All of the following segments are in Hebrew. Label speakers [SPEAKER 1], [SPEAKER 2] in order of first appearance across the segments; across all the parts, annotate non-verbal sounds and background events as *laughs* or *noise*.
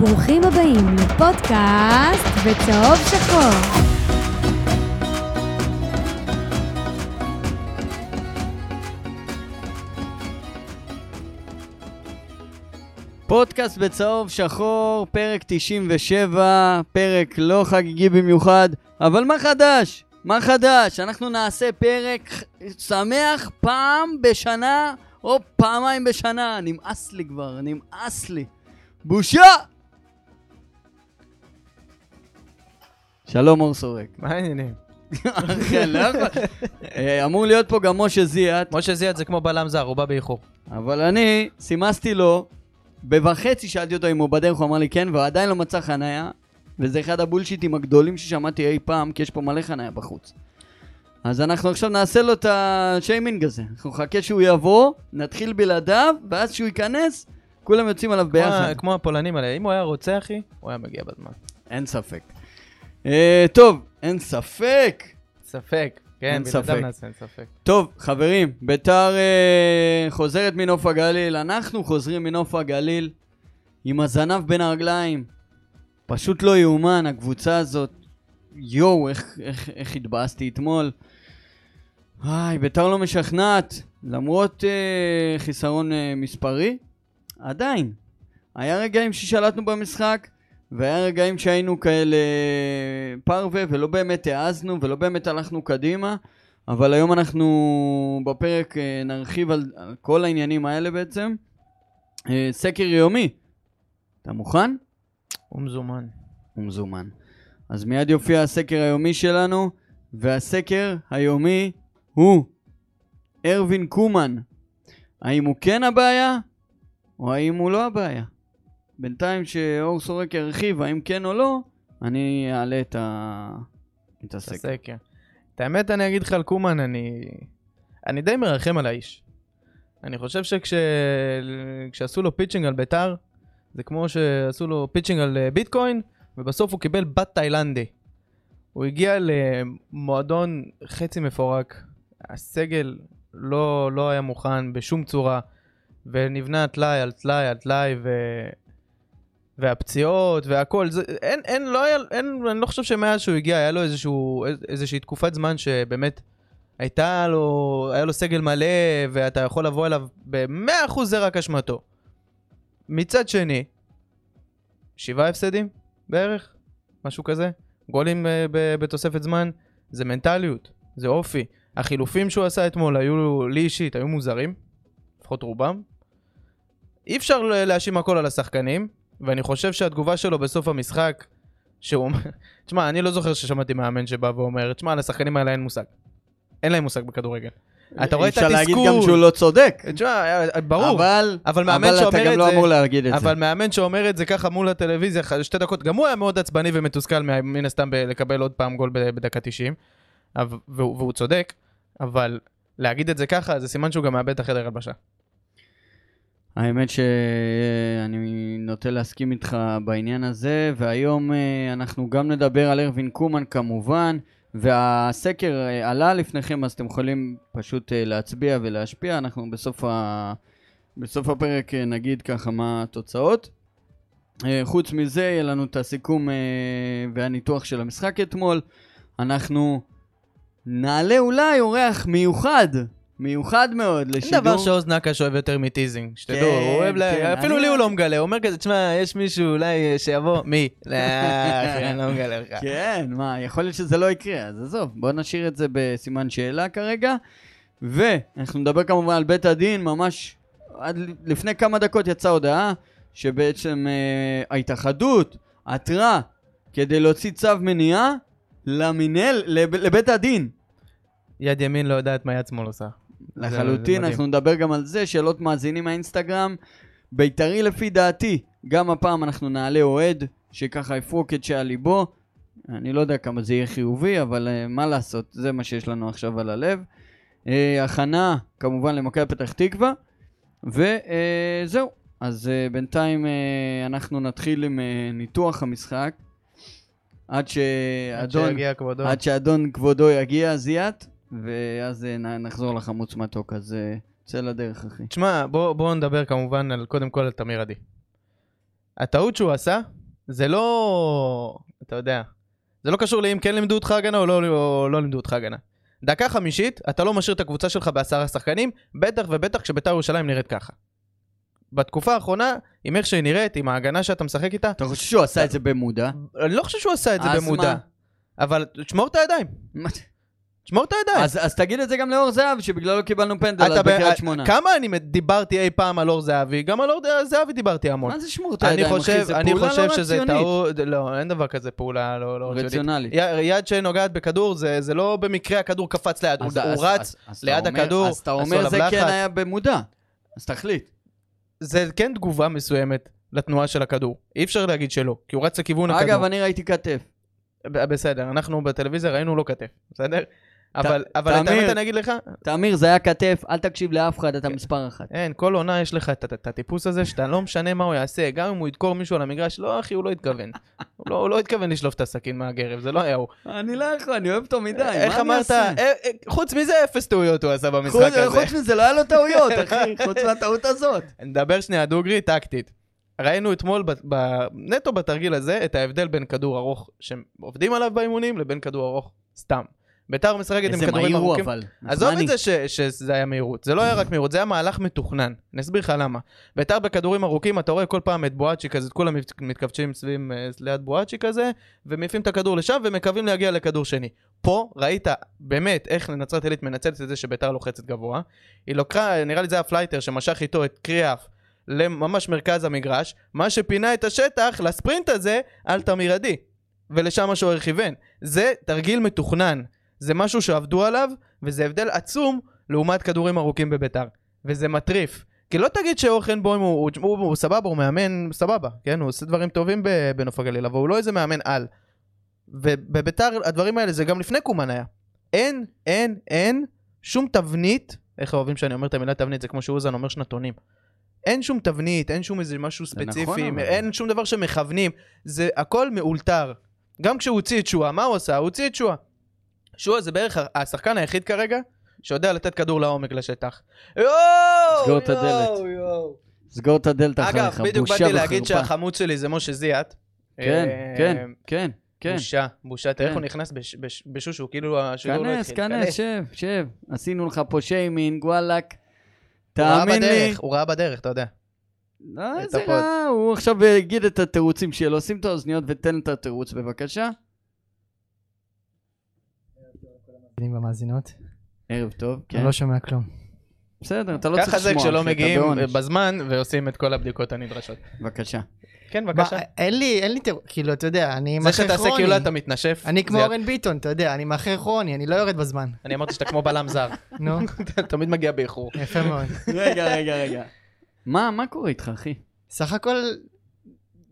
[SPEAKER 1] ברוכים הבאים לפודקאסט בצהוב שחור.
[SPEAKER 2] פודקאסט בצהוב שחור, פרק 97, פרק לא חגיגי במיוחד, אבל מה חדש? מה חדש? אנחנו נעשה פרק שמח פעם בשנה או פעמיים בשנה. נמאס לי כבר, נמאס לי. בושה! שלום אור סורק. *laughs*
[SPEAKER 3] מה העניינים?
[SPEAKER 2] אחי, לא יכול. אה, אמור להיות פה גם משה זיאת,
[SPEAKER 3] משה זיאד זה כמו בלם זר, הוא בא באיחור.
[SPEAKER 2] אבל אני סימסתי לו, בבחצי שאלתי אותו אם הוא בדרך, הוא אמר לי כן, והוא עדיין לא מצא חניה, וזה אחד הבולשיטים הגדולים ששמעתי אי פעם, כי יש פה מלא חניה בחוץ. אז אנחנו עכשיו נעשה לו את השיימינג הזה. אנחנו נחכה שהוא יבוא, נתחיל בלעדיו, ואז כשהוא ייכנס, כולם יוצאים עליו ביחד.
[SPEAKER 3] כמו- כמו הפולנים האלה, אם הוא היה רוצה, אחי, הוא היה מגיע בזמן.
[SPEAKER 2] אין ספק. אה, טוב, אין ספק.
[SPEAKER 3] ספק. כן,
[SPEAKER 2] אין ספק.
[SPEAKER 3] בלעדיו נעשה, אין ספק.
[SPEAKER 2] טוב, חברים, ביתר אה, חוזרת מנוף הגליל, אנחנו חוזרים מנוף הגליל עם הזנב בין הרגליים. פשוט לא יאומן, הקבוצה הזאת. יואו, איך, איך, איך התבאסתי אתמול. איי, ביתר לא משכנעת, למרות אה, חיסרון אה, מספרי, עדיין. היה רגעים ששלטנו במשחק, והיה רגעים שהיינו כאלה אה, פרווה, ולא באמת העזנו, ולא באמת הלכנו קדימה. אבל היום אנחנו בפרק אה, נרחיב על, על כל העניינים האלה בעצם. אה, סקר יומי. אתה מוכן?
[SPEAKER 3] הוא מזומן.
[SPEAKER 2] הוא מזומן. אז מיד יופיע הסקר היומי שלנו, והסקר היומי הוא ארווין קומן. האם הוא כן הבעיה, או האם הוא לא הבעיה? בינתיים שאור סורק ירחיב האם כן או לא, אני אעלה את, ה... את הסקר.
[SPEAKER 3] ספק, כן. את האמת, אני אגיד לך על קומן, אני... אני די מרחם על האיש. אני חושב שכשעשו לו פיצ'ינג על ביתר, זה כמו שעשו לו פיצ'ינג על אה, ביטקוין, ובסוף הוא קיבל בת תאילנדי. הוא הגיע למועדון חצי מפורק, הסגל לא, לא היה מוכן בשום צורה, ונבנה טלאי על טלאי על טלאי, ו... והפציעות והכל, זה, אין, אין, לא היה, אין, אני לא חושב שמאז שהוא הגיע, היה לו איזשהו, איז- איזושהי תקופת זמן שבאמת הייתה לו, היה לו סגל מלא, ואתה יכול לבוא אליו ב-100% זה רק אשמתו. מצד שני, שבעה הפסדים בערך, משהו כזה, גולים אה, ב- בתוספת זמן, זה מנטליות, זה אופי. החילופים שהוא עשה אתמול היו, לי אישית, היו מוזרים, לפחות רובם. אי אפשר ל- להאשים הכל על השחקנים, ואני חושב שהתגובה שלו בסוף המשחק, שהוא אומר, *laughs* תשמע, אני לא זוכר ששמעתי מאמן שבא ואומר, תשמע, לשחקנים האלה אין מושג. אין להם מושג בכדורגל. אתה רואה את
[SPEAKER 2] אפשר להגיד גם
[SPEAKER 3] התסכול.
[SPEAKER 2] שהוא לא צודק.
[SPEAKER 3] תשמע, ברור.
[SPEAKER 2] אבל,
[SPEAKER 3] אבל מאמן
[SPEAKER 2] אבל
[SPEAKER 3] שאומר
[SPEAKER 2] אתה גם
[SPEAKER 3] את
[SPEAKER 2] לא
[SPEAKER 3] זה-
[SPEAKER 2] אמור להגיד את
[SPEAKER 3] אבל
[SPEAKER 2] זה.
[SPEAKER 3] מאמן שאומר את זה ככה מול הטלוויזיה, ח- שתי דקות, גם הוא היה מאוד עצבני ומתוסכל מה- מן הסתם ב- לקבל עוד פעם גול ב- בדקה 90, אבל- והוא והוא צודק, אבל להגיד את זה ככה, זה סימן שהוא גם מאבד את החדר הלבשה.
[SPEAKER 2] האמת שאני נוטה להסכים איתך בעניין הזה, והיום אה, אנחנו גם נדבר על ארווין קומן כמובן, והסקר אה, עלה לפניכם, אז אתם יכולים פשוט אה, להצביע ולהשפיע. אנחנו בסוף, ה... בסוף הפרק אה, נגיד ככה מה התוצאות. אה, חוץ מזה, יהיה לנו את הסיכום אה, והניתוח של המשחק אתמול. אנחנו נעלה אולי אורח מיוחד, מיוחד מאוד
[SPEAKER 3] אין
[SPEAKER 2] לשידור.
[SPEAKER 3] דבר שאוז נקש אוהב יותר מטיזינג,
[SPEAKER 2] כן,
[SPEAKER 3] שתדעו, הוא אוהב, לה-
[SPEAKER 2] כן,
[SPEAKER 3] אפילו
[SPEAKER 2] אני-
[SPEAKER 3] לי הוא לא מגלה, הוא אומר כזה, תשמע, יש מישהו אולי אה, שיבוא,
[SPEAKER 2] *laughs*
[SPEAKER 3] מי? לא, אחי, אני לא מגלה לך.
[SPEAKER 2] כן, מה, יכול להיות שזה לא יקרה, אז עזוב, בוא נשאיר את זה בסימן שאלה כרגע. ואנחנו נדבר כמובן על בית הדין, ממש עד לפני כמה דקות יצאה הודעה שבעצם אה, ההתאחדות עתרה כדי להוציא צו מניעה למינהל, לב, לבית הדין.
[SPEAKER 3] יד ימין לא יודעת מה יד שמאל עושה. זה- זה
[SPEAKER 2] לחלוטין,
[SPEAKER 3] מדהים.
[SPEAKER 2] אנחנו נדבר גם על זה, שאלות מאזינים מהאינסטגרם. בית"רי לפי דעתי, גם הפעם אנחנו נעלה אוהד, שככה יפרוק את שעל ליבו. אני לא יודע כמה זה יהיה חיובי, אבל uh, מה לעשות, זה מה שיש לנו עכשיו על הלב. Uh, הכנה, כמובן, למכבי פתח תקווה, וזהו. אז uh, בינתיים uh, אנחנו נתחיל עם uh, ניתוח המשחק, עד
[SPEAKER 3] עד
[SPEAKER 2] שאדון...
[SPEAKER 3] שיגיע כבודו.
[SPEAKER 2] עד שאדון כבודו יגיע, זיאת, ואז אה, נ- נחזור לחמוץ מתוק, אז אה, צא לדרך, אחי.
[SPEAKER 3] תשמע, בואו בוא נדבר כמובן על, קודם כל על תמיר עדי. הטעות שהוא עשה, זה לא... אתה יודע. זה לא קשור לאם כן לימדו אותך הגנה או לא, או לא לימדו אותך הגנה. דקה חמישית, אתה לא משאיר את הקבוצה שלך בעשרה שחקנים, בטח ובטח כשביתר ירושלים נראית ככה. בתקופה האחרונה, עם איך שהיא נראית, עם ההגנה שאתה משחק איתה,
[SPEAKER 2] אתה חושב שהוא עשה את זה במודע?
[SPEAKER 3] אני לא חושב שהוא עשה את זה
[SPEAKER 2] אז
[SPEAKER 3] במודע.
[SPEAKER 2] מה?
[SPEAKER 3] אבל תשמור את הידיים,
[SPEAKER 2] מה-
[SPEAKER 3] תשמור את הידיים.
[SPEAKER 2] אז אז תגיד את זה גם לאור זהב, שבגללו קיבלנו פנדל
[SPEAKER 3] אתה
[SPEAKER 2] על
[SPEAKER 3] ב-
[SPEAKER 2] בקריית שמונה.
[SPEAKER 3] כמה אני דיברתי אי פעם על אור זהבי? גם על אור זהבי דיברתי המון.
[SPEAKER 2] מה זה שמור את
[SPEAKER 3] אני
[SPEAKER 2] הידיים, אחי?
[SPEAKER 3] חושב,
[SPEAKER 2] זה
[SPEAKER 3] אני
[SPEAKER 2] פעולה
[SPEAKER 3] חושב
[SPEAKER 2] לא
[SPEAKER 3] שזה
[SPEAKER 2] רציונית.
[SPEAKER 3] טעות, לא, אין דבר כזה פעולה לא לא רציונית.
[SPEAKER 2] רציונלית.
[SPEAKER 3] י- יד שנוגעת בכדור, זה זה לא במקרה הכדור קפץ ליד, הוא
[SPEAKER 2] אז- אז-
[SPEAKER 3] הוא רץ,
[SPEAKER 2] אז- אז
[SPEAKER 3] ליד
[SPEAKER 2] אתה אומר-
[SPEAKER 3] הכדור,
[SPEAKER 2] אז אתה
[SPEAKER 3] עשו
[SPEAKER 2] אומר
[SPEAKER 3] עליו
[SPEAKER 2] זה כן
[SPEAKER 3] לחץ.
[SPEAKER 2] היה במודע. אז תחליט.
[SPEAKER 3] זה כן תגובה מסוימת לתנועה של הכדור. אי אפשר להגיד שלא, כי הוא רץ לכיוון
[SPEAKER 2] אגב,
[SPEAKER 3] הכדור.
[SPEAKER 2] אני ראיתי כתף.
[SPEAKER 3] ב- בסדר, אנחנו בטלוויזיה ראינו לא כתף, בסדר? אבל אבל את
[SPEAKER 2] תאמיר.
[SPEAKER 3] האמת אני אגיד לך,
[SPEAKER 2] תאמיר, זה היה כתף, אל תקשיב לאף אחד, אתה מספר אחת.
[SPEAKER 3] אין, כל עונה יש לך את- את את הטיפוס הזה שאתה לא משנה מה הוא יעשה, גם אם הוא ידקור מישהו על המגרש, לא אחי, הוא לא התכוון. הוא לא- הוא לא התכוון לשלוף את הסכין מהגרב, זה לא היה הוא.
[SPEAKER 2] אני לא יכול, אני אוהב אותו מדי, מה אני
[SPEAKER 3] איך אמרת?
[SPEAKER 2] אעשה?
[SPEAKER 3] אה, אה, חוץ מזה, אפס טעויות הוא עשה
[SPEAKER 2] חוץ-
[SPEAKER 3] במשחק הזה.
[SPEAKER 2] חוץ מזה, לא היה לו טעויות, אחי, חוץ מהטעות הזאת.
[SPEAKER 3] נדבר שנייה דוגרי, טקטית. ראינו אתמול ב- ב- נטו בתרגיל הזה את ההבדל בין כדור ארוך שעובדים עליו באימונים לבין כדור ארוך סתם. ביתר משחקת עם
[SPEAKER 2] איזה
[SPEAKER 3] כדורים
[SPEAKER 2] מהיר הוא
[SPEAKER 3] ארוכים.
[SPEAKER 2] אבל.
[SPEAKER 3] עזוב
[SPEAKER 2] נחמני.
[SPEAKER 3] את זה ש, שזה היה מהירות, זה לא היה רק מהירות, זה היה מהלך מתוכנן, אני אסביר לך למה. ביתר בכדורים ארוכים, אתה רואה כל פעם את בואצ'י כזה, את כולם מת- מתכווצים סביב אה, ליד בואצ'י כזה, ומעיפים את הכדור לשם ומקווים להגיע לכדור שני. פה ראית באמת איך נצרת עילית מנצלת את זה שביתר לוחצת גבוה. היא לקחה, נראה לי זה הפלייטר שמשך איתו את קריאף לממש מרכז המגרש, מה שפינה את השטח לספרינט הזה על תמיר עדי, ולשם השוער כיוון. זה תרגיל מתוכנן, זה משהו שעבדו עליו, וזה הבדל עצום לעומת כדורים ארוכים בביתר. וזה מטריף. כי לא תגיד שאורחנבוים הוא, הוא, הוא, הוא סבבה, הוא מאמן סבבה, כן? הוא עושה דברים טובים ב- בנוף הגליל, אבל הוא לא איזה מאמן על. ובביתר הדברים האלה, זה גם לפני קומן היה. אין, אין, אין שום תבנית, איך אוהבים שאני אומר את המילה תבנית, זה כמו שאוזן אומר שנתונים. אין שום תבנית, אין שום איזה משהו
[SPEAKER 2] זה נכון,
[SPEAKER 3] ספציפי,
[SPEAKER 2] אבל.
[SPEAKER 3] אין שום דבר שמכוונים, זה הכל מאולתר. גם כשהוא הוציא את שואה, מה הוא עשה? הוא הוציא את שואה. שואה זה בערך השחקן היחיד כרגע שיודע לתת כדור לעומק לשטח. יואו!
[SPEAKER 2] סגור את הדלת.
[SPEAKER 3] יואו, יואו.
[SPEAKER 2] סגור את הדלת
[SPEAKER 3] אגב,
[SPEAKER 2] אחריך,
[SPEAKER 3] בדיוק
[SPEAKER 2] בושה
[SPEAKER 3] באתי להגיד
[SPEAKER 2] וחרפה.
[SPEAKER 3] שהחמוד שלי זה משה זיאת.
[SPEAKER 2] כן,
[SPEAKER 3] אה,
[SPEAKER 2] כן, כן, כן.
[SPEAKER 3] בושה, בושה. תראה איך
[SPEAKER 2] כן.
[SPEAKER 3] הוא נכנס בש- בש- בשושו, כאילו השידור לא
[SPEAKER 2] כנס,
[SPEAKER 3] התחיל.
[SPEAKER 2] כנס, שב, שב. עשינו לך פה שיימינג, וואלאק.
[SPEAKER 3] הוא ראה
[SPEAKER 2] תאמין לי.
[SPEAKER 3] בדרך, הוא ראה בדרך, אתה יודע.
[SPEAKER 2] לא,
[SPEAKER 3] את
[SPEAKER 2] זה
[SPEAKER 3] הפוד.
[SPEAKER 2] רע, הוא עכשיו יגיד את התירוצים שלו, שים את האוזניות ותן את התירוץ בבקשה.
[SPEAKER 4] מאזינים ומאזינות.
[SPEAKER 2] ערב טוב,
[SPEAKER 4] אני
[SPEAKER 2] כן.
[SPEAKER 4] לא שומע כלום.
[SPEAKER 2] בסדר, אתה לא צריך
[SPEAKER 3] ככה
[SPEAKER 2] לשמוע.
[SPEAKER 3] זה כשלא
[SPEAKER 2] אחי, אתה
[SPEAKER 3] מגיעים
[SPEAKER 2] בעונש.
[SPEAKER 3] בזמן ועושים את כל הבדיקות הנדרשות.
[SPEAKER 2] בבקשה.
[SPEAKER 3] כן, בבקשה.
[SPEAKER 4] מה, אה, אין לי, אין לי, תיר- כאילו, אתה יודע, אני
[SPEAKER 3] זה
[SPEAKER 4] מאחר כרוני.
[SPEAKER 3] שאתה עושה כאילו אתה מתנשף.
[SPEAKER 4] אני כמו
[SPEAKER 3] זה-
[SPEAKER 4] אורן ביטון, אתה יודע, אני מאחר כרוני, אני לא יורד בזמן.
[SPEAKER 3] אני אמרתי שאתה כמו בלם
[SPEAKER 4] *laughs*
[SPEAKER 3] זר. *laughs*
[SPEAKER 4] נו,
[SPEAKER 3] אתה תמיד מגיע באיחור.
[SPEAKER 4] יפה מאוד.
[SPEAKER 2] *laughs* רגע, רגע, רגע. מה, מה קורה איתך, אחי?
[SPEAKER 4] סך הכל,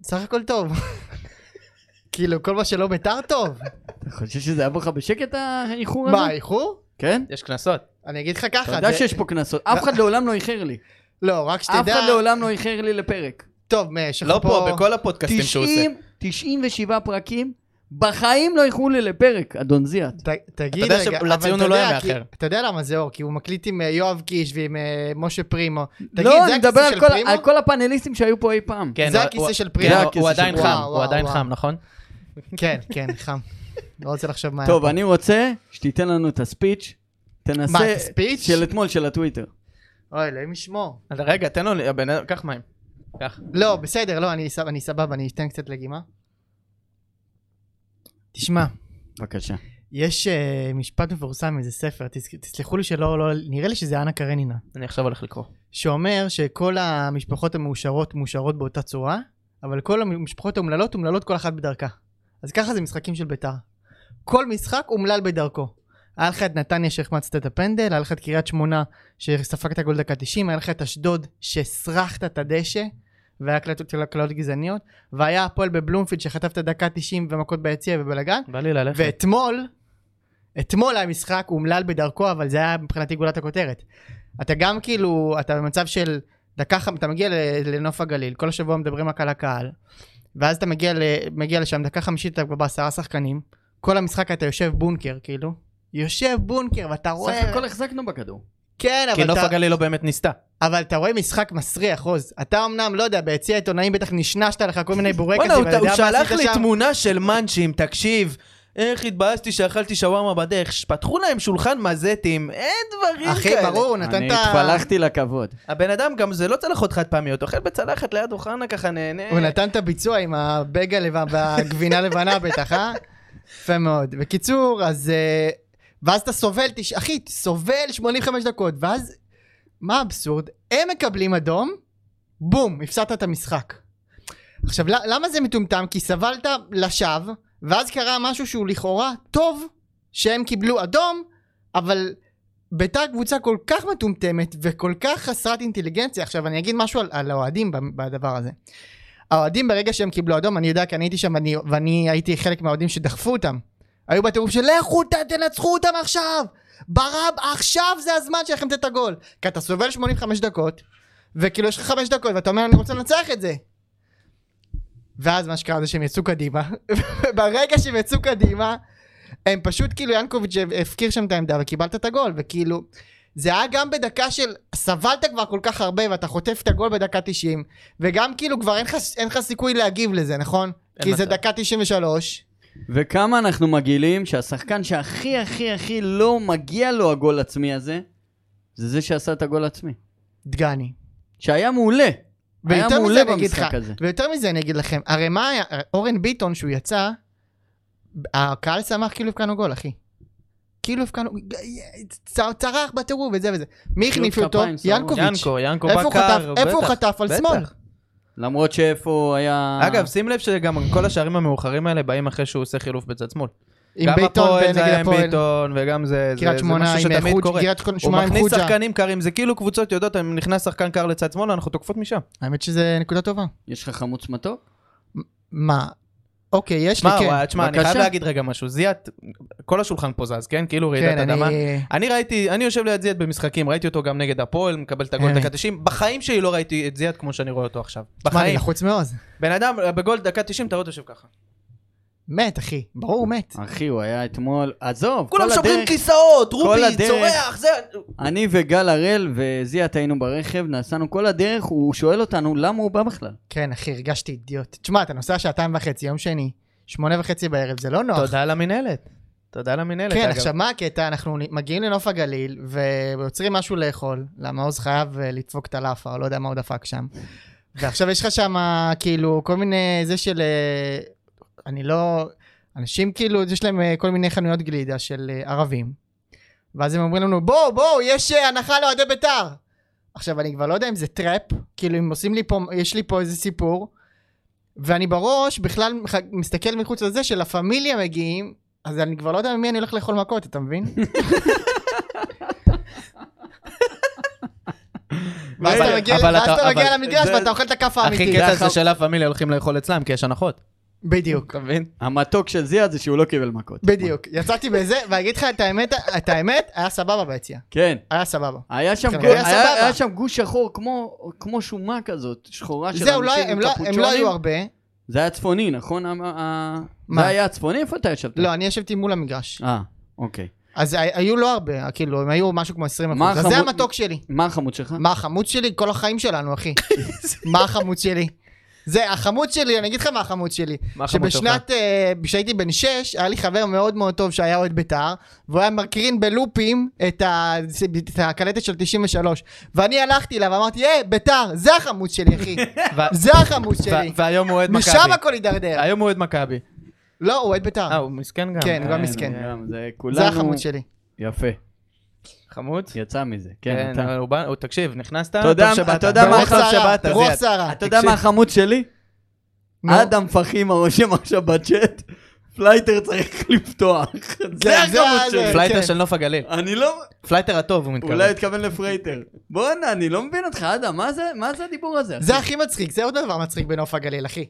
[SPEAKER 4] סך הכל טוב. *laughs* כאילו, כל מה שלא ביתר טוב.
[SPEAKER 2] אתה חושב שזה היה בך בשקט האיחור הזה?
[SPEAKER 4] מה, איחור?
[SPEAKER 2] כן?
[SPEAKER 3] יש קנסות.
[SPEAKER 4] אני אגיד לך
[SPEAKER 2] אתה
[SPEAKER 4] ככה.
[SPEAKER 2] יודע
[SPEAKER 4] זה-
[SPEAKER 2] שיש פה קנסות. אף אחד לעולם לא איחר לי.
[SPEAKER 4] לא, רק
[SPEAKER 2] אף
[SPEAKER 4] שתדע.
[SPEAKER 2] אחד לעולם לא איחר לי לפרק.
[SPEAKER 4] טוב, מה, יש לך
[SPEAKER 3] לא פה, בכל הפודקאסטים שהוא עושה.
[SPEAKER 2] 90, 97 פרקים, בחיים לא איחרו לי לפרק, אדון זיאת.
[SPEAKER 4] ת- תגיד
[SPEAKER 3] אתה יודע
[SPEAKER 4] רגע,
[SPEAKER 3] שלציון
[SPEAKER 4] אבל
[SPEAKER 3] הוא
[SPEAKER 4] אתה
[SPEAKER 3] לא
[SPEAKER 4] יודע,
[SPEAKER 3] היה
[SPEAKER 4] כי-
[SPEAKER 3] מאחר.
[SPEAKER 4] אתה יודע למה זה אור, כי הוא מקליט עם אה, יואב קיש ועם אה, משה פרימו. תגיד,
[SPEAKER 2] לא,
[SPEAKER 4] זה
[SPEAKER 2] אני
[SPEAKER 4] הכיסא
[SPEAKER 2] מדבר על
[SPEAKER 4] של
[SPEAKER 2] כל-
[SPEAKER 4] פרימו?
[SPEAKER 2] על כל הפאנליסטים שהיו פה אי פעם.
[SPEAKER 3] כן,
[SPEAKER 4] זה
[SPEAKER 3] הוא-
[SPEAKER 4] הכיסא
[SPEAKER 3] הוא-
[SPEAKER 4] של
[SPEAKER 3] כן,
[SPEAKER 4] פרימו.
[SPEAKER 2] זה
[SPEAKER 3] הוא-
[SPEAKER 2] הכיסא
[SPEAKER 3] הוא
[SPEAKER 2] של
[SPEAKER 3] עדיין
[SPEAKER 2] פרימו.
[SPEAKER 3] חם,
[SPEAKER 4] וואו,
[SPEAKER 3] הוא עדיין
[SPEAKER 4] וואו.
[SPEAKER 3] חם, נכון?
[SPEAKER 4] כן, כן, חם. לא רוצה
[SPEAKER 3] *laughs*
[SPEAKER 4] לחשוב מה היה
[SPEAKER 2] טוב,
[SPEAKER 4] פה.
[SPEAKER 2] אני רוצה שתיתן לנו את הספיץ'. תנסה...
[SPEAKER 4] מה, את הספיץ'?
[SPEAKER 2] של אתמול, של הטוויטר.
[SPEAKER 4] אוי, אלוהים ישמור.
[SPEAKER 3] אז רגע, תן לו, הבן אדם, קח מים. קח.
[SPEAKER 4] לא, בסדר, לא, אני סבבה, אני, סבבה, אני אתן קצת לגימה. תשמע,
[SPEAKER 2] בבקשה.
[SPEAKER 4] יש אה, משפט מפורסם מאיזה ספר, תס- תסלחו לי שלא, לא, נראה לי שזה אנה קרנינה,
[SPEAKER 3] אני עכשיו הולך לקרוא.
[SPEAKER 4] שאומר שכל המשפחות המאושרות מאושרות באותה צורה, אבל כל המשפחות האומללות אומללות כל אחת בדרכה. אז ככה זה משחקים של בית"ר. כל משחק אומלל בדרכו. היה לך את נתניה שהחמצת את הפנדל, היה לך את קריית שמונה שספגת גול דקה 90, היה לך את אשדוד שהסרחת את הדשא, והיה הקלטות של הקללות גזעניות, והיה הפועל בבלומפילד שחטפת דקה 90 ומכות ביציע ובלאגן,
[SPEAKER 3] בא לי ללכת.
[SPEAKER 4] ואתמול, אתמול היה משחק אומלל בדרכו, אבל זה היה מבחינתי גולת הכותרת. אתה גם כאילו, אתה במצב של דקה, ח- אתה מגיע ל- לנוף הגליל, כל השבוע מדברים רק על הקהל, ואז אתה מגיע, ל, מגיע לשם, דקה חמישית אתה כבר בעשרה שחקנים, כל המשחק אתה יושב בונקר, כאילו. יושב בונקר, ואתה
[SPEAKER 2] סך
[SPEAKER 4] רואה...
[SPEAKER 2] הכל החזקנו בכדור.
[SPEAKER 4] כן,
[SPEAKER 3] כי
[SPEAKER 4] אבל
[SPEAKER 3] נוף
[SPEAKER 4] אתה,
[SPEAKER 3] הגליל לא באמת ניסתה.
[SPEAKER 4] אבל אתה רואה משחק מסריח, עוז. אתה אמנם, לא יודע, ביציע העיתונאים בטח נשנשת לך כל מיני בורקסים,
[SPEAKER 3] בואנה, הוא-
[SPEAKER 4] אבל אתה
[SPEAKER 3] הוא
[SPEAKER 4] יודע מה
[SPEAKER 3] שלח
[SPEAKER 4] עשית
[SPEAKER 3] לי
[SPEAKER 4] שם?
[SPEAKER 3] תמונה של מאנצ'ים, תקשיב. איך התבאסתי שאכלתי שווארמה בדרך, ש- פתחו להם שולחן מזטים, אין דברים
[SPEAKER 4] אחי,
[SPEAKER 3] כאלה.
[SPEAKER 4] ברור, הוא נתן
[SPEAKER 2] אני
[SPEAKER 4] את ה...
[SPEAKER 2] התפלחתי לכבוד.
[SPEAKER 3] הבן אדם גם זה לא צלחות חד פעמיות, אוכל בצלחת ליד אוחנה ככה נהנה.
[SPEAKER 4] הוא נתן את הביצוע עם הבגה לבן והגבינה לבנה בטח, אה? יפה מאוד. בקיצור, אז... אה, ואז אתה סובל, תש... אחי, סובל 85 דקות, ואז... מה האבסורד? הם מקבלים אדום, בום, הפסדת את המשחק. עכשיו, ל- למה זה מטומטם? כי סבלת לשווא, ואז קרה משהו שהוא לכאורה טוב, שהם קיבלו אדום, אבל ביתר קבוצה כל כך מטומטמת וכל כך חסרת אינטליגנציה. עכשיו, אני אגיד משהו על, על האוהדים במ- בדבר הזה. האוהדים ברגע שהם קיבלו אדום, אני יודע כי אני הייתי שם ואני, ואני הייתי חלק מהאוהדים שדחפו אותם. היו בטירוף של לכו ת- תנצחו אותם עכשיו! ברב, עכשיו זה הזמן שלכם לתת את הגול. כי אתה סובל 85 דקות, וכאילו יש לך 5 דקות ואתה אומר אני רוצה לנצח את זה. ואז מה שקרה זה שהם יצאו קדימה, *laughs* וברגע שהם יצאו קדימה, הם פשוט כאילו ינקוביץ' הפקיר שם את העמדה וקיבלת את הגול, וכאילו, זה היה גם בדקה של סבלת כבר כל כך הרבה ואתה חוטף את הגול בדקה 90, וגם כאילו כבר אין לך, אין לך סיכוי להגיב לזה, נכון?
[SPEAKER 3] אין
[SPEAKER 4] כי זה
[SPEAKER 3] מצב.
[SPEAKER 4] דקה 93.
[SPEAKER 2] וכמה אנחנו מגעילים שהשחקן שהכי הכי הכי לא מגיע לו הגול עצמי הזה, זה זה שעשה את הגול עצמי.
[SPEAKER 4] דגני.
[SPEAKER 2] שהיה מעולה. היה
[SPEAKER 4] ויותר
[SPEAKER 2] מעולה
[SPEAKER 4] מזה אני אגיד לך,
[SPEAKER 2] במשחק הזה.
[SPEAKER 4] ויותר מזה אני אגיד לכם, הרי מה היה, אורן ביטון שהוא יצא, הקהל שמח כאילו הבקענו גול, אחי. כאילו הבקענו, צ- צרח בטירוף וזה וזה. מי החניף
[SPEAKER 2] כפיים,
[SPEAKER 4] אותו?
[SPEAKER 2] סערו.
[SPEAKER 4] ינקוביץ'.
[SPEAKER 3] ינקו, ינקו
[SPEAKER 4] איפה הוא חטף?
[SPEAKER 3] בקר,
[SPEAKER 4] איפה הוא
[SPEAKER 3] בטח.
[SPEAKER 4] חטף? על
[SPEAKER 3] בטח.
[SPEAKER 4] שמאל.
[SPEAKER 2] למרות שאיפה היה...
[SPEAKER 3] אגב, שים לב שגם כל השערים המאוחרים האלה באים אחרי שהוא עושה חילוף בצד שמאל.
[SPEAKER 4] עם ביטון
[SPEAKER 3] גם הפועל זה היה
[SPEAKER 4] נגד
[SPEAKER 3] עם
[SPEAKER 4] הפועל.
[SPEAKER 3] ביטון, וגם זה זה-
[SPEAKER 4] קריית
[SPEAKER 3] זה
[SPEAKER 4] שמונה
[SPEAKER 3] משהו
[SPEAKER 4] עם
[SPEAKER 3] שתמיד
[SPEAKER 4] חוג'ה,
[SPEAKER 3] קורה.
[SPEAKER 4] קריית
[SPEAKER 3] הוא
[SPEAKER 4] שמונה עם
[SPEAKER 3] מכניס
[SPEAKER 4] חוג'ה.
[SPEAKER 3] שחקנים קרים, זה כאילו קבוצות יודעות, אם נכנס שחקן קר לצד שמאל, אנחנו תוקפות משם.
[SPEAKER 4] האמת שזה נקודה טובה.
[SPEAKER 2] יש לך חמוץ מתוק?
[SPEAKER 4] מה? אוקיי, יש לי,
[SPEAKER 3] שמע,
[SPEAKER 4] כן.
[SPEAKER 3] וואי, תשמע, אני
[SPEAKER 2] בבקשה.
[SPEAKER 3] חייב להגיד רגע משהו. זיאת, כל השולחן פה זז, כן? כאילו רעידת
[SPEAKER 4] כן,
[SPEAKER 3] אדמה.
[SPEAKER 4] אני...
[SPEAKER 3] אני ראיתי, אני יושב ליד זיאת במשחקים, ראיתי אותו גם נגד הפועל, מקבל את הגול
[SPEAKER 4] אמת.
[SPEAKER 3] דקה 90. בחיים שלי לא ראיתי את זיאת כמו שאני רואה אותו עכשיו.
[SPEAKER 4] תשמע, אה. אני נכון.
[SPEAKER 3] בחיים.
[SPEAKER 4] לחוץ מאוד.
[SPEAKER 3] בן אדם, בגול דקה 90, אתה רואה אותו יושב ככה.
[SPEAKER 4] מת, אחי. ברור, הוא מת.
[SPEAKER 2] אחי, הוא היה אתמול... עזוב,
[SPEAKER 3] כולם
[SPEAKER 2] כל
[SPEAKER 3] שוברים
[SPEAKER 2] הדרך-
[SPEAKER 3] כיסאות, רובי,
[SPEAKER 2] הדרך.
[SPEAKER 3] צורח, זה...
[SPEAKER 2] אני וגל הראל וזיאת היינו ברכב, נסענו כל הדרך, הוא שואל אותנו למה הוא בא בכלל.
[SPEAKER 4] כן, אחי, הרגשתי אידיוט. תשמע, אתה נוסע שעתיים וחצי, יום שני, שמונה וחצי בערב, זה לא נוח.
[SPEAKER 3] תודה למינהלת. תודה למינהלת,
[SPEAKER 4] כן,
[SPEAKER 3] אגב.
[SPEAKER 4] עכשיו מה הקטע? אנחנו נ- מגיעים לנוף הגליל ויוצרים משהו לאכול, למה עוז חייב אה, לדפוק את הלאפה, או לא יודע מה הוא דפק שם. ועכשיו יש לך שם כאילו כל מיני, זה של, אה, אני לא, אנשים כאילו, יש להם אה, כל מיני חנויות גלידה של אה, ערבים. ואז הם אומרים לנו, בואו, בואו, יש אה, הנחה לאוהדי בית"ר. עכשיו, אני כבר לא יודע אם זה טראפ, כאילו אם עושים לי פה, יש לי פה איזה סיפור. ואני בראש בכלל מח- מסתכל מחוץ לזה שלה פמיליה מגיעים אז אני כבר לא יודע ממי אני הולך לאכול מכות, אתה
[SPEAKER 3] *laughs*
[SPEAKER 4] מבין? ואז אתה
[SPEAKER 3] אבל-
[SPEAKER 4] מגיע-
[SPEAKER 3] אבל
[SPEAKER 4] ואז
[SPEAKER 3] אתה-
[SPEAKER 4] אתה מגיע
[SPEAKER 3] אבל-
[SPEAKER 4] למגרש
[SPEAKER 3] זה-
[SPEAKER 4] ואתה אוכל את הכף
[SPEAKER 3] הכי
[SPEAKER 4] האמיתית.
[SPEAKER 3] קטע זה שלה פמיליה הולכים לאכול אצלם, כי יש הנחות.
[SPEAKER 4] בדיוק,
[SPEAKER 3] אתה מבין?
[SPEAKER 2] המתוק של זיאת זה שהוא לא קיבל מכות.
[SPEAKER 4] בדיוק. יצאתי בזה, ואגיד לך את האמת, את האמת, היה סבבה ביציאה.
[SPEAKER 2] כן.
[SPEAKER 4] היה סבבה.
[SPEAKER 2] היה שם,
[SPEAKER 4] כן,
[SPEAKER 2] גו,
[SPEAKER 4] היה סבבה.
[SPEAKER 2] היה, היה שם גוש שחור כמו, כמו שומה כזאת, שחורה של
[SPEAKER 4] זהו, לא-
[SPEAKER 2] אנשים
[SPEAKER 4] הם
[SPEAKER 2] עם
[SPEAKER 4] לא- הם לא
[SPEAKER 2] קפוצ'ונים.
[SPEAKER 4] היו הרבה.
[SPEAKER 3] כן.
[SPEAKER 2] זה היה צפוני, נכון? ה- ה-
[SPEAKER 4] מה?
[SPEAKER 2] זה היה צפוני? איפה אתה ישבת?
[SPEAKER 4] לא, אני ישבתי מול המגרש.
[SPEAKER 2] אה, אוקיי.
[SPEAKER 4] אז ה- היו לא הרבה, כאילו, הם היו משהו כמו 20
[SPEAKER 2] מה
[SPEAKER 4] אחוז. אז זה
[SPEAKER 2] החמוד-
[SPEAKER 4] המתוק שלי.
[SPEAKER 2] מה החמוד שלך?
[SPEAKER 4] מה החמוץ שלי? כל החיים שלנו, אחי.
[SPEAKER 2] *laughs*
[SPEAKER 4] מה החמוץ שלי? זה החמוץ שלי, אני אגיד לך מה החמוץ שלי.
[SPEAKER 3] מה החמוץ שלך?
[SPEAKER 4] שבשנת, אה, כשהייתי בן 6, היה לי חבר מאוד מאוד טוב שהיה אוהד בית"ר, והוא היה מקרין בלופים את ה- את הקלטת של 93. ואני הלכתי אליו ואמרתי, אה, בית"ר, זה החמוץ שלי,
[SPEAKER 2] *laughs*
[SPEAKER 4] אחי.
[SPEAKER 3] ו-
[SPEAKER 4] *laughs* זה החמוץ שלי.
[SPEAKER 3] ו- והיום הוא אוהד
[SPEAKER 4] משם
[SPEAKER 3] מכבי.
[SPEAKER 4] הכל הידרדר.
[SPEAKER 2] אה,
[SPEAKER 3] היום הוא אוהד מכבי.
[SPEAKER 4] לא, הוא אוהד
[SPEAKER 3] אה,
[SPEAKER 4] בית"ר.
[SPEAKER 3] הוא מסכן גם. אה,
[SPEAKER 4] כן, הוא גם
[SPEAKER 2] כן,
[SPEAKER 4] מסכן.
[SPEAKER 2] גם, זה כולנו...
[SPEAKER 4] זה החמוץ שלי.
[SPEAKER 2] יפה,
[SPEAKER 3] חמוד.
[SPEAKER 2] יצא מזה. כן,
[SPEAKER 3] כן,
[SPEAKER 2] אתה.
[SPEAKER 3] אבל הוא בא- הוא- תקשיב, נכנסת,
[SPEAKER 2] אתה יודע-
[SPEAKER 3] טוב שבאת.
[SPEAKER 2] אתה יודע מה
[SPEAKER 4] ברוח
[SPEAKER 2] עכשיו
[SPEAKER 4] סערה,
[SPEAKER 2] שבאת,
[SPEAKER 4] ברוח
[SPEAKER 2] זיאד.
[SPEAKER 4] סערה.
[SPEAKER 2] אתה יודע
[SPEAKER 3] תקשיב.
[SPEAKER 2] מה החמוץ שלי?
[SPEAKER 4] נו.
[SPEAKER 2] אדם פחימה רושם עכשיו בצ'אט, פלייטר צריך *laughs* לפתוח. זה
[SPEAKER 4] זה- זה
[SPEAKER 2] החמוץ
[SPEAKER 4] ה-
[SPEAKER 2] שלי.
[SPEAKER 4] זה-
[SPEAKER 3] פלייטר
[SPEAKER 4] כן.
[SPEAKER 3] של נוף הגליל.
[SPEAKER 2] אני לא...
[SPEAKER 3] פלייטר הטוב, הוא מתכוון.
[SPEAKER 2] אולי התכוון לפרייטר. בואנה, אני לא מבין אותך, אדם, מה זה- מה זה הדיבור הזה?
[SPEAKER 4] זה הכי מצחיק, זה עוד דבר מצחיק בנוף הגליל, אחי.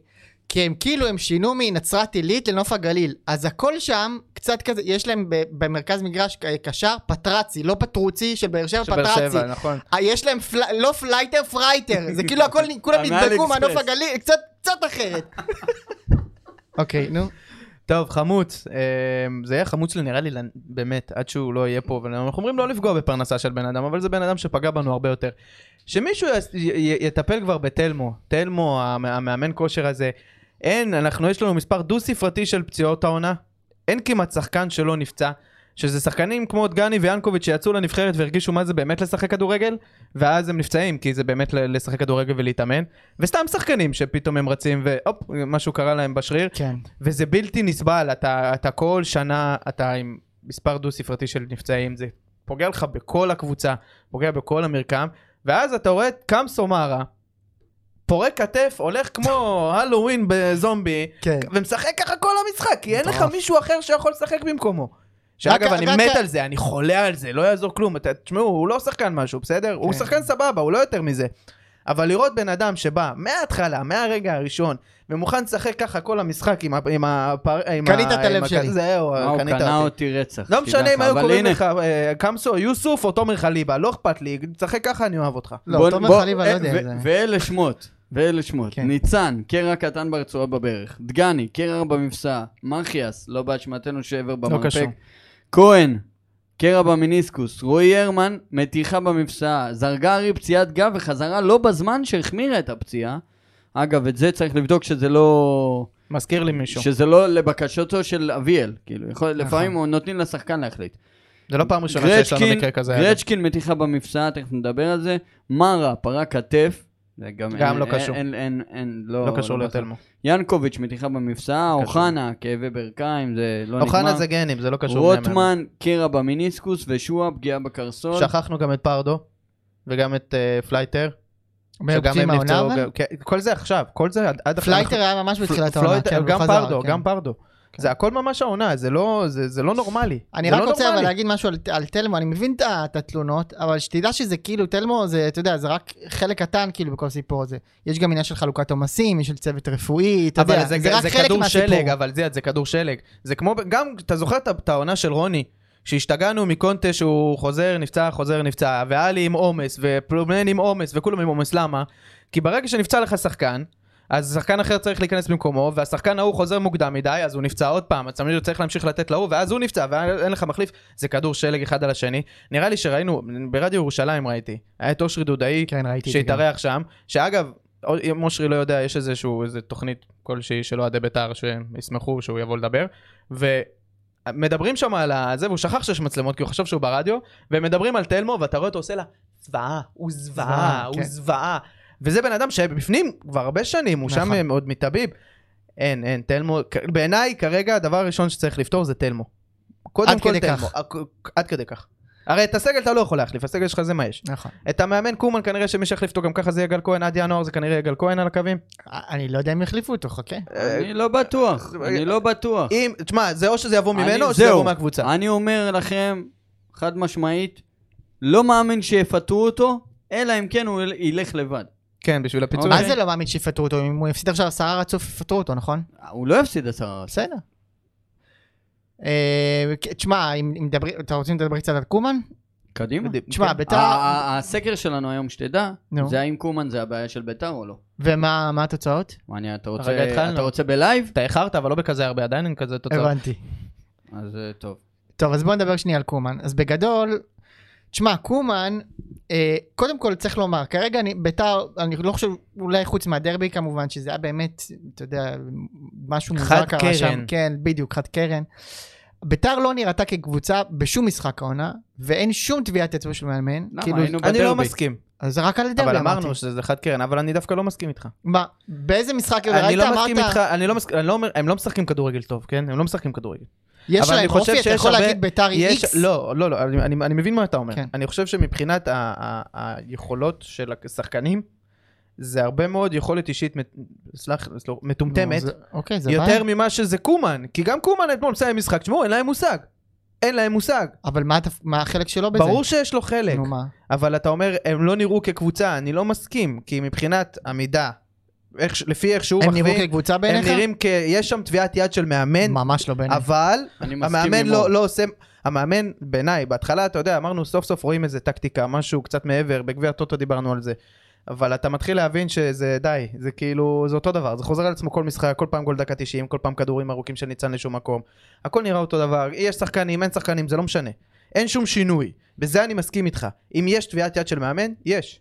[SPEAKER 4] כי הם כאילו, הם שינו מנצרת עילית לנוף הגליל. אז הכל שם, קצת כזה, יש להם ב- במרכז מגרש כ- קשר פטרצי, לא פטרוצי, של באר שבע
[SPEAKER 3] של באר
[SPEAKER 4] פטרצי.
[SPEAKER 3] שבע, נכון.
[SPEAKER 4] אה, יש להם פל... לא פלייטר, פרייטר. זה כאילו הכל,
[SPEAKER 3] *laughs*
[SPEAKER 4] נ- כולם
[SPEAKER 2] המעל
[SPEAKER 4] נדבקו
[SPEAKER 2] אקספרס.
[SPEAKER 4] מהנוף הגליל, קצת, קצת אחרת. אוקיי, נו.
[SPEAKER 3] טוב, חמוץ. אמ, זה יהיה חמוץ נראה לי, לנ- באמת, עד שהוא לא יהיה פה. אבל אנחנו אומרים לא לפגוע בפרנסה של בן אדם, אבל זה בן אדם שפגע בנו הרבה יותר. שמישהו יס- י- י- יטפל כבר בתלמו. תלמו, המ- המאמן כושר הזה. אין, אנחנו, יש לנו מספר דו-ספרתי של פציעות העונה. אין כמעט שחקן שלא נפצע. שזה שחקנים כמו דגני ויאנקוביץ' שיצאו לנבחרת והרגישו מה זה באמת לשחק כדורגל, ואז הם נפצעים, כי זה באמת ל- לשחק כדורגל ולהתאמן. וסתם שחקנים שפתאום הם רצים והופ, משהו קרה להם בשריר.
[SPEAKER 4] כן.
[SPEAKER 3] וזה בלתי נסבל, אתה, אתה כל שנה, אתה עם מספר דו ספרתי של נפצעים, זה פוגע לך בכל הקבוצה, פוגע בכל המרקם, ואז אתה רואה את קמסו מארה, פורק כתף, הולך כמו *laughs* הלואוין בזומבי,
[SPEAKER 4] כן.
[SPEAKER 3] ומשחק ככה כל המשחק, כי אין לך
[SPEAKER 4] מטורף.
[SPEAKER 3] מישהו אחר שיכול לשחק במקומו.
[SPEAKER 4] רק-
[SPEAKER 3] שאגב, אני
[SPEAKER 4] רק-
[SPEAKER 3] מת על זה, אני חולה על זה, לא יעזור כלום. אתה- תשמעו, הוא לא שחקן משהו, בסדר? הוא
[SPEAKER 4] כן.
[SPEAKER 3] שחקן סבבה, הוא לא יותר מזה. אבל לראות בן אדם שבא מההתחלה, מהרגע הראשון, ומוכן לשחק ככה כל המשחק עם ה... עם ה- עם ה-
[SPEAKER 4] קנית את הלב
[SPEAKER 3] עם הכ-
[SPEAKER 4] שלי.
[SPEAKER 3] זהו,
[SPEAKER 2] מה, הוא
[SPEAKER 3] קנית
[SPEAKER 2] קנה
[SPEAKER 3] אותי.
[SPEAKER 2] אותי רצח.
[SPEAKER 3] לא
[SPEAKER 2] שתדע
[SPEAKER 3] משנה
[SPEAKER 2] לך,
[SPEAKER 3] אם היו
[SPEAKER 2] אבל
[SPEAKER 3] קוראים
[SPEAKER 2] הנה,
[SPEAKER 3] לך אה, קמסו, יוסוף או תומר חליבה, לא אכפת לי, תשחק ככה אני אוהב אותך.
[SPEAKER 4] לא,
[SPEAKER 2] בוא-
[SPEAKER 4] תומר
[SPEAKER 2] בוא-
[SPEAKER 4] חליבה לא
[SPEAKER 2] אה,
[SPEAKER 4] יודע.
[SPEAKER 2] ו-
[SPEAKER 4] זה-
[SPEAKER 2] ואלה שמות, ואלה שמות.
[SPEAKER 4] כן.
[SPEAKER 2] ניצן, קרע קטן ברצועה בברך. דגני, קרע במפסע. מרחיאס, לא באשמתנו שבר במרפק.
[SPEAKER 3] קשור.
[SPEAKER 2] כהן, קרע במיניסקוס. רועי הרמן, מתיחה במפסע. זרגרי, פציעת גב וחזרה לא בזמן שהחמירה את הפציעה. אגב, את זה צריך לבדוק שזה לא...
[SPEAKER 3] מזכיר לי מישהו.
[SPEAKER 2] שזה לא לבקשתו של אביאל. כאילו, יכול-
[SPEAKER 4] נכון.
[SPEAKER 2] לפעמים נותנים לשחקן להחליט.
[SPEAKER 3] זה לא פעם ראשונה שיש לנו מקרה כזה. אגב.
[SPEAKER 2] גרצ'קין מתיחה במפסע, תכף נדבר על זה. מרה, פרה כתף. זה
[SPEAKER 3] גם לא
[SPEAKER 2] אין-
[SPEAKER 3] קשור.
[SPEAKER 2] אין, אין, אין, לא,
[SPEAKER 3] לא קשור
[SPEAKER 2] בסדר.
[SPEAKER 3] לתלמו.
[SPEAKER 2] ינקוביץ' מתיחה במפסע, אוחנה, כאבי ברכיים, זה לא נגמר.
[SPEAKER 3] אוחנה זה גנים, זה לא קשור. בני מאמן.
[SPEAKER 2] רוטמן, קרע במיניסקוס ושועה, פגיעה בקרסול.
[SPEAKER 3] שכחנו גם את פרדו, וגם את אה, פלייטר. שגם
[SPEAKER 4] מהפציעים
[SPEAKER 3] הם
[SPEAKER 4] העונה,
[SPEAKER 3] נפצעו.
[SPEAKER 4] אבל?
[SPEAKER 3] גם- כן, כל זה עכשיו, כל זה עד- עד עכשיו.
[SPEAKER 4] פלייטר היה ממש בתחילת העונה, כן, הוא
[SPEAKER 3] גם
[SPEAKER 4] חזר,
[SPEAKER 3] פרדו,
[SPEAKER 4] כן.
[SPEAKER 3] גם פרדו.
[SPEAKER 4] כן.
[SPEAKER 3] זה הכל ממש העונה, זה לא זה- זה לא נורמלי.
[SPEAKER 4] אני
[SPEAKER 3] זה
[SPEAKER 4] רק
[SPEAKER 3] לא
[SPEAKER 4] רוצה אבל
[SPEAKER 3] נורמלי.
[SPEAKER 4] להגיד משהו על, על תלמו, אני מבין את ה- את התלונות, אבל שתדע שזה כאילו, תלמו זה, אתה יודע, זה רק חלק קטן כאילו בכל הסיפור הזה. יש גם עניין של חלוקת עומסים, יש של צוות רפואי, אתה
[SPEAKER 3] אבל
[SPEAKER 4] יודע,
[SPEAKER 3] זה,
[SPEAKER 4] זה, רק
[SPEAKER 3] זה
[SPEAKER 4] חלק
[SPEAKER 3] כדור
[SPEAKER 4] מהסיפור.
[SPEAKER 3] שלג, אבל זה, זה כדור שלג. זה כמו, ב- גם, אתה זוכר את ה- את העונה של רוני, שהשתגענו מקונטה שהוא חוזר, נפצע, חוזר, נפצע, ואלי עם עומס, ופלומן עם עומס, וכולם עם עומס, למה? כי ברגע שנפצע לך שחקן, אז שחקן אחר צריך להיכנס במקומו, והשחקן ההוא חוזר מוקדם מדי, אז הוא נפצע עוד פעם, אז תמיד הוא צריך להמשיך לתת להוא, ואז הוא נפצע, ואין לך מחליף, זה כדור שלג אחד על השני. נראה לי שראינו, ברדיו ירושלים ראיתי, היה את אושרי דודאי,
[SPEAKER 4] כן, ראיתי את זה גם.
[SPEAKER 3] שהתארח שם, שאגב, או- אם אושרי לא יודע, יש איזשהו, איזו תוכנית כלשהי של אוהדי בית"ר שישמחו שהוא יבוא לדבר, ומדברים שם על ה- זה, והוא שכח שיש מצלמות כי הוא חשב שהוא ברדיו, ומדברים על תלמו, ואתה רואה אותו עושה לה זוועה, הוא זוועה,
[SPEAKER 4] זוועה,
[SPEAKER 3] הוא
[SPEAKER 4] כן.
[SPEAKER 3] זוועה. וזה בן אדם שבפנים כבר הרבה שנים, הוא
[SPEAKER 4] נכון.
[SPEAKER 3] שם עוד מתביב. אין, אין, תלמו, כ- בעיניי כרגע הדבר הראשון שצריך לפתור זה תלמו. קודם
[SPEAKER 4] עד
[SPEAKER 3] כל
[SPEAKER 4] כדי
[SPEAKER 3] תלמו, עד- עד כדי כך. הרי את הסגל אתה לא יכול להחליף, הסגל שלך זה מה יש.
[SPEAKER 4] נכון.
[SPEAKER 3] את המאמן קומן כנראה שמי שיחליף אותו גם ככה זה יהיה גל כהן עד ינואר זה כנראה יהיה גל כהן על הקווים.
[SPEAKER 4] אני לא יודע אם יחליפו אותו, חכה.
[SPEAKER 3] אוקיי.
[SPEAKER 2] אני לא בטוח, אני לא בטוח.
[SPEAKER 3] אה, אם, תשמע, זה או שזה יבוא
[SPEAKER 2] אני-
[SPEAKER 3] ממנו או שזה
[SPEAKER 2] זהו.
[SPEAKER 3] יבוא מהקבוצה.
[SPEAKER 2] אני אומר לכם, חד משמעית, לא מאמין שיפטרו אותו, אלא אם כן הוא ילך לבד.
[SPEAKER 3] כן, בשביל הפיצוי.
[SPEAKER 4] מה
[SPEAKER 2] אוקיי.
[SPEAKER 4] זה לא מאמין שיפטרו אותו? אם הוא יפסיד עכשיו עשרה רצוף, יפטרו אותו, נכון?
[SPEAKER 2] הוא לא יפסיד עשרה.
[SPEAKER 4] בסדר. אה, תשמע, אם אם מדברים, אתה רוצים לדבר קצת על קומן?
[SPEAKER 2] קדימה.
[SPEAKER 4] תשמע,
[SPEAKER 3] כן.
[SPEAKER 4] ביתר...
[SPEAKER 2] ה- ה- הסקר שלנו היום, שתדע,
[SPEAKER 4] נו.
[SPEAKER 2] זה האם קומן זה הבעיה של ביתר או לא.
[SPEAKER 4] ומה מה התוצאות?
[SPEAKER 2] מעניין, אתה
[SPEAKER 3] הרגע
[SPEAKER 2] רוצה,
[SPEAKER 3] התחלנו.
[SPEAKER 2] אתה רוצה בלייב?
[SPEAKER 3] אתה איחרת אבל לא בכזה הרבה עדיין אין כזה תוצאות.
[SPEAKER 4] הבנתי.
[SPEAKER 2] אז אה, טוב.
[SPEAKER 4] טוב, אז בוא נדבר שנייה על קומן. אז בגדול, תשמע, קומן, אה, קודם כל צריך לומר, כרגע אני, ביתר, אני לא חושב, אולי חוץ מהדרבי כמובן, שזה היה באמת, אתה יודע, משהו מוזר
[SPEAKER 3] חד
[SPEAKER 4] קרה
[SPEAKER 3] קרן.
[SPEAKER 4] שם. כן, בדיוק, חד קרן. ביתר לא נראתה כקבוצה בשום משחק העונה, ואין שום טביעת אצבע של מאמן.
[SPEAKER 2] למה?
[SPEAKER 4] כאילו,
[SPEAKER 2] היינו
[SPEAKER 3] אני לא
[SPEAKER 2] בדרבי.
[SPEAKER 3] מסכים.
[SPEAKER 4] אז זה רק על הדרבי
[SPEAKER 3] אבל
[SPEAKER 4] אמרתי.
[SPEAKER 3] אמרנו שזה חד קרן אבל אני דווקא לא מסכים איתך.
[SPEAKER 4] מה, באיזה משחק,
[SPEAKER 3] אני
[SPEAKER 4] כאילו, ראית,
[SPEAKER 3] לא מסכים
[SPEAKER 4] אמרת,
[SPEAKER 3] איתך, אני לא מסכים, אני לא אומר- הם לא משחקים כדורגל טוב, כן? הם לא משחקים כדורגל.
[SPEAKER 4] יש
[SPEAKER 3] אבל אני
[SPEAKER 4] להם
[SPEAKER 3] חושב
[SPEAKER 4] אופי, אתה
[SPEAKER 3] שיש
[SPEAKER 4] יכול
[SPEAKER 3] הרבה-
[SPEAKER 4] להגיד ביתר היא
[SPEAKER 3] יש-
[SPEAKER 4] איקס?
[SPEAKER 3] לא, לא, לא, אני- אני אני מבין מה אתה אומר.
[SPEAKER 4] כן.
[SPEAKER 3] אני חושב שמבחינת ה- ה- ה- היכולות של השחקנים, זה הרבה מאוד יכולת אישית, מת- סלח, סלח, מטומטמת,
[SPEAKER 4] נו, זה- אוקיי, זה בעיה.
[SPEAKER 3] יותר ממה שזה קומן. כי גם קומן אתמול מסיים משחק, תשמעו, אין להם מושג. אין להם מושג.
[SPEAKER 4] אבל מה התפ- מה החלק שלו בזה?
[SPEAKER 3] ברור שיש לו חלק,
[SPEAKER 4] נו, מה?
[SPEAKER 3] אבל אתה אומר, הם לא נראו כקבוצה, אני לא מסכים, כי מבחינת עמידה, איך, ש- לפי איך שהוא
[SPEAKER 4] הם
[SPEAKER 3] מחווה,
[SPEAKER 4] נראו כקבוצה
[SPEAKER 3] הם
[SPEAKER 4] בעיניך?
[SPEAKER 3] נראים כ... יש שם טביעת יד של מאמן,
[SPEAKER 4] ממש לא בעיניי.
[SPEAKER 3] אבל
[SPEAKER 2] אני מסכים
[SPEAKER 3] המאמן
[SPEAKER 2] עם
[SPEAKER 3] לא,
[SPEAKER 2] אור.
[SPEAKER 3] לא עושה, המאמן בעיניי, בהתחלה אתה יודע, אמרנו סוף סוף רואים איזה טקטיקה, משהו קצת מעבר, בגביע הטוטו דיברנו על זה. אבל אתה מתחיל להבין שזה די, זה כאילו, זה אותו דבר, זה חוזר על עצמו כל משחק, כל פעם גול דקה 90, כל פעם כדורים ארוכים של ניצן לשום מקום, הכל נראה אותו דבר, יש שחקנים, אין שחקנים, זה לא משנה. אין שום שינוי, בזה אני מסכים איתך. אם יש טביעת יד של מאמן, יש.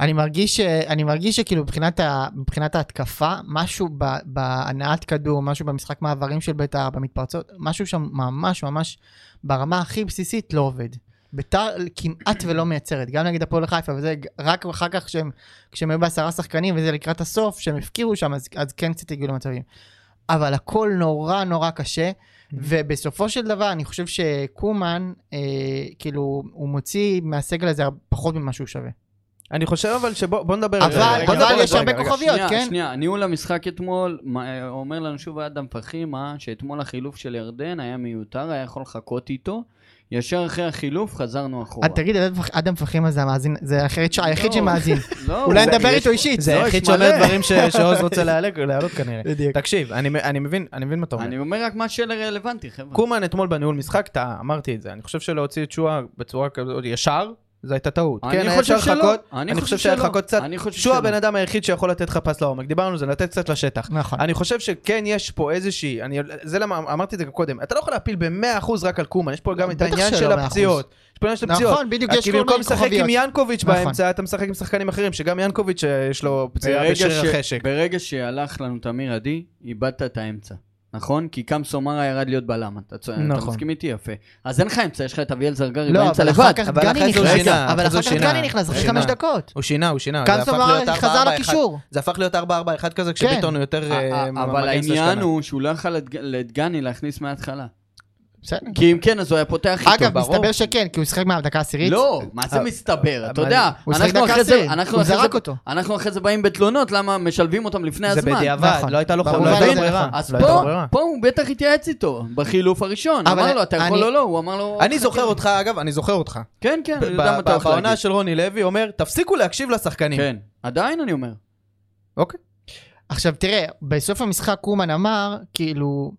[SPEAKER 4] אני מרגיש, ש- אני מרגיש שכאילו מבחינת, ה, מבחינת ההתקפה, משהו ב, בהנעת כדור, משהו במשחק מעברים של בית"ר, במתפרצות, משהו שם ממש ממש ברמה הכי בסיסית לא עובד. בית"ר כמעט ולא מייצרת, גם נגד הפועל חיפה, וזה ג- רק אחר כך כשהם, כשהם היו בעשרה שחקנים, וזה לקראת הסוף, שהם הפקירו שם, אז, אז כן קצת הגיעו למצבים. אבל הכל נורא נורא קשה, ובסופו של דבר אני חושב שקומן, אה, כאילו, הוא מוציא מהסגל הזה פחות ממה שהוא שווה.
[SPEAKER 3] אני חושב אבל שבוא בוא נדבר...
[SPEAKER 4] אבל-
[SPEAKER 3] רגע, רגע,
[SPEAKER 2] אבל
[SPEAKER 3] רגע,
[SPEAKER 2] יש
[SPEAKER 3] רגע,
[SPEAKER 4] הרבה
[SPEAKER 3] רגע,
[SPEAKER 4] כוכבים.
[SPEAKER 2] שנייה,
[SPEAKER 4] כן?
[SPEAKER 2] שנייה, ניהול המשחק אתמול, מה, אה, אומר לנו שוב אדם פחימה, שאתמול החילוף של ירדן היה מיותר, היה יכול לחכות איתו. ישר אחרי החילוף חזרנו אחורה.
[SPEAKER 3] אה,
[SPEAKER 4] אז אה, תגיד, אדם פח- אדם פחימה זה המאזין, זה החרית ש- היחיד
[SPEAKER 2] לא.
[SPEAKER 4] שמאזין.
[SPEAKER 2] *laughs* לא,
[SPEAKER 4] אולי
[SPEAKER 2] זה-
[SPEAKER 4] נדבר
[SPEAKER 2] יש-
[SPEAKER 4] איתו אישית.
[SPEAKER 3] זה
[SPEAKER 2] לא,
[SPEAKER 3] היחיד
[SPEAKER 2] יש
[SPEAKER 3] שאומר
[SPEAKER 2] מלא.
[SPEAKER 3] דברים ש- שעוז רוצה להעלות להעלות
[SPEAKER 2] *laughs*
[SPEAKER 3] כנראה.
[SPEAKER 4] בדיוק.
[SPEAKER 3] תקשיב, אני מ- אני מבין, אני מבין מה אתה אומר.
[SPEAKER 2] אני אומר רק מה שרלוונטי, חבר'ה.
[SPEAKER 3] אה. קומן אתמול בניהול משחק טעה, אמרתי את זה. אני חושב שלהוציא את שואה בצורה כזאת ישר, זו הייתה טעות.
[SPEAKER 2] אני
[SPEAKER 3] כן, היה
[SPEAKER 2] חושב
[SPEAKER 3] אפשר
[SPEAKER 2] שלא.
[SPEAKER 3] לחכות-
[SPEAKER 2] אני
[SPEAKER 3] אני
[SPEAKER 2] חושב
[SPEAKER 3] חושב שהיה
[SPEAKER 2] שלא.
[SPEAKER 3] לחכות קצת.
[SPEAKER 2] אני חושב
[SPEAKER 3] שואה
[SPEAKER 2] שלא.
[SPEAKER 3] הבן אדם היחיד שיכול לתת לך פס לעומק. דיברנו על זה, לתת קצת לשטח.
[SPEAKER 4] נכון.
[SPEAKER 3] אני חושב שכן יש פה איזושהי, אני, זה למה אמרתי את זה גם קודם, אתה לא יכול להפיל ב-100% רק על קומן, יש פה גם את
[SPEAKER 4] בטח
[SPEAKER 3] העניין
[SPEAKER 4] שלא
[SPEAKER 3] של
[SPEAKER 4] 100%.
[SPEAKER 3] הפציעות. יש פה עניין של הפציעות.
[SPEAKER 4] נכון, בדיוק, יש
[SPEAKER 3] כאילו
[SPEAKER 4] כל
[SPEAKER 3] במקום
[SPEAKER 4] מיני
[SPEAKER 3] לשחק
[SPEAKER 4] כוכביות.
[SPEAKER 3] עם ינקוביץ'
[SPEAKER 4] נכון.
[SPEAKER 3] באמצע, אתה משחק עם שחקנים אחרים, שגם ינקוביץ' אה, יש לו פציעה
[SPEAKER 2] ברגע
[SPEAKER 3] בשריר
[SPEAKER 2] ש-
[SPEAKER 3] החשק.
[SPEAKER 2] ברגע שהלך לנו תמיר עדי, איבדת את האמצע. נכון? כי קם סומרה ירד להיות בלם. אתה צו- אתה
[SPEAKER 3] נכון.
[SPEAKER 2] מסכים איתי? יפה. אז אין לך אמצע, יש לך את אביאל זרגרי
[SPEAKER 4] לא,
[SPEAKER 2] באמצע
[SPEAKER 4] אבל
[SPEAKER 2] לבד.
[SPEAKER 4] אחר כך
[SPEAKER 3] אבל
[SPEAKER 4] דגני
[SPEAKER 3] אחרי זה הוא
[SPEAKER 4] נכנס.
[SPEAKER 3] שינה,
[SPEAKER 4] אבל
[SPEAKER 3] אחרי זה
[SPEAKER 4] אחר
[SPEAKER 3] הוא
[SPEAKER 4] כך
[SPEAKER 3] שינה.
[SPEAKER 4] דגני נכנס,
[SPEAKER 3] הוא
[SPEAKER 4] אחרי חמש
[SPEAKER 3] שינה.
[SPEAKER 4] דקות.
[SPEAKER 3] הוא שינה, הוא שינה. זה
[SPEAKER 4] קאנסו
[SPEAKER 3] הפך להיות 4-4-1.
[SPEAKER 4] חזר לקישור.
[SPEAKER 3] זה הפך להיות 4-4-1 כזה,
[SPEAKER 4] כן.
[SPEAKER 3] כשביטון הוא יותר...
[SPEAKER 2] א-
[SPEAKER 3] אה,
[SPEAKER 2] א-
[SPEAKER 3] מ-
[SPEAKER 2] אבל
[SPEAKER 3] מגן
[SPEAKER 2] העניין
[SPEAKER 3] סלש
[SPEAKER 2] הוא שהוא לא יכול לדג- לדגני להכניס מההתחלה.
[SPEAKER 4] בסדר.
[SPEAKER 2] כי אם כן, אז הוא היה פותח איתו.
[SPEAKER 4] אגב,
[SPEAKER 2] ברור.
[SPEAKER 4] מסתבר שכן, כי הוא שיחק מהדקה העשירית.
[SPEAKER 2] לא, מה זה
[SPEAKER 3] אבל-
[SPEAKER 2] מסתבר? אתה
[SPEAKER 3] אבל-
[SPEAKER 2] יודע,
[SPEAKER 4] הוא שיחק
[SPEAKER 2] אנחנו
[SPEAKER 4] דקה
[SPEAKER 2] אחרי זה,
[SPEAKER 4] עשירית,
[SPEAKER 2] אנחנו
[SPEAKER 4] הוא
[SPEAKER 2] אחרי
[SPEAKER 4] זרק
[SPEAKER 2] זה,
[SPEAKER 4] אותו.
[SPEAKER 2] אנחנו אחרי זה באים בתלונות, למה משלבים אותם לפני
[SPEAKER 3] זה
[SPEAKER 2] הזמן.
[SPEAKER 3] בדיעבד,
[SPEAKER 4] נכון.
[SPEAKER 3] לא הייתה לו
[SPEAKER 4] ברור,
[SPEAKER 3] לא הייתה לו
[SPEAKER 2] מבין?
[SPEAKER 3] ברירה.
[SPEAKER 2] אז
[SPEAKER 3] לא הייתה לו
[SPEAKER 2] פה,
[SPEAKER 3] ברירה.
[SPEAKER 2] פה הוא בטח התייעץ איתו, בחילוף הראשון.
[SPEAKER 4] אבל
[SPEAKER 2] אמר לו, אתה יכול
[SPEAKER 4] אני-
[SPEAKER 2] או לא? הוא אמר לו...
[SPEAKER 3] אני זוכר אותך, אגב, אני זוכר אותך.
[SPEAKER 2] כן, כן,
[SPEAKER 3] ב-
[SPEAKER 2] אני יודע מה אתה
[SPEAKER 3] ב-
[SPEAKER 2] הולך
[SPEAKER 3] בעונה
[SPEAKER 2] להגיד.
[SPEAKER 3] של רוני לוי אומר, תפסיקו להקשיב לשחקנים.
[SPEAKER 2] כן, עדיין אני אומר.
[SPEAKER 3] אוקיי.
[SPEAKER 4] עכשיו תראה, בסוף המשחק קומן אמר, כאילו,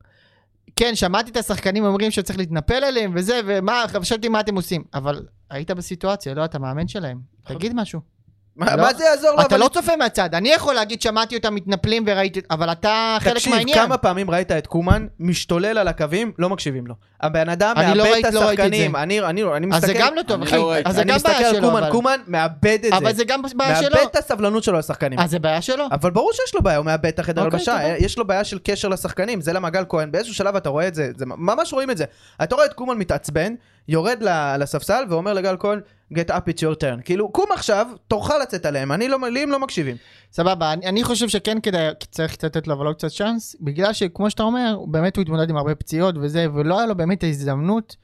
[SPEAKER 4] כן, שמעתי את השחקנים אומרים שצריך להתנפל עליהם וזה, ומה, חשבתי מה אתם עושים. אבל היית בסיטואציה, לא, אתה מאמן שלהם. תגיד משהו.
[SPEAKER 3] מה
[SPEAKER 4] לא.
[SPEAKER 3] מה זה יעזור לו?
[SPEAKER 4] אתה
[SPEAKER 3] נכון. אבל-
[SPEAKER 4] לא צופה מהצד, אני יכול להגיד שמעתי אותם מתנפלים וראיתי, אבל אתה חלק
[SPEAKER 3] תקשיב,
[SPEAKER 4] מהעניין.
[SPEAKER 3] כמה פעמים ראית את קומן משתולל על הקווים, לא מקשיבים לו. הבן אדם
[SPEAKER 4] אני לא
[SPEAKER 3] מאבד את
[SPEAKER 4] ראיתי- לא ראיתי את
[SPEAKER 3] השחקנים.
[SPEAKER 4] זה.
[SPEAKER 3] אני אני- אני
[SPEAKER 4] אז
[SPEAKER 3] מסתכל...
[SPEAKER 4] זה גם לא טוב,
[SPEAKER 2] אני
[SPEAKER 4] אחי.
[SPEAKER 2] לא ראיתי.
[SPEAKER 4] אז זה
[SPEAKER 3] אני
[SPEAKER 4] גם
[SPEAKER 3] מסתכל
[SPEAKER 4] בעיה
[SPEAKER 3] על
[SPEAKER 4] שלו,
[SPEAKER 3] קומן,
[SPEAKER 4] אבל-
[SPEAKER 3] קומן מאבד את
[SPEAKER 4] אבל
[SPEAKER 3] זה.
[SPEAKER 4] זה גם בעיה שלו.
[SPEAKER 3] מאבד את הסבלנות שלו לשחקנים.
[SPEAKER 4] אז זה בעיה שלו.
[SPEAKER 3] אבל ברור שיש לו בעיה, הוא מאבד את החדר
[SPEAKER 4] אוקיי,
[SPEAKER 3] הלבשה,
[SPEAKER 4] תודה.
[SPEAKER 3] יש לו בעיה של קשר לשחקנים, זה למעגל כהן, באיזשהו שלב אתה רואה את זה, זה ממש רואים את זה. אתה רואה את קומן מתעצבן, יורד ל- לספסל ואומר לגל כהן, get up it's your turn. כאילו, קום עכשיו, תורך לצאת עליהם, אני לא, לי הם לא מקשיבים.
[SPEAKER 4] סבבה, אני, אני חושב שכן כדאי, כי צריך קצת לתת לו אבל לא קצת צ'אנס, בגלל שכמו שאתה אומר, הוא באמת הוא התמודד עם הרבה פציעות וזה, ולא היה לו באמת ההזדמנות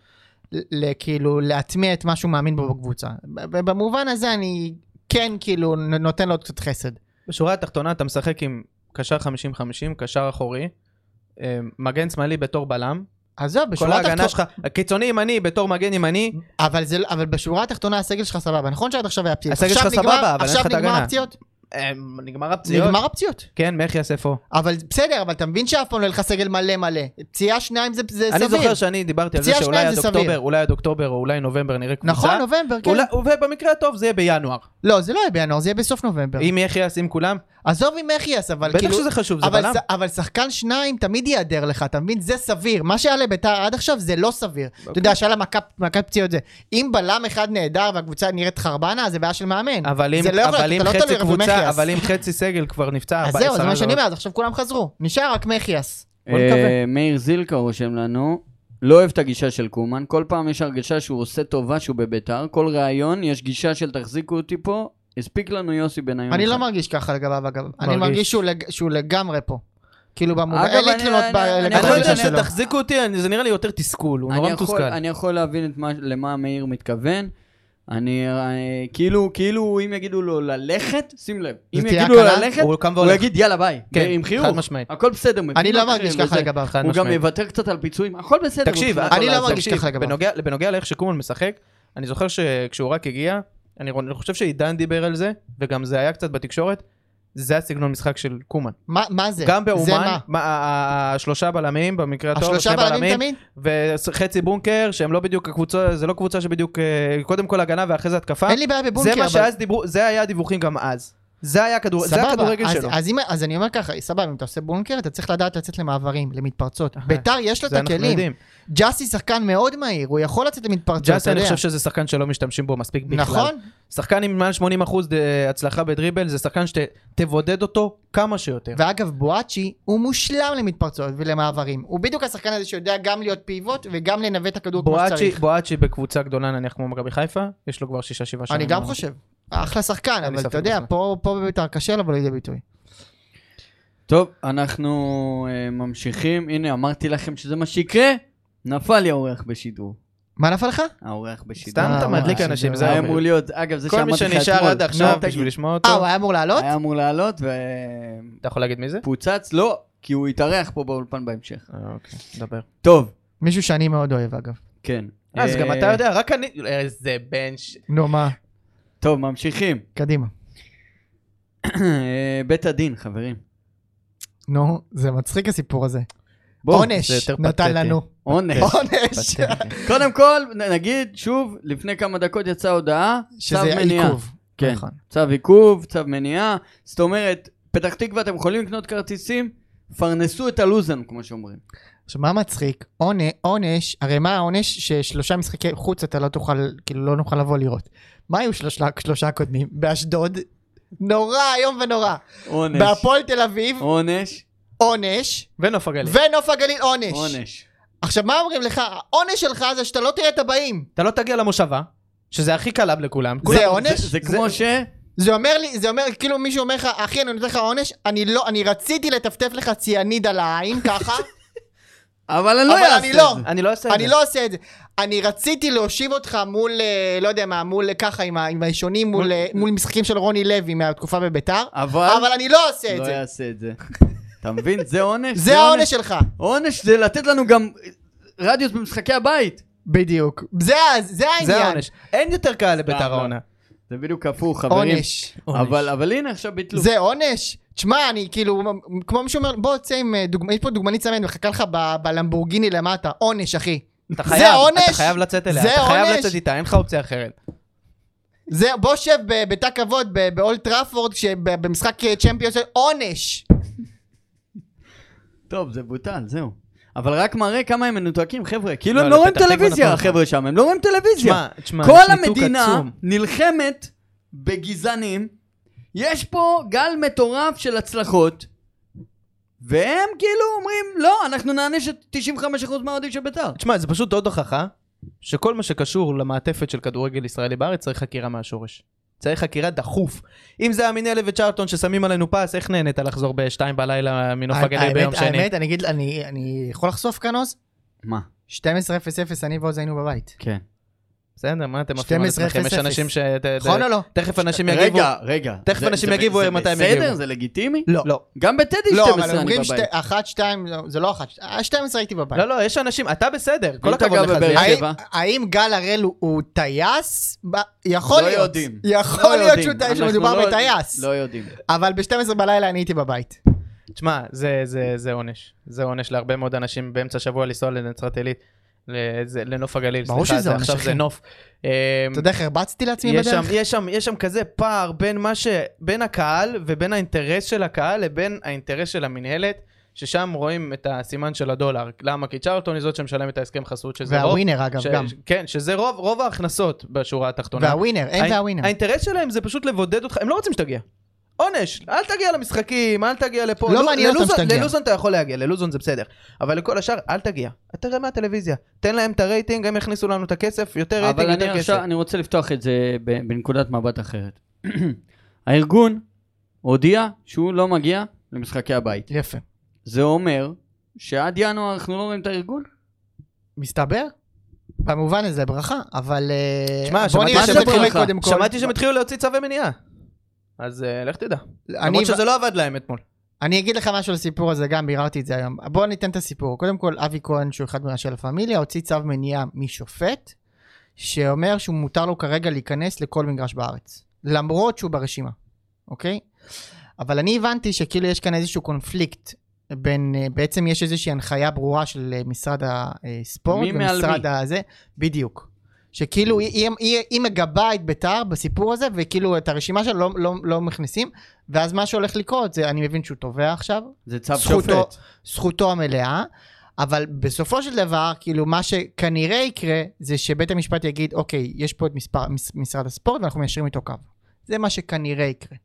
[SPEAKER 4] ל- כאילו להטמיע את מה שהוא מאמין בו בקבוצה. ב- במובן הזה אני כן כאילו נ- נותן לו עוד קצת חסד.
[SPEAKER 3] בשורה התחתונה אתה משחק עם קשר 50-50, קשר אחורי, אה, מגן שמאלי בתור בלם,
[SPEAKER 4] עזוב,
[SPEAKER 3] כל
[SPEAKER 4] בשורה התחתונה,
[SPEAKER 3] ההגנה שלך, קיצוני ימני בתור מגן ימני,
[SPEAKER 4] אבל, זה, לא- אבל בשורה התחתונה הסגל שלך סבבה, נכון שעד עכשיו היה פציעות,
[SPEAKER 3] הסגל
[SPEAKER 4] עכשיו
[SPEAKER 3] שלך
[SPEAKER 4] נגמר-
[SPEAKER 3] סבבה, אבל אין
[SPEAKER 4] עכשיו
[SPEAKER 3] לך את
[SPEAKER 4] נגמר
[SPEAKER 3] ההגנה.
[SPEAKER 4] הפציעות,
[SPEAKER 3] אה, נגמר הפציעות.
[SPEAKER 4] נגמר הפציעות,
[SPEAKER 3] כן, מחיאס איפה?
[SPEAKER 4] אבל בסדר, אבל אתה מבין שאף פעם לא יהיה לך סגל מלא מלא, פציעה שניים זה, זה סביר,
[SPEAKER 3] אני זוכר שאני דיברתי על זה
[SPEAKER 4] פציעה
[SPEAKER 3] שאולי
[SPEAKER 4] שניים
[SPEAKER 3] עד
[SPEAKER 4] זה סביר.
[SPEAKER 3] אוקטובר, אולי עד אוקטובר או אולי נובמבר נראה קבוצה.
[SPEAKER 4] נכון, נובמבר, כן,
[SPEAKER 3] אולי, ובמקרה הטוב זה יהיה בינואר.
[SPEAKER 4] לא זה לא יהיה בינואר, זה יהיה בסוף נובמבר,
[SPEAKER 3] אם יחייס עם כולם,
[SPEAKER 4] עזוב עם מחיאס, אבל
[SPEAKER 3] בטח
[SPEAKER 4] כאילו...
[SPEAKER 3] שזה חשוב, זה
[SPEAKER 4] אבל,
[SPEAKER 3] בלם.
[SPEAKER 4] ש... אבל שחקן שניים תמיד ייעדר לך, אתה מבין? זה סביר. מה שהיה לביתר עד עכשיו זה לא סביר.
[SPEAKER 3] אוקיי.
[SPEAKER 4] אתה יודע, שהיה לה מכת מכת פציעות זה. אם בלם אחד נהדר והקבוצה נראית חרבנה, זה בעיה של מאמן.
[SPEAKER 3] אבל אם
[SPEAKER 4] זה לא יכול
[SPEAKER 3] אבל
[SPEAKER 4] להיות,
[SPEAKER 3] אם
[SPEAKER 4] אתה לא
[SPEAKER 3] חצי
[SPEAKER 4] תלוי רק
[SPEAKER 3] קבוצה,
[SPEAKER 4] במחיאס.
[SPEAKER 3] אבל אם אה, חצי סגל כבר נפצע, לא.
[SPEAKER 4] אז
[SPEAKER 3] 14
[SPEAKER 4] זהו, זה מה
[SPEAKER 3] שנה
[SPEAKER 4] שאני
[SPEAKER 3] זה
[SPEAKER 4] אומר, אז עכשיו כולם חזרו. נשאר רק מחיאס.
[SPEAKER 3] בוא נקווה.
[SPEAKER 2] אה, מאיר זילקה רושם לנו, לא אוהב את הגישה של קומן, כל פעם יש הרגשה שהוא עושה טובה שהוא בביתר, כל ראיון יש גישה של תחזיקו אותי פה, הספיק לנו יוסי בניון.
[SPEAKER 4] אני לא
[SPEAKER 2] אחד.
[SPEAKER 4] מרגיש ככה לגביו, אגב. אני
[SPEAKER 3] מרגיש.
[SPEAKER 4] מרגיש שהוא לג- שהוא לגמרי פה. כאילו, במובן,
[SPEAKER 2] אגב,
[SPEAKER 4] אין לי
[SPEAKER 2] אני-
[SPEAKER 4] תלונות
[SPEAKER 2] אני-
[SPEAKER 4] ב-
[SPEAKER 2] אני-
[SPEAKER 4] לגבי
[SPEAKER 3] אני לא יודע,
[SPEAKER 4] הגישה
[SPEAKER 2] אני-
[SPEAKER 4] שלו.
[SPEAKER 3] תחזיקו אותי, אני- זה נראה לי יותר תסכול, הוא
[SPEAKER 2] אני
[SPEAKER 3] נורא
[SPEAKER 2] יכול-
[SPEAKER 3] מתוסכל.
[SPEAKER 2] אני יכול להבין את מה- למה מאיר מתכוון. אני, אה, כאילו, כאילו, אם יגידו לו ללכת, שים לב, אם
[SPEAKER 4] תהיה
[SPEAKER 2] יגידו לו
[SPEAKER 4] הקלה?
[SPEAKER 2] ללכת,
[SPEAKER 3] הוא קם
[SPEAKER 2] הוא
[SPEAKER 3] והולך.
[SPEAKER 2] יגיד יאללה ביי,
[SPEAKER 3] כן,
[SPEAKER 2] עם חיוך,
[SPEAKER 3] חד משמעית.
[SPEAKER 2] הכל בסדר,
[SPEAKER 4] אני
[SPEAKER 2] מפנים
[SPEAKER 4] לא
[SPEAKER 2] אחרים
[SPEAKER 4] מרגיש ככה
[SPEAKER 2] וזה.
[SPEAKER 4] לגביו.
[SPEAKER 3] חד
[SPEAKER 2] הוא גם
[SPEAKER 3] משמעית.
[SPEAKER 2] יוותר קצת על פיצויים, הכל בסדר.
[SPEAKER 3] תקשיב,
[SPEAKER 2] הוא-
[SPEAKER 4] אני לא
[SPEAKER 3] לעזוב.
[SPEAKER 4] מרגיש
[SPEAKER 3] תקשיב,
[SPEAKER 4] ככה לגביו.
[SPEAKER 3] בנוגע- בנוגע לאיך שקומן משחק, אני זוכר שכשהוא רק הגיע, אני אני חושב שעידן דיבר על זה, וגם זה היה קצת בתקשורת, זה הסגנון משחק של קומן.
[SPEAKER 4] מה, מה זה?
[SPEAKER 3] גם
[SPEAKER 4] כן. זה
[SPEAKER 3] באומן,
[SPEAKER 4] מה?
[SPEAKER 3] מה, ה- ה- ה- השלושה בלמים במקרה הטוב,
[SPEAKER 4] השלושה
[SPEAKER 3] שני
[SPEAKER 4] בלמים תמיד?
[SPEAKER 3] וחצי בונקר שהם לא בדיוק הקבוצה, זה לא קבוצה שבדיוק, אה, קודם כל הגנה ואחרי זה התקפה.
[SPEAKER 4] אין לי בעיה בבונקר,
[SPEAKER 3] זה מה
[SPEAKER 4] אבל-
[SPEAKER 3] שאז דיברו, זה היה הדיווחים גם אז. זה היה הכדור- זה
[SPEAKER 4] סבבה,
[SPEAKER 3] הכדורגל
[SPEAKER 4] אז-
[SPEAKER 3] שלו.
[SPEAKER 4] אז אם- אז אני אומר ככה, סבבה, אם אתה עושה בונקר, אתה צריך לדעת לצאת למעברים, למתפרצות.
[SPEAKER 3] אהה.
[SPEAKER 4] ביתר יש לו את
[SPEAKER 3] זה אנחנו
[SPEAKER 4] הכלים.
[SPEAKER 3] יודעים.
[SPEAKER 4] ג'אסי שחקן מאוד מהיר, הוא יכול לצאת למתפרצות,
[SPEAKER 3] ג'אסי
[SPEAKER 4] אתה
[SPEAKER 3] אני
[SPEAKER 4] יודע.
[SPEAKER 3] חושב שזה שחקן שלא משתמשים בו מספיק בכלל.
[SPEAKER 4] נכון?
[SPEAKER 3] שחקן עם מעל 80% ד- הצלחה בדריבל זה שחקן שתבודד אותו כמה שיותר.
[SPEAKER 4] ואגב, בואצ'י הוא מושלם למתפרצות ולמעברים. הוא בדיוק השחקן הזה שיודע גם להיות פיבוט וגם לנווט את הכדור כמו
[SPEAKER 3] בואצ'י-
[SPEAKER 4] שצריך.
[SPEAKER 3] בואצ'י בקבוצה גדולה נניח כמו מכבי חיפה, יש לו כבר שישה שבעה שערים.
[SPEAKER 4] אני גם
[SPEAKER 3] העונה.
[SPEAKER 4] חושב, אחלה שחקן,
[SPEAKER 3] אין לי
[SPEAKER 4] אבל
[SPEAKER 3] לא- ספק
[SPEAKER 4] אתה יודע,
[SPEAKER 3] בכלל.
[SPEAKER 4] פה פה בביתר קשה לבוא לידי ביטוי.
[SPEAKER 2] טוב, אנחנו אה, ממשיכים. הנה, אמרתי לכם שזה מה שיקרה. נפל לי האורח בשידור.
[SPEAKER 4] מה נפל לך?
[SPEAKER 2] האורח בשידור.
[SPEAKER 3] סתם אתה
[SPEAKER 4] אה,
[SPEAKER 3] מדליק
[SPEAKER 4] וואי,
[SPEAKER 3] אנשים,
[SPEAKER 4] זה
[SPEAKER 2] זה
[SPEAKER 3] זה
[SPEAKER 2] היה
[SPEAKER 3] אבל-
[SPEAKER 2] אמור להיות, אגב, זה
[SPEAKER 3] כל
[SPEAKER 2] שאמרתי
[SPEAKER 3] מי
[SPEAKER 2] לך אתמול.
[SPEAKER 3] שנשאר עד עכשיו
[SPEAKER 2] נו, תגיד.
[SPEAKER 3] בשביל לשמוע
[SPEAKER 4] אה,
[SPEAKER 3] אותו,
[SPEAKER 4] הוא היה אמור לעלות?
[SPEAKER 2] היה אמור לעלות
[SPEAKER 3] אתה יכול להגיד מי זה?
[SPEAKER 2] ופוצץ, לא, כי הוא התארח פה באולפן בהמשך.
[SPEAKER 3] אה, אוקיי, דבר.
[SPEAKER 2] טוב,
[SPEAKER 4] מישהו שאני מאוד אוהב אגב.
[SPEAKER 2] כן.
[SPEAKER 3] אז
[SPEAKER 2] אה,
[SPEAKER 3] גם אתה יודע, רק אני... איזה בן ש...
[SPEAKER 4] נו מה,
[SPEAKER 2] טוב, ממשיכים. *clears throat*
[SPEAKER 4] קדימה.
[SPEAKER 2] אה, בית הדין, חברים.
[SPEAKER 4] נו, זה מצחיק הסיפור הזה.
[SPEAKER 2] בואו,
[SPEAKER 4] עונש
[SPEAKER 3] זה יותר
[SPEAKER 4] נתן
[SPEAKER 3] פתטי.
[SPEAKER 4] לנו.
[SPEAKER 2] עונש.
[SPEAKER 4] עונש.
[SPEAKER 2] קודם כל, נ- נגיד, שוב, לפני כמה דקות יצאה הודעה, צו
[SPEAKER 4] שזה
[SPEAKER 2] מניעה.
[SPEAKER 4] עיכוב.
[SPEAKER 2] כן.
[SPEAKER 4] נכון.
[SPEAKER 2] צו עיכוב, צו מניעה. זאת אומרת, פתח תקווה, אתם יכולים לקנות כרטיסים, פרנסו את הלוזן, כמו שאומרים.
[SPEAKER 4] עכשיו, מה מצחיק? עונה- עונש, הרי מה העונש? ששלושה משחקי חוץ אתה לא תוכל, כאילו, לא נוכל לבוא לראות. מה היו שלושה- שלושה הקודמים? באשדוד, נורא איום ונורא.
[SPEAKER 2] עונש.
[SPEAKER 4] בהפועל תל אביב,
[SPEAKER 2] עונש.
[SPEAKER 4] עונש,
[SPEAKER 3] *laughs* ונוף הגליל.
[SPEAKER 4] ונוף הגליל, עונש.
[SPEAKER 2] עונש.
[SPEAKER 4] עכשיו, מה אומרים לך? העונש שלך זה שאתה לא תראה את הבאים.
[SPEAKER 3] אתה לא תגיע למושבה, שזה הכי קלאב לכולם. כולם-
[SPEAKER 4] זה עונש?
[SPEAKER 2] זה כמו ש...
[SPEAKER 4] זה אומר לי, זה אומר, כאילו מישהו אומר לך, אחי, אני נותן לך עונש, אני לא, אני רציתי לטפטף לך ציאניד
[SPEAKER 2] *laughs*
[SPEAKER 4] על העין, ככה,
[SPEAKER 2] אבל אני לא
[SPEAKER 4] אבל
[SPEAKER 2] אעשה את
[SPEAKER 4] אני
[SPEAKER 2] זה.
[SPEAKER 4] לא.
[SPEAKER 3] אני לא אעשה את זה.
[SPEAKER 4] אני לא עושה את זה. אני רציתי להושיב אותך מול, אה, לא יודע מה, מול ככה, עם ה- עם האישונים, מול, אה, מול משחקים של רוני לוי מהתקופה בביתר,
[SPEAKER 2] אבל
[SPEAKER 4] אבל אני לא עושה את
[SPEAKER 2] לא
[SPEAKER 4] זה.
[SPEAKER 2] יעשה את זה. אתה מבין? זה עונש?
[SPEAKER 4] זה העונש שלך.
[SPEAKER 2] עונש זה לתת לנו גם רדיוס במשחקי הבית.
[SPEAKER 4] בדיוק. זה ה- זה העניין.
[SPEAKER 3] זה העונש. אין יותר קל לביתר
[SPEAKER 2] לא.
[SPEAKER 3] העונה.
[SPEAKER 2] זה בדיוק הפוך, חברים. אוקיי.
[SPEAKER 4] עונש.
[SPEAKER 2] אבל אבל הנה, עכשיו ביטלו.
[SPEAKER 4] זה עונש? תשמע, אני כאילו, כמו מישהו אומר, בוא, תצא עם אה, דוגמנית, יש פה דוגמנית צמד, מחכה לך ב- בלמבורגיני למטה. עונש, אחי.
[SPEAKER 3] אתה
[SPEAKER 4] זה
[SPEAKER 3] חייב,
[SPEAKER 4] עונש?
[SPEAKER 3] אתה חייב לצאת אליה,
[SPEAKER 4] זה
[SPEAKER 3] אתה חייב
[SPEAKER 4] עונש?
[SPEAKER 3] לצאת איתה, אין לך אופציה אחרת.
[SPEAKER 4] זה, בוא שב ב- בתא כבוד ב- באולט טראפורד, שב- במשחק אה, צ'מפיונס, עונש.
[SPEAKER 2] טוב, זה בוטל, זהו. אבל רק מראה כמה הם מנותקים, חבר'ה. כאילו
[SPEAKER 3] לא,
[SPEAKER 2] הם לא רואים
[SPEAKER 3] לפתח תקווה
[SPEAKER 2] טלוויזיה,
[SPEAKER 3] נתנו לך.
[SPEAKER 2] החבר'ה שם, הם לא רואים טלוויזיה.
[SPEAKER 3] תשמע, תשמע,
[SPEAKER 2] כל
[SPEAKER 3] יש ניתוק
[SPEAKER 2] המדינה
[SPEAKER 3] עצום.
[SPEAKER 2] נלחמת בגזענים, יש פה גל מטורף של הצלחות, והם כאילו אומרים, לא, אנחנו נעניש את 95% מהאוהדים של בית"ר.
[SPEAKER 3] תשמע, זה פשוט עוד הוכחה שכל מה שקשור למעטפת של כדורגל ישראלי בארץ צריך חקירה מהשורש. צריך חקירה דחוף. אם זה המינהלת וצ'ארלטון ששמים עלינו פס, איך נהנית לחזור בשתיים בלילה מנוף הגליל
[SPEAKER 4] האמת,
[SPEAKER 3] ביום שני?
[SPEAKER 4] האמת, אני אגיד, אני- אני יכול לחשוף כאן עוז?
[SPEAKER 2] מה?
[SPEAKER 4] 12:00 אני ועוז היינו בבית.
[SPEAKER 2] כן.
[SPEAKER 3] בסדר, מה אתם עפים על
[SPEAKER 4] 12:00.
[SPEAKER 3] עצמכם? יש אנשים ש...
[SPEAKER 4] נכון או לא?
[SPEAKER 3] תכף אנשים יגיבו.
[SPEAKER 2] רגע, רגע.
[SPEAKER 3] תכף
[SPEAKER 2] זה-
[SPEAKER 3] אנשים
[SPEAKER 2] זה-
[SPEAKER 3] יגיבו
[SPEAKER 2] זה
[SPEAKER 3] מתי הם
[SPEAKER 2] בסדר,
[SPEAKER 3] יגיבו.
[SPEAKER 2] זה לגיטימי?
[SPEAKER 3] לא.
[SPEAKER 2] גם בטדי
[SPEAKER 4] לא,
[SPEAKER 2] 12
[SPEAKER 4] אבל
[SPEAKER 2] אני
[SPEAKER 4] אומרים
[SPEAKER 2] בבית.
[SPEAKER 4] שתי- אחת, שתיים, לא, זה לא אחת, שת- אה, 12 הייתי בבית.
[SPEAKER 3] לא, לא, יש אנשים, אתה בסדר, כל
[SPEAKER 2] אתה
[SPEAKER 3] הכבוד
[SPEAKER 2] גר
[SPEAKER 3] לך.
[SPEAKER 2] בבאר
[SPEAKER 3] זה-
[SPEAKER 2] שבע.
[SPEAKER 4] האם-
[SPEAKER 2] שבע.
[SPEAKER 4] האם גל הראל הוא- הוא טייס? ב- יכול
[SPEAKER 2] לא
[SPEAKER 4] להיות.
[SPEAKER 2] יודעים.
[SPEAKER 4] יכול
[SPEAKER 2] לא
[SPEAKER 4] להיות
[SPEAKER 2] יודעים.
[SPEAKER 4] שהוא טייס,
[SPEAKER 2] אנחנו
[SPEAKER 4] שמדובר
[SPEAKER 2] לא-
[SPEAKER 4] בטייס.
[SPEAKER 2] לא יודעים.
[SPEAKER 4] אבל ב-12 בלילה אני הייתי בבית.
[SPEAKER 3] תשמע, זה, זה, זה עונש. זה עונש להרבה מאוד אנשים באמצע השבוע לנסוע לנצרת עילית, לזה- לנוף הגליל.
[SPEAKER 4] ברור
[SPEAKER 3] סליחה,
[SPEAKER 4] שזה
[SPEAKER 3] זה-
[SPEAKER 4] עונש,
[SPEAKER 3] עכשיו
[SPEAKER 4] אחי.
[SPEAKER 3] זה נוף. אמ,
[SPEAKER 4] אתה יודע איך הרבצתי לעצמי
[SPEAKER 3] יש שם,
[SPEAKER 4] בדרך?
[SPEAKER 3] יש, שם, יש שם כזה פער בין מה ש... בין הקהל ובין האינטרס של הקהל לבין האינטרס של המינהלת, ששם רואים את הסימן של הדולר. למה? כי צ'רלטון היא זאת שמשלמת את ההסכם חסות, שזה רוב...
[SPEAKER 4] והווינר אגב
[SPEAKER 3] לא- ש...
[SPEAKER 4] גם.
[SPEAKER 3] כן, שזה רוב, רוב ההכנסות בשורה התחתונה.
[SPEAKER 4] והווינר, הם
[SPEAKER 3] האינ-
[SPEAKER 4] והווינר.
[SPEAKER 3] האינטרס שלהם זה פשוט לבודד אותך, הם לא רוצים שתגיע. עונש, אל תגיע למשחקים, אל תגיע לפה.
[SPEAKER 4] לא מעניין אותם
[SPEAKER 3] ללוזון-
[SPEAKER 4] שתגיע.
[SPEAKER 3] ללוזון אתה יכול להגיע, ללוזון זה בסדר. אבל לכל השאר, אל תגיע. אתה תראה מהטלוויזיה. תן להם את הרייטינג, הם יכניסו לנו את הכסף, יותר
[SPEAKER 2] אבל
[SPEAKER 3] רייטינג,
[SPEAKER 2] אני
[SPEAKER 3] יותר כסף.
[SPEAKER 2] עכשיו, אני רוצה לפתוח את זה ב- בנקודת מבט אחרת. *clears throat* הארגון הודיע שהוא לא מגיע למשחקי הבית.
[SPEAKER 4] יפה.
[SPEAKER 2] זה אומר שעד ינואר אנחנו לא רואים את הארגון?
[SPEAKER 4] מסתבר? במובן הזה ברכה, אבל אה,
[SPEAKER 3] תשמע,
[SPEAKER 4] בוא
[SPEAKER 3] שמעתי
[SPEAKER 4] נראה
[SPEAKER 2] שהם
[SPEAKER 4] שהם התחילו
[SPEAKER 2] ברכה.
[SPEAKER 4] קודם כל.
[SPEAKER 3] שמעתי שהם התחילו להוציא צווי מניעה. אז אה, לך תדע.
[SPEAKER 4] אני
[SPEAKER 3] למרות
[SPEAKER 4] ו-
[SPEAKER 3] שזה לא עבד להם אתמול.
[SPEAKER 4] אני אגיד לך משהו על הסיפור הזה, גם ביררתי את זה היום. בואו ניתן את הסיפור. קודם כל, אבי כהן, שהוא אחד מראשי לה פמיליה, הוציא צו מניעה משופט, שאומר שהוא מותר לו כרגע להיכנס לכל מגרש בארץ. למרות שהוא ברשימה, אוקיי? אבל אני הבנתי שכאילו יש כאן איזשהו קונפליקט בין, אה, בעצם יש איזושהי הנחיה ברורה של אה, משרד הספורט
[SPEAKER 2] מי מעל
[SPEAKER 4] ומשרד
[SPEAKER 2] מי?
[SPEAKER 4] הזה, בדיוק. שכאילו היא, היא, היא, היא מגבה את ביתר בסיפור הזה, וכאילו את הרשימה שלה לא, לא, לא מכניסים, ואז מה שהולך לקרות זה, אני מבין שהוא תובע עכשיו,
[SPEAKER 2] זה צו
[SPEAKER 4] זכותו-
[SPEAKER 2] שופט.
[SPEAKER 4] זכותו המלאה, אבל בסופו של דבר, כאילו, מה שכנראה יקרה, זה שבית המשפט יגיד, אוקיי, יש פה את מספר, מס, משרד הספורט ואנחנו מיישרים איתו קו. זה מה שכנראה יקרה.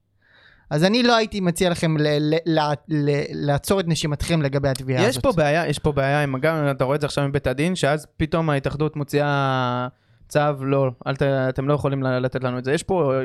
[SPEAKER 4] אז אני לא הייתי מציע לכם ל- ל- ל- ל- לעצור את נשימתכם לגבי התביעה
[SPEAKER 3] יש
[SPEAKER 4] הזאת.
[SPEAKER 3] פה בעיה, יש פה בעיה, עם, גם אתה רואה את זה עכשיו מבית הדין, שאז פתאום ההתאחדות מוציאה צו, לא, אל ת, אתם לא יכולים ל- לתת לנו את זה. יש פה, אה,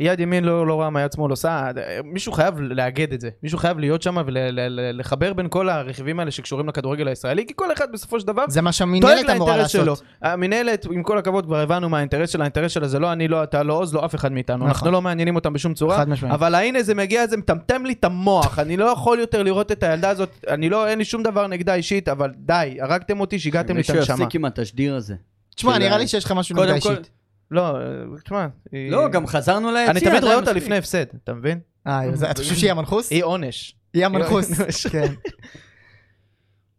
[SPEAKER 3] יד ימין לא, לא רואה מה יד שמאל עושה, אה, מישהו חייב לאגד את זה, מישהו חייב להיות שם ולחבר בין כל הרכיבים האלה שקשורים לכדורגל הישראלי, כי כל אחד בסופו של דבר...
[SPEAKER 4] זה מה
[SPEAKER 3] דואג
[SPEAKER 4] שהמינהלת אמורה
[SPEAKER 3] לאינטרס
[SPEAKER 4] לעשות.
[SPEAKER 3] שלו. המינהלת, עם כל הכבוד, כבר הבנו מה האינטרס שלה, האינטרס שלה זה לא אני, לא אתה, לא עוז, לא אף אחד מאיתנו.
[SPEAKER 4] נכון.
[SPEAKER 3] אנחנו לא מעניינים אותם בשום צורה.
[SPEAKER 4] חד משמעית.
[SPEAKER 3] אבל הנה זה מגיע, זה מטמטם לי את המוח, אני לא יכול יותר לראות את הילדה הזאת, אני לא, אין לי שום דבר נגדה אישית, אבל די, הרגתם אותי, שיגעתם לי את
[SPEAKER 2] מישהו
[SPEAKER 3] הנשמה.
[SPEAKER 2] יפסיק עם התשדיר הזה.
[SPEAKER 4] תשמע,
[SPEAKER 2] של
[SPEAKER 4] נראה
[SPEAKER 2] ה-
[SPEAKER 4] לי שיש לך משהו נגדה
[SPEAKER 2] קודם כל,
[SPEAKER 4] אישית.
[SPEAKER 3] לא, אה, תשמע, היא-
[SPEAKER 2] לא, גם חזרנו ליציע.
[SPEAKER 3] אני תמיד רואה
[SPEAKER 2] עדיין
[SPEAKER 3] אותה
[SPEAKER 2] מספיק.
[SPEAKER 3] לפני הפסד, אתה מבין?
[SPEAKER 4] אה, אז
[SPEAKER 3] *laughs*
[SPEAKER 4] אתה חושב שהיא המנחוס?
[SPEAKER 3] היא עונש.
[SPEAKER 4] היא המנחוס.
[SPEAKER 3] היא-
[SPEAKER 4] כן.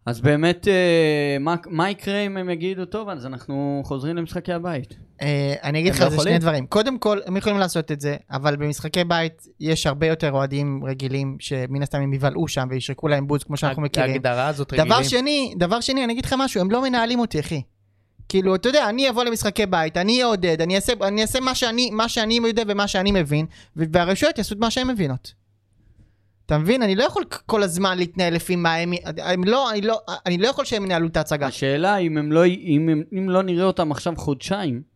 [SPEAKER 2] אז באמת, אה, מה- מה יקרה אם הם יגידו, טוב, אז אנחנו חוזרים למשחקי הבית?
[SPEAKER 4] אה, אני אגיד
[SPEAKER 3] הם
[SPEAKER 4] לך
[SPEAKER 3] לא
[SPEAKER 4] על זה
[SPEAKER 3] יכולים?
[SPEAKER 4] שני דברים. קודם כל, הם יכולים לעשות את זה, אבל במשחקי בית יש הרבה יותר אוהדים רגילים, שמן הסתם הם יבלעו שם וישרקו להם בוז כמו שאנחנו מכירים.
[SPEAKER 3] ההגדרה הזאת רגילים.
[SPEAKER 4] דבר שני, דבר שני, אני אגיד לך משהו, הם לא מנהלים אותי, אחי. כאילו, אתה יודע, אני אבוא למשחקי בית, אני אהיה עודד, אני אעשה, אני אעשה מה, שאני, מה שאני יודע ומה שאני מבין, ו- והרשויות יעשו את מה שהן מבינות. אתה מבין? אני לא יכול כ- כל הזמן להתנהל לפי מה הם... הם לא, אני, לא, אני לא יכול שהם ינהלו את ההצגה.
[SPEAKER 2] השאלה אם הם לא, אם הם, אם לא נראה אותם עכשיו חודשיים,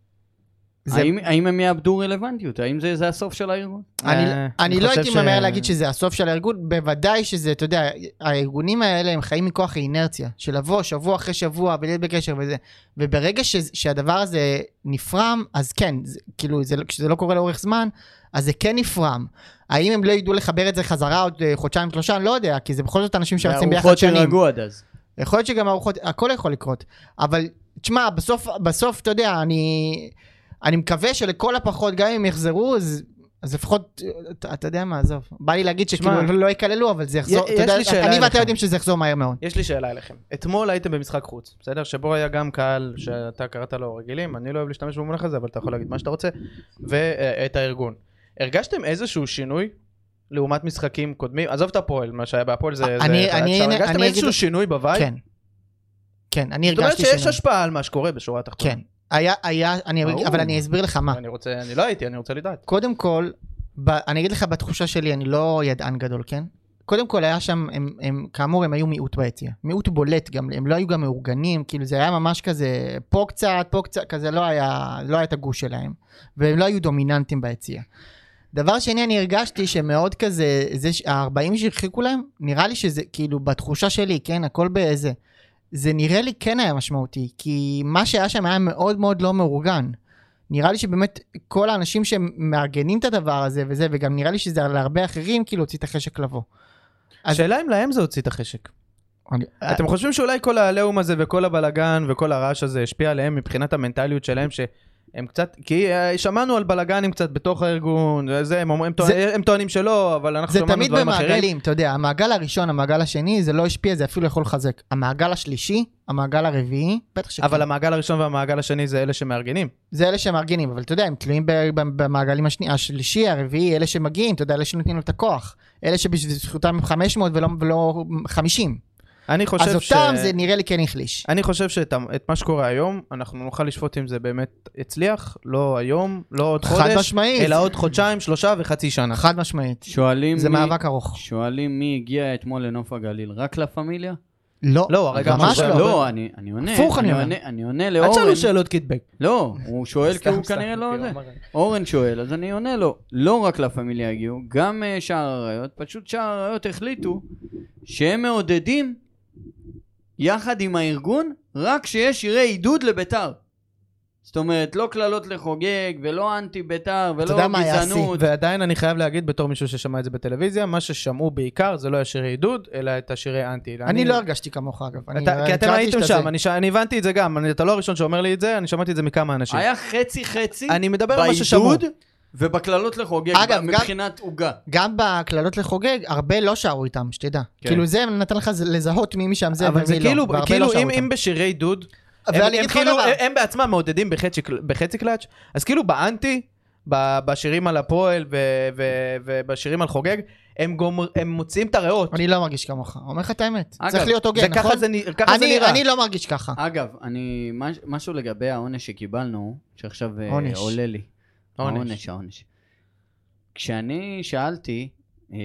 [SPEAKER 4] זה-
[SPEAKER 2] האם, האם הם יאבדו רלוונטיות? האם זה, זה הסוף של הארגון?
[SPEAKER 4] אני,
[SPEAKER 3] אה,
[SPEAKER 4] אני
[SPEAKER 3] אני
[SPEAKER 4] לא
[SPEAKER 3] חושב
[SPEAKER 4] הייתי
[SPEAKER 3] ש-
[SPEAKER 4] ממהר להגיד שזה הסוף של הארגון, בוודאי שזה, אתה יודע, הארגונים האלה הם חיים מכוח האינרציה, של לבוא שבוע אחרי שבוע ולהיות בקשר וזה, וברגע ש, שהדבר הזה נפרם, אז כן, זה, כאילו, זה, לא- כשזה לא קורה לאורך זמן, אז זה כן נפרם. האם הם לא ידעו לחבר את זה חזרה עוד אה, חודשיים שלושה? אני לא יודע, כי זה בכל זאת אנשים שרצים ביחד
[SPEAKER 2] והרוחות
[SPEAKER 4] שנים.
[SPEAKER 2] יירגעו עד אז.
[SPEAKER 4] יכול להיות שגם ארוחות, הכל יכול לקרות, אבל תשמע, בסוף, בסוף, אתה יודע, אני, אני מקווה שלכל הפחות, גם אם יחזרו, אז, אז לפחות, אתה, אתה יודע מה, עזוב. בא לי להגיד שכאילו
[SPEAKER 3] שמע,
[SPEAKER 4] לא יקללו, אבל זה יחזור,
[SPEAKER 3] יש
[SPEAKER 4] אתה יודע,
[SPEAKER 3] לי שאלה
[SPEAKER 4] אני
[SPEAKER 3] אליך.
[SPEAKER 4] ואתה יודעים שזה יחזור מהר מאוד.
[SPEAKER 3] יש לי שאלה אליכם. אתמול הייתם במשחק חוץ, בסדר? שבו היה גם קהל שאתה קראת לו רגילים, אני לא אוהב להשתמש במונח הזה, אבל אתה יכול להגיד מה שאתה רוצה, ואת הארגון. הרגשתם איזשהו שינוי לעומת משחקים קודמים? עזוב את הפועל, מה שהיה בהפועל זה... זה-
[SPEAKER 4] אני-
[SPEAKER 3] אפשר.
[SPEAKER 4] אני-
[SPEAKER 3] הרגשתם
[SPEAKER 4] אני
[SPEAKER 3] איזשהו
[SPEAKER 4] אגיד-
[SPEAKER 3] שינוי בבית?
[SPEAKER 4] כן. כן, אני
[SPEAKER 3] זאת אומרת
[SPEAKER 4] הרגשתי
[SPEAKER 3] שיש
[SPEAKER 4] שינוי.
[SPEAKER 3] השפעה על מה שקורה בשורה התחתונה.
[SPEAKER 4] כן. היה, היה, אני,
[SPEAKER 3] ברור.
[SPEAKER 4] אבל אני אסביר לך מה.
[SPEAKER 3] אני רוצה, אני לא הייתי, אני רוצה לדעת.
[SPEAKER 4] קודם כל, ב, אני אגיד לך בתחושה שלי, אני לא ידען גדול, כן? קודם כל היה שם, הם, הם כאמור, הם היו מיעוט ביציע. מיעוט בולט גם, הם לא היו גם מאורגנים, כאילו זה היה ממש כזה, פה קצת, פה קצת, כזה לא היה, לא היה את הגוש שלהם. והם לא היו דומיננטים ביציע. דבר שני, אני הרגשתי שמאוד כזה, זה ה-40 שהרחיקו להם, נראה לי שזה, כאילו, בתחושה שלי, כן, הכל באיזה... זה נראה לי כן היה משמעותי, כי מה שהיה שם היה מאוד מאוד לא מאורגן. נראה לי שבאמת כל האנשים שמארגנים את הדבר הזה וזה, וגם נראה לי שזה להרבה אחרים, כאילו, הוציא את החשק לבוא. אז-
[SPEAKER 3] השאלה אם להם זה הוציא את החשק.
[SPEAKER 4] אני-
[SPEAKER 3] אתם חושבים שאולי כל העליהום הזה וכל הבלגן וכל הרעש הזה השפיע עליהם מבחינת המנטליות שלהם שהם קצת, כי אה, שמענו על בלגנים קצת בתוך הארגון, זה, הם, אומרים- הם, טוענים, הם טוענים שלא, אבל אנחנו
[SPEAKER 4] זה
[SPEAKER 3] שמענו
[SPEAKER 4] תמיד
[SPEAKER 3] לא דברים אחרים.
[SPEAKER 4] במעגלים, אתה יודע, המעגל הראשון, המעגל השני, זה לא השפיע, זה אפילו יכול לחזק. המעגל השלישי, המעגל הרביעי, בטח שכן.
[SPEAKER 3] אבל המעגל הראשון והמעגל השני זה אלה שמארגנים.
[SPEAKER 4] זה אלה שמארגנים, אבל אתה יודע, הם תלויים ב- ב- במעגלים השני, השלישי, הרביעי, אלה שמגיעים, אתה יודע, אלה שנותנים לו את הכוח. אלה שבזכותם הם 500 ולא, ולא 50.
[SPEAKER 3] אני חושב
[SPEAKER 4] אז
[SPEAKER 3] ש...
[SPEAKER 4] אותם זה נראה לי כן החליש.
[SPEAKER 3] אני חושב שאת ה- את מה שקורה היום, אנחנו נוכל לשפוט אם זה באמת הצליח, לא היום, לא עוד
[SPEAKER 4] חד
[SPEAKER 3] חודש,
[SPEAKER 4] משמעית.
[SPEAKER 3] אלא עוד חודשיים, שלושה וחצי שנה.
[SPEAKER 4] חד משמעית.
[SPEAKER 2] שואלים
[SPEAKER 4] זה
[SPEAKER 2] מי,
[SPEAKER 4] מאבק ארוך.
[SPEAKER 2] שואלים מי הגיע אתמול לנוף הגליל, רק לה פמיליה?
[SPEAKER 4] לא,
[SPEAKER 3] לא, הרי גם
[SPEAKER 4] ממש
[SPEAKER 3] שזה-
[SPEAKER 4] לא.
[SPEAKER 2] לא, אני, אני עונה.
[SPEAKER 4] הפוך אני אומר.
[SPEAKER 2] עונה. אני עונה
[SPEAKER 3] אל
[SPEAKER 2] לאורן.
[SPEAKER 3] תשאלו שאלות קיטבג.
[SPEAKER 2] לא, הוא
[SPEAKER 4] *laughs*
[SPEAKER 2] שואל כי
[SPEAKER 3] סתם,
[SPEAKER 2] הוא
[SPEAKER 3] סתם,
[SPEAKER 2] כנראה לא
[SPEAKER 4] אוקיי,
[SPEAKER 3] כאילו,
[SPEAKER 2] זה.
[SPEAKER 3] אמר-
[SPEAKER 2] אורן שואל, אז אני עונה לו. לא רק לה פמיליה הגיעו, גם אה, שער האריות. פשוט שער האריות החליטו שהם מעודדים יחד עם הארגון רק שיש שירי עידוד לביתר. זאת אומרת, לא קללות לחוגג, ולא אנטי ביתר, ולא
[SPEAKER 4] יודע מה היה
[SPEAKER 2] גזענות.
[SPEAKER 3] ועדיין אני חייב להגיד בתור מישהו ששמע את זה בטלוויזיה, מה ששמעו בעיקר זה לא השירי עידוד, אלא את השירי אנטי.
[SPEAKER 4] אני לא הרגשתי כמוך, אגב. אני-
[SPEAKER 3] אתה- כי אתם
[SPEAKER 4] קראתי
[SPEAKER 3] הייתם
[SPEAKER 4] שאתה
[SPEAKER 3] שם,
[SPEAKER 4] זה.
[SPEAKER 3] אני ש- אני הבנתי את זה גם, אני- אתה לא הראשון שאומר לי את זה, אני שמעתי את זה מכמה אנשים.
[SPEAKER 2] היה חצי חצי
[SPEAKER 3] אני מדבר על מה ששמעו.
[SPEAKER 2] בעידוד ובקללות לחוגג,
[SPEAKER 4] אגב, גם-
[SPEAKER 2] מבחינת עוגה.
[SPEAKER 4] גם בקללות לחוגג, הרבה לא שרו איתם, שתדע.
[SPEAKER 2] כן.
[SPEAKER 4] כאילו זה נתן לך ז- לזהות מי משם זה
[SPEAKER 3] אבל זה
[SPEAKER 4] ומי לא,
[SPEAKER 3] כאילו,
[SPEAKER 4] והרבה לא
[SPEAKER 3] כאילו
[SPEAKER 4] שרו
[SPEAKER 3] אם,
[SPEAKER 4] איתם.
[SPEAKER 3] אם בשירי דוד,
[SPEAKER 4] אבל
[SPEAKER 3] הם,
[SPEAKER 4] אני
[SPEAKER 3] הם,
[SPEAKER 4] אגיד לך עוד
[SPEAKER 3] כאילו,
[SPEAKER 4] דבר.
[SPEAKER 3] הם, הם בעצמם מעודדים בחצי, קל- בחצי קלאץ', אז כאילו באנטי, ב- בשירים על הפועל ו, ו, ובשירים על חוגג, הם, גומר, הם מוציאים את הריאות.
[SPEAKER 4] אני לא מרגיש כמוך, אומר לך את האמת.
[SPEAKER 2] אגב,
[SPEAKER 4] צריך להיות הוגן,
[SPEAKER 3] וככה
[SPEAKER 4] נכון?
[SPEAKER 3] אה- זה, נ- ככה זה
[SPEAKER 4] אני-
[SPEAKER 3] נראה. אה.
[SPEAKER 4] אני לא מרגיש ככה.
[SPEAKER 2] אגב, אני, מש- משהו לגבי העונש שקיבלנו, שעכשיו אה,
[SPEAKER 4] עונש.
[SPEAKER 2] עולה לי.
[SPEAKER 3] עונש.
[SPEAKER 2] העונש, העונש. כשאני שאלתי אה,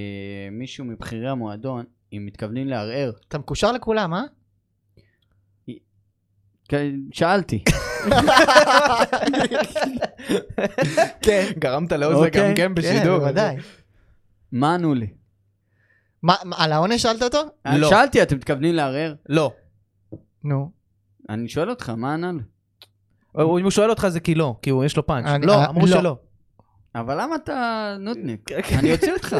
[SPEAKER 2] מישהו מבכירי המועדון אם מתכוונים לערער,
[SPEAKER 4] אתה
[SPEAKER 3] *laughs*
[SPEAKER 4] מקושר לכולם, אה?
[SPEAKER 2] כן, שאלתי.
[SPEAKER 3] כן. *laughs* גרמת לאוזן
[SPEAKER 2] אוקיי.
[SPEAKER 3] גם כן בשידור.
[SPEAKER 4] כן, בוודאי.
[SPEAKER 2] מה ענו לי?
[SPEAKER 4] מה, מה, על העונש שאלת אותו?
[SPEAKER 3] לא.
[SPEAKER 2] שאלתי, אתם מתכוונים לערער?
[SPEAKER 3] לא.
[SPEAKER 4] נו.
[SPEAKER 2] אני שואל אותך, מה ענה לי?
[SPEAKER 3] הוא- אם הוא שואל אותך זה כי לא, כי הוא- יש לו פאנץ'.
[SPEAKER 4] אני-
[SPEAKER 3] לא,
[SPEAKER 4] אה,
[SPEAKER 3] אמרו
[SPEAKER 4] לא. *laughs*
[SPEAKER 3] שלא. כן,
[SPEAKER 2] אבל למה אתה נודניק? אני אוציא *laughs* אותך.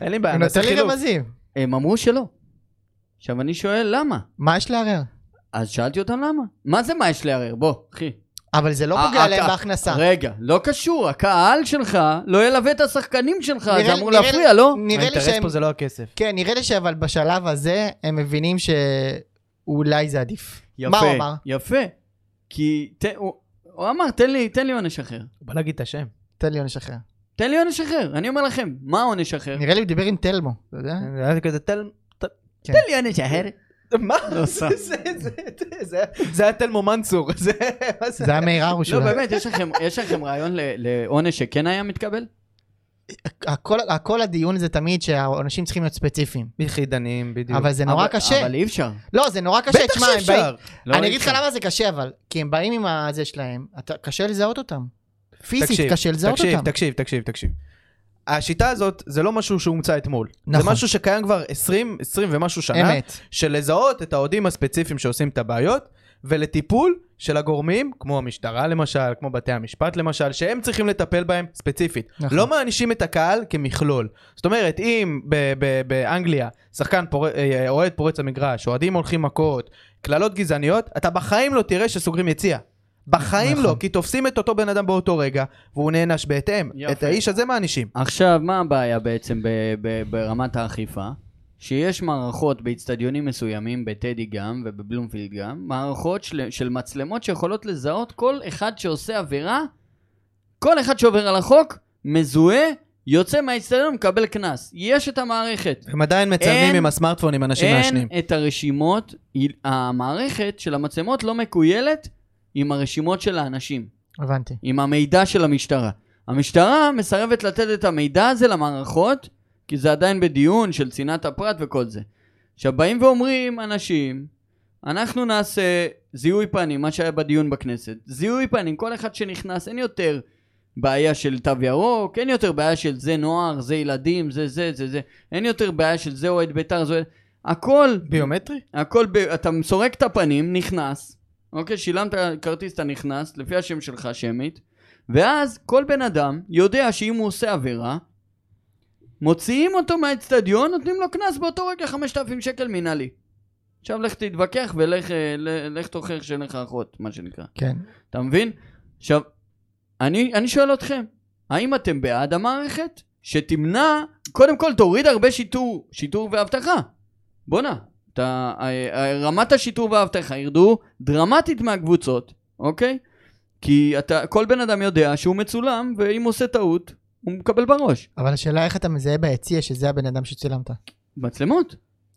[SPEAKER 3] אין לי
[SPEAKER 4] הוא
[SPEAKER 3] בעיה, אה, נעשה
[SPEAKER 4] נותן לי
[SPEAKER 3] חילוף.
[SPEAKER 4] רמזים.
[SPEAKER 2] הם אמרו שלא. עכשיו אני שואל למה.
[SPEAKER 4] מה יש לערער?
[SPEAKER 2] אז שאלתי אותם למה. מה זה מה יש לערער? בוא, אחי.
[SPEAKER 4] אבל זה לא
[SPEAKER 2] אה,
[SPEAKER 4] פוגע
[SPEAKER 2] אה,
[SPEAKER 4] להם
[SPEAKER 2] אה,
[SPEAKER 4] בהכנסה.
[SPEAKER 2] רגע, לא קשור, הקהל שלך לא ילווה את השחקנים שלך,
[SPEAKER 4] נראה
[SPEAKER 2] זה
[SPEAKER 4] לי-
[SPEAKER 2] אמור
[SPEAKER 4] נראה
[SPEAKER 2] להפריע,
[SPEAKER 4] לי-
[SPEAKER 2] לא?
[SPEAKER 4] נראה לי
[SPEAKER 3] האינטרס
[SPEAKER 4] שהם...
[SPEAKER 3] פה זה לא הכסף.
[SPEAKER 4] כן, נראה לי שאבל בשלב הזה הם מבינים שאולי זה עדיף.
[SPEAKER 2] יפה,
[SPEAKER 4] מה הוא אמר?
[SPEAKER 2] יפה. כי ת, הוא, הוא אמר, תן לי, תן לי עונש אחר.
[SPEAKER 3] הוא בא להגיד את השם.
[SPEAKER 4] תן לי עונש אחר.
[SPEAKER 2] תן לי עונש אחר. אני אומר לכם, מה העונש אחר?
[SPEAKER 4] נראה לי הוא דיבר עם תלמו, אתה יודע?
[SPEAKER 3] זה היה כזה תל...
[SPEAKER 2] תן לי עונש אחר.
[SPEAKER 3] מה? *laughs*
[SPEAKER 2] לא סתם.
[SPEAKER 3] זה- זה- זה- זה- זה היה תלמו מנצור. *laughs* זה- מה זה?
[SPEAKER 4] זה היה מאיר הרוש
[SPEAKER 2] לא,
[SPEAKER 4] אולי.
[SPEAKER 2] באמת, יש לכם, יש לכם רעיון ל- לעונש שכן היה מתקבל?
[SPEAKER 4] הכל, הכל הדיון זה תמיד שהעונשים צריכים להיות ספציפיים.
[SPEAKER 3] יחידנים, בדיוק.
[SPEAKER 4] אבל זה נורא
[SPEAKER 2] אבל-
[SPEAKER 4] קשה.
[SPEAKER 2] אבל אי אפשר.
[SPEAKER 4] לא, זה נורא קשה.
[SPEAKER 3] בטח
[SPEAKER 4] תשמע, הם באים-
[SPEAKER 3] שאפשר.
[SPEAKER 2] לא,
[SPEAKER 4] אני
[SPEAKER 2] אי
[SPEAKER 4] אגיד לך
[SPEAKER 2] אפשר.
[SPEAKER 4] למה זה קשה אבל, כי הם באים עם הזה שלהם, אתה, קשה לזהות אותם. פיזית
[SPEAKER 3] תקשיב,
[SPEAKER 4] קשה לזהות
[SPEAKER 3] תקשיב,
[SPEAKER 4] אותם.
[SPEAKER 3] תקשיב, תקשיב, תקשיב. השיטה הזאת זה לא משהו שהומצא אתמול. זה
[SPEAKER 4] נכון.
[SPEAKER 3] משהו שקיים כבר 20, 20 ומשהו שנה.
[SPEAKER 4] אמת.
[SPEAKER 3] של לזהות את האוהדים הספציפיים שעושים את הבעיות, ולטיפול של הגורמים, כמו המשטרה למשל, כמו בתי המשפט למשל, שהם צריכים לטפל בהם ספציפית.
[SPEAKER 4] נכון.
[SPEAKER 3] נכון. לא מענישים את הקהל כמכלול. זאת אומרת, אם ב- ב- באנגליה שחקן פור... אה, אוהד פורץ המגרש, אוהדים הולכים מכות, קללות גזעניות, אתה בחיים לא תראה שסוגרים יציע. בחיים
[SPEAKER 4] נכון.
[SPEAKER 3] לא, כי תופסים את אותו בן אדם באותו רגע, והוא נענש בהתאם.
[SPEAKER 2] יפה.
[SPEAKER 3] את האיש הזה מענישים.
[SPEAKER 2] עכשיו, מה הבעיה בעצם ב- ב- ברמת האכיפה? שיש מערכות באיצטדיונים מסוימים, בטדי גם ובבלומפילד גם, מערכות של, של מצלמות שיכולות לזהות כל אחד שעושה עבירה, כל אחד שעובר על החוק, מזוהה, יוצא מהאיצטדיון ומקבל קנס. יש את המערכת.
[SPEAKER 3] הם עדיין מצלמים
[SPEAKER 2] אין-
[SPEAKER 3] עם הסמארטפון עם אנשים מעשנים.
[SPEAKER 2] אין את הרשימות, היא- המערכת של המצלמות לא מכוילת עם הרשימות של האנשים.
[SPEAKER 4] הבנתי.
[SPEAKER 2] עם המידע של המשטרה. המשטרה מסרבת לתת את המידע הזה למערכות, כי זה עדיין בדיון של צנעת הפרט וכל זה. עכשיו באים ואומרים אנשים, אנחנו נעשה זיהוי פנים, מה שהיה בדיון בכנסת, זיהוי פנים, כל אחד שנכנס, אין יותר בעיה של תו ירוק, אין יותר בעיה של זה נוער, זה ילדים, זה זה זה זה, אין יותר בעיה של זה אוהד בית"ר, זה אוהד... הכל
[SPEAKER 3] ביומטרי?
[SPEAKER 2] הכל, ב... אתה סורק את הפנים, נכנס, אוקיי, שילמת כרטיס, אתה נכנס, לפי השם שלך, שמית, ואז כל בן אדם יודע שאם הוא עושה עבירה, מוציאים אותו מהאצטדיון, נותנים לו קנס באותו רגע 5,000 שקל מינהלי. עכשיו לך תתווכח ולך אה, ל- לך תוכיח שאין לך אחות, מה שנקרא.
[SPEAKER 4] כן.
[SPEAKER 2] אתה מבין? עכשיו, אני, אני שואל אתכם, האם אתם בעד המערכת שתמנע, קודם כל תוריד הרבה שיטור, שיטור ואבטחה. בואנה, אתה- ה- ה- רמת השיטור והאבטחה ירדו דרמטית מהקבוצות, אוקיי? כי אתה, כל בן אדם יודע שהוא מצולם, ואם הוא עושה טעות, הוא מקבל בראש.
[SPEAKER 4] אבל השאלה איך אתה מזהה ביציע שזה הבן אדם שצילמת.
[SPEAKER 2] מצלמות.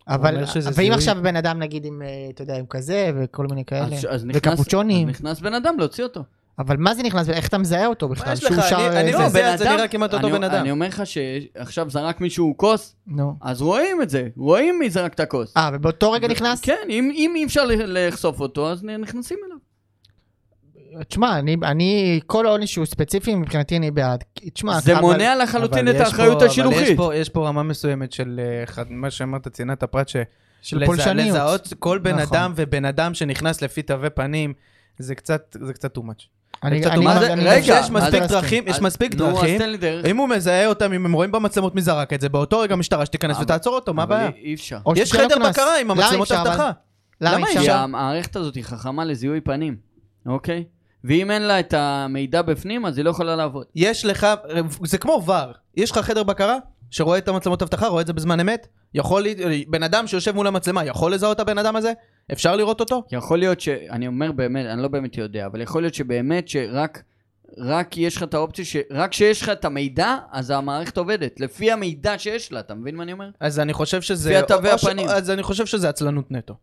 [SPEAKER 4] אבל,
[SPEAKER 3] אומר שזה
[SPEAKER 4] ואם
[SPEAKER 3] זיהוי.
[SPEAKER 4] עכשיו בן אדם נגיד עם, אה, אתה יודע, עם כזה וכל מיני כאלה,
[SPEAKER 2] אז, אז נכנס, אז
[SPEAKER 4] וקפוצ'ונים,
[SPEAKER 2] נכנס בן אדם להוציא אותו.
[SPEAKER 4] אבל מה זה נכנס, איך אתה מזהה אותו
[SPEAKER 3] מה
[SPEAKER 4] בכלל,
[SPEAKER 3] יש
[SPEAKER 4] שהוא
[SPEAKER 3] לך?
[SPEAKER 4] שר,
[SPEAKER 3] אני-
[SPEAKER 4] אה,
[SPEAKER 3] אני
[SPEAKER 4] זה-
[SPEAKER 3] לא
[SPEAKER 4] זה-
[SPEAKER 3] מזהה. זה נראה כמעט אותו
[SPEAKER 2] אני-
[SPEAKER 3] בן אדם.
[SPEAKER 2] אני אומר לך שעכשיו זרק מישהו כוס,
[SPEAKER 4] נו.
[SPEAKER 2] אז רואים את זה, רואים מי זרק את הכוס.
[SPEAKER 4] אה, ובאותו רגע נכנס?
[SPEAKER 2] לא. כן, אם, אם אי אפשר ל- לחשוף אותו, אז נ- נכנסים אליו.
[SPEAKER 4] תשמע, אני, אני, כל העונש שהוא ספציפי, מבחינתי אני בעד. כי- תשמע,
[SPEAKER 2] זה
[SPEAKER 4] אבל-
[SPEAKER 2] מונע לחלוטין
[SPEAKER 3] אבל
[SPEAKER 2] את
[SPEAKER 3] יש
[SPEAKER 2] האחריות
[SPEAKER 3] פה- אבל יש
[SPEAKER 2] השילוחית.
[SPEAKER 3] פה, יש פה רמה מסוימת של אה, ח- מה שאמרת, צנעת הפרט, של
[SPEAKER 4] של פולשניות.
[SPEAKER 3] לזהות כל בן
[SPEAKER 4] נכון.
[SPEAKER 3] אדם ובן אדם שנכנס לפי תווי פנים, זה קצת, זה קצת too much.
[SPEAKER 4] אני, לא
[SPEAKER 3] קצת
[SPEAKER 4] אני,
[SPEAKER 3] אומה.
[SPEAKER 4] אני,
[SPEAKER 2] זה-
[SPEAKER 4] אני
[SPEAKER 2] רגע,
[SPEAKER 4] דווקא-
[SPEAKER 3] יש
[SPEAKER 2] מה
[SPEAKER 4] אני
[SPEAKER 3] מספיק
[SPEAKER 4] לא אסכים.
[SPEAKER 3] דרכים, יש
[SPEAKER 2] אז-
[SPEAKER 3] מספיק
[SPEAKER 2] נו, אז
[SPEAKER 3] דרכים.
[SPEAKER 2] תן לי דרך.
[SPEAKER 3] אם הוא מזהה אותם, אם הם רואים במצלמות מי זרק את זה, באותו רגע משטרה שתיכנס
[SPEAKER 2] אבל-
[SPEAKER 3] ותעצור אותו, לא, מה
[SPEAKER 2] אבל
[SPEAKER 3] הבעיה? אוקיי,
[SPEAKER 2] אי אי אפשר.
[SPEAKER 4] או
[SPEAKER 3] יש
[SPEAKER 4] שתיתן לו
[SPEAKER 3] חדר
[SPEAKER 4] קנס.
[SPEAKER 3] בקרה עם
[SPEAKER 4] למה
[SPEAKER 3] המצלמות
[SPEAKER 4] אפשר, אבל?
[SPEAKER 3] אבטחה.
[SPEAKER 4] למה
[SPEAKER 3] למה
[SPEAKER 4] אי
[SPEAKER 2] כי
[SPEAKER 4] אפשר?
[SPEAKER 2] המערכת הזאת היא חכמה לזיהוי פנים, אוקיי? ואם אין לה את המידע בפנים, אז היא לא יכולה לעבוד.
[SPEAKER 3] יש לך, זה כמו ור, יש לך חדר בקרה שרואה את המצלמות אבטחה, רואה את זה בזמן אמת, יכול, ל- בן אדם שיושב מול המצלמה יכול לזהות את הבן אדם הזה? אפשר לראות אותו?
[SPEAKER 2] יכול להיות ש... אני אומר באמת, אני לא באמת יודע, אבל יכול להיות שבאמת שרק... רק יש לך את האופציה ש... רק כשיש לך את המידע, אז המערכת עובדת. לפי המידע שיש לה, אתה מבין מה אני אומר?
[SPEAKER 3] אז אני חושב שזה...
[SPEAKER 2] לפי התווי
[SPEAKER 3] או ש-
[SPEAKER 2] הפנים.
[SPEAKER 3] אז אני חושב שזה עצלנות נטו.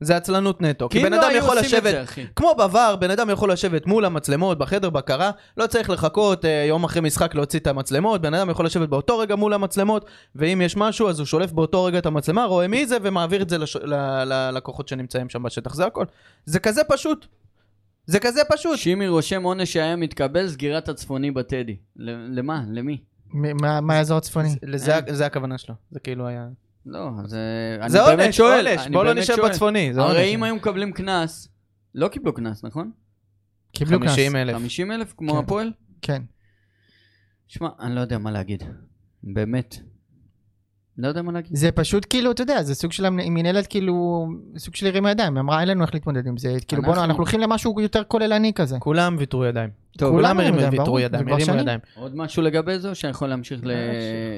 [SPEAKER 3] זה עצלנות נטו. כי
[SPEAKER 2] אם
[SPEAKER 3] בן
[SPEAKER 2] לא
[SPEAKER 3] אדם
[SPEAKER 2] היו
[SPEAKER 3] יכול
[SPEAKER 2] עושים את
[SPEAKER 3] לשבת...
[SPEAKER 2] זה, אחי.
[SPEAKER 3] כמו בעבר, בן אדם יכול לשבת מול המצלמות, בחדר בקרה, לא צריך לחכות אה, יום אחרי משחק להוציא את המצלמות, בן אדם יכול לשבת באותו רגע מול המצלמות, ואם יש משהו אז הוא שולף באותו רגע את המצלמה, רואה מי זה, ומעביר את זה לש... ל... ללקוחות שנמצאים שם בשטח, זה הכל. זה כזה פשוט. זה כזה פשוט.
[SPEAKER 2] שימי רושם עונש שהיה מתקבל, סגירת הצפוני בטדי. ל- למה? למי?
[SPEAKER 4] מ- מה- מה האזור הצפוני?
[SPEAKER 3] לזה, זה הכוונה שלו, זה כאילו היה...
[SPEAKER 2] לא, זה... אני
[SPEAKER 3] זה
[SPEAKER 2] באמת
[SPEAKER 3] עונש,
[SPEAKER 2] שואל,
[SPEAKER 3] עונש,
[SPEAKER 2] אני
[SPEAKER 3] בוא לא
[SPEAKER 2] באמת
[SPEAKER 3] נשב
[SPEAKER 2] שואל.
[SPEAKER 3] בצפוני, זה עונש. אה.
[SPEAKER 2] הרי אם היו מקבלים קנס, לא קיבלו קנס, נכון?
[SPEAKER 4] קיבלו קנס.
[SPEAKER 3] 50 אלף.
[SPEAKER 2] 50 אלף כמו
[SPEAKER 4] כן.
[SPEAKER 2] הפועל?
[SPEAKER 4] כן.
[SPEAKER 2] שמע, אני לא יודע מה להגיד. באמת. לא יודע מה להגיד.
[SPEAKER 4] זה פשוט כאילו, אתה יודע, זה סוג של מנהלת כאילו, סוג של הרימה ידיים, היא אמרה אין לנו איך להתמודד עם זה, כאילו בוא'נה,
[SPEAKER 2] אנחנו-
[SPEAKER 4] אנחנו הולכים למשהו יותר כוללני כזה.
[SPEAKER 3] כולם ויתרו ידיים.
[SPEAKER 2] טוב,
[SPEAKER 4] כולם
[SPEAKER 3] כולם הרימו-
[SPEAKER 4] הרימו ידיים,
[SPEAKER 3] ויתרו
[SPEAKER 4] ברור,
[SPEAKER 3] ידיים,
[SPEAKER 4] זה כבר
[SPEAKER 3] הרימו
[SPEAKER 4] שנים.
[SPEAKER 3] ידיים.
[SPEAKER 2] עוד משהו לגבי זה, או שאני יכול להמשיך ל...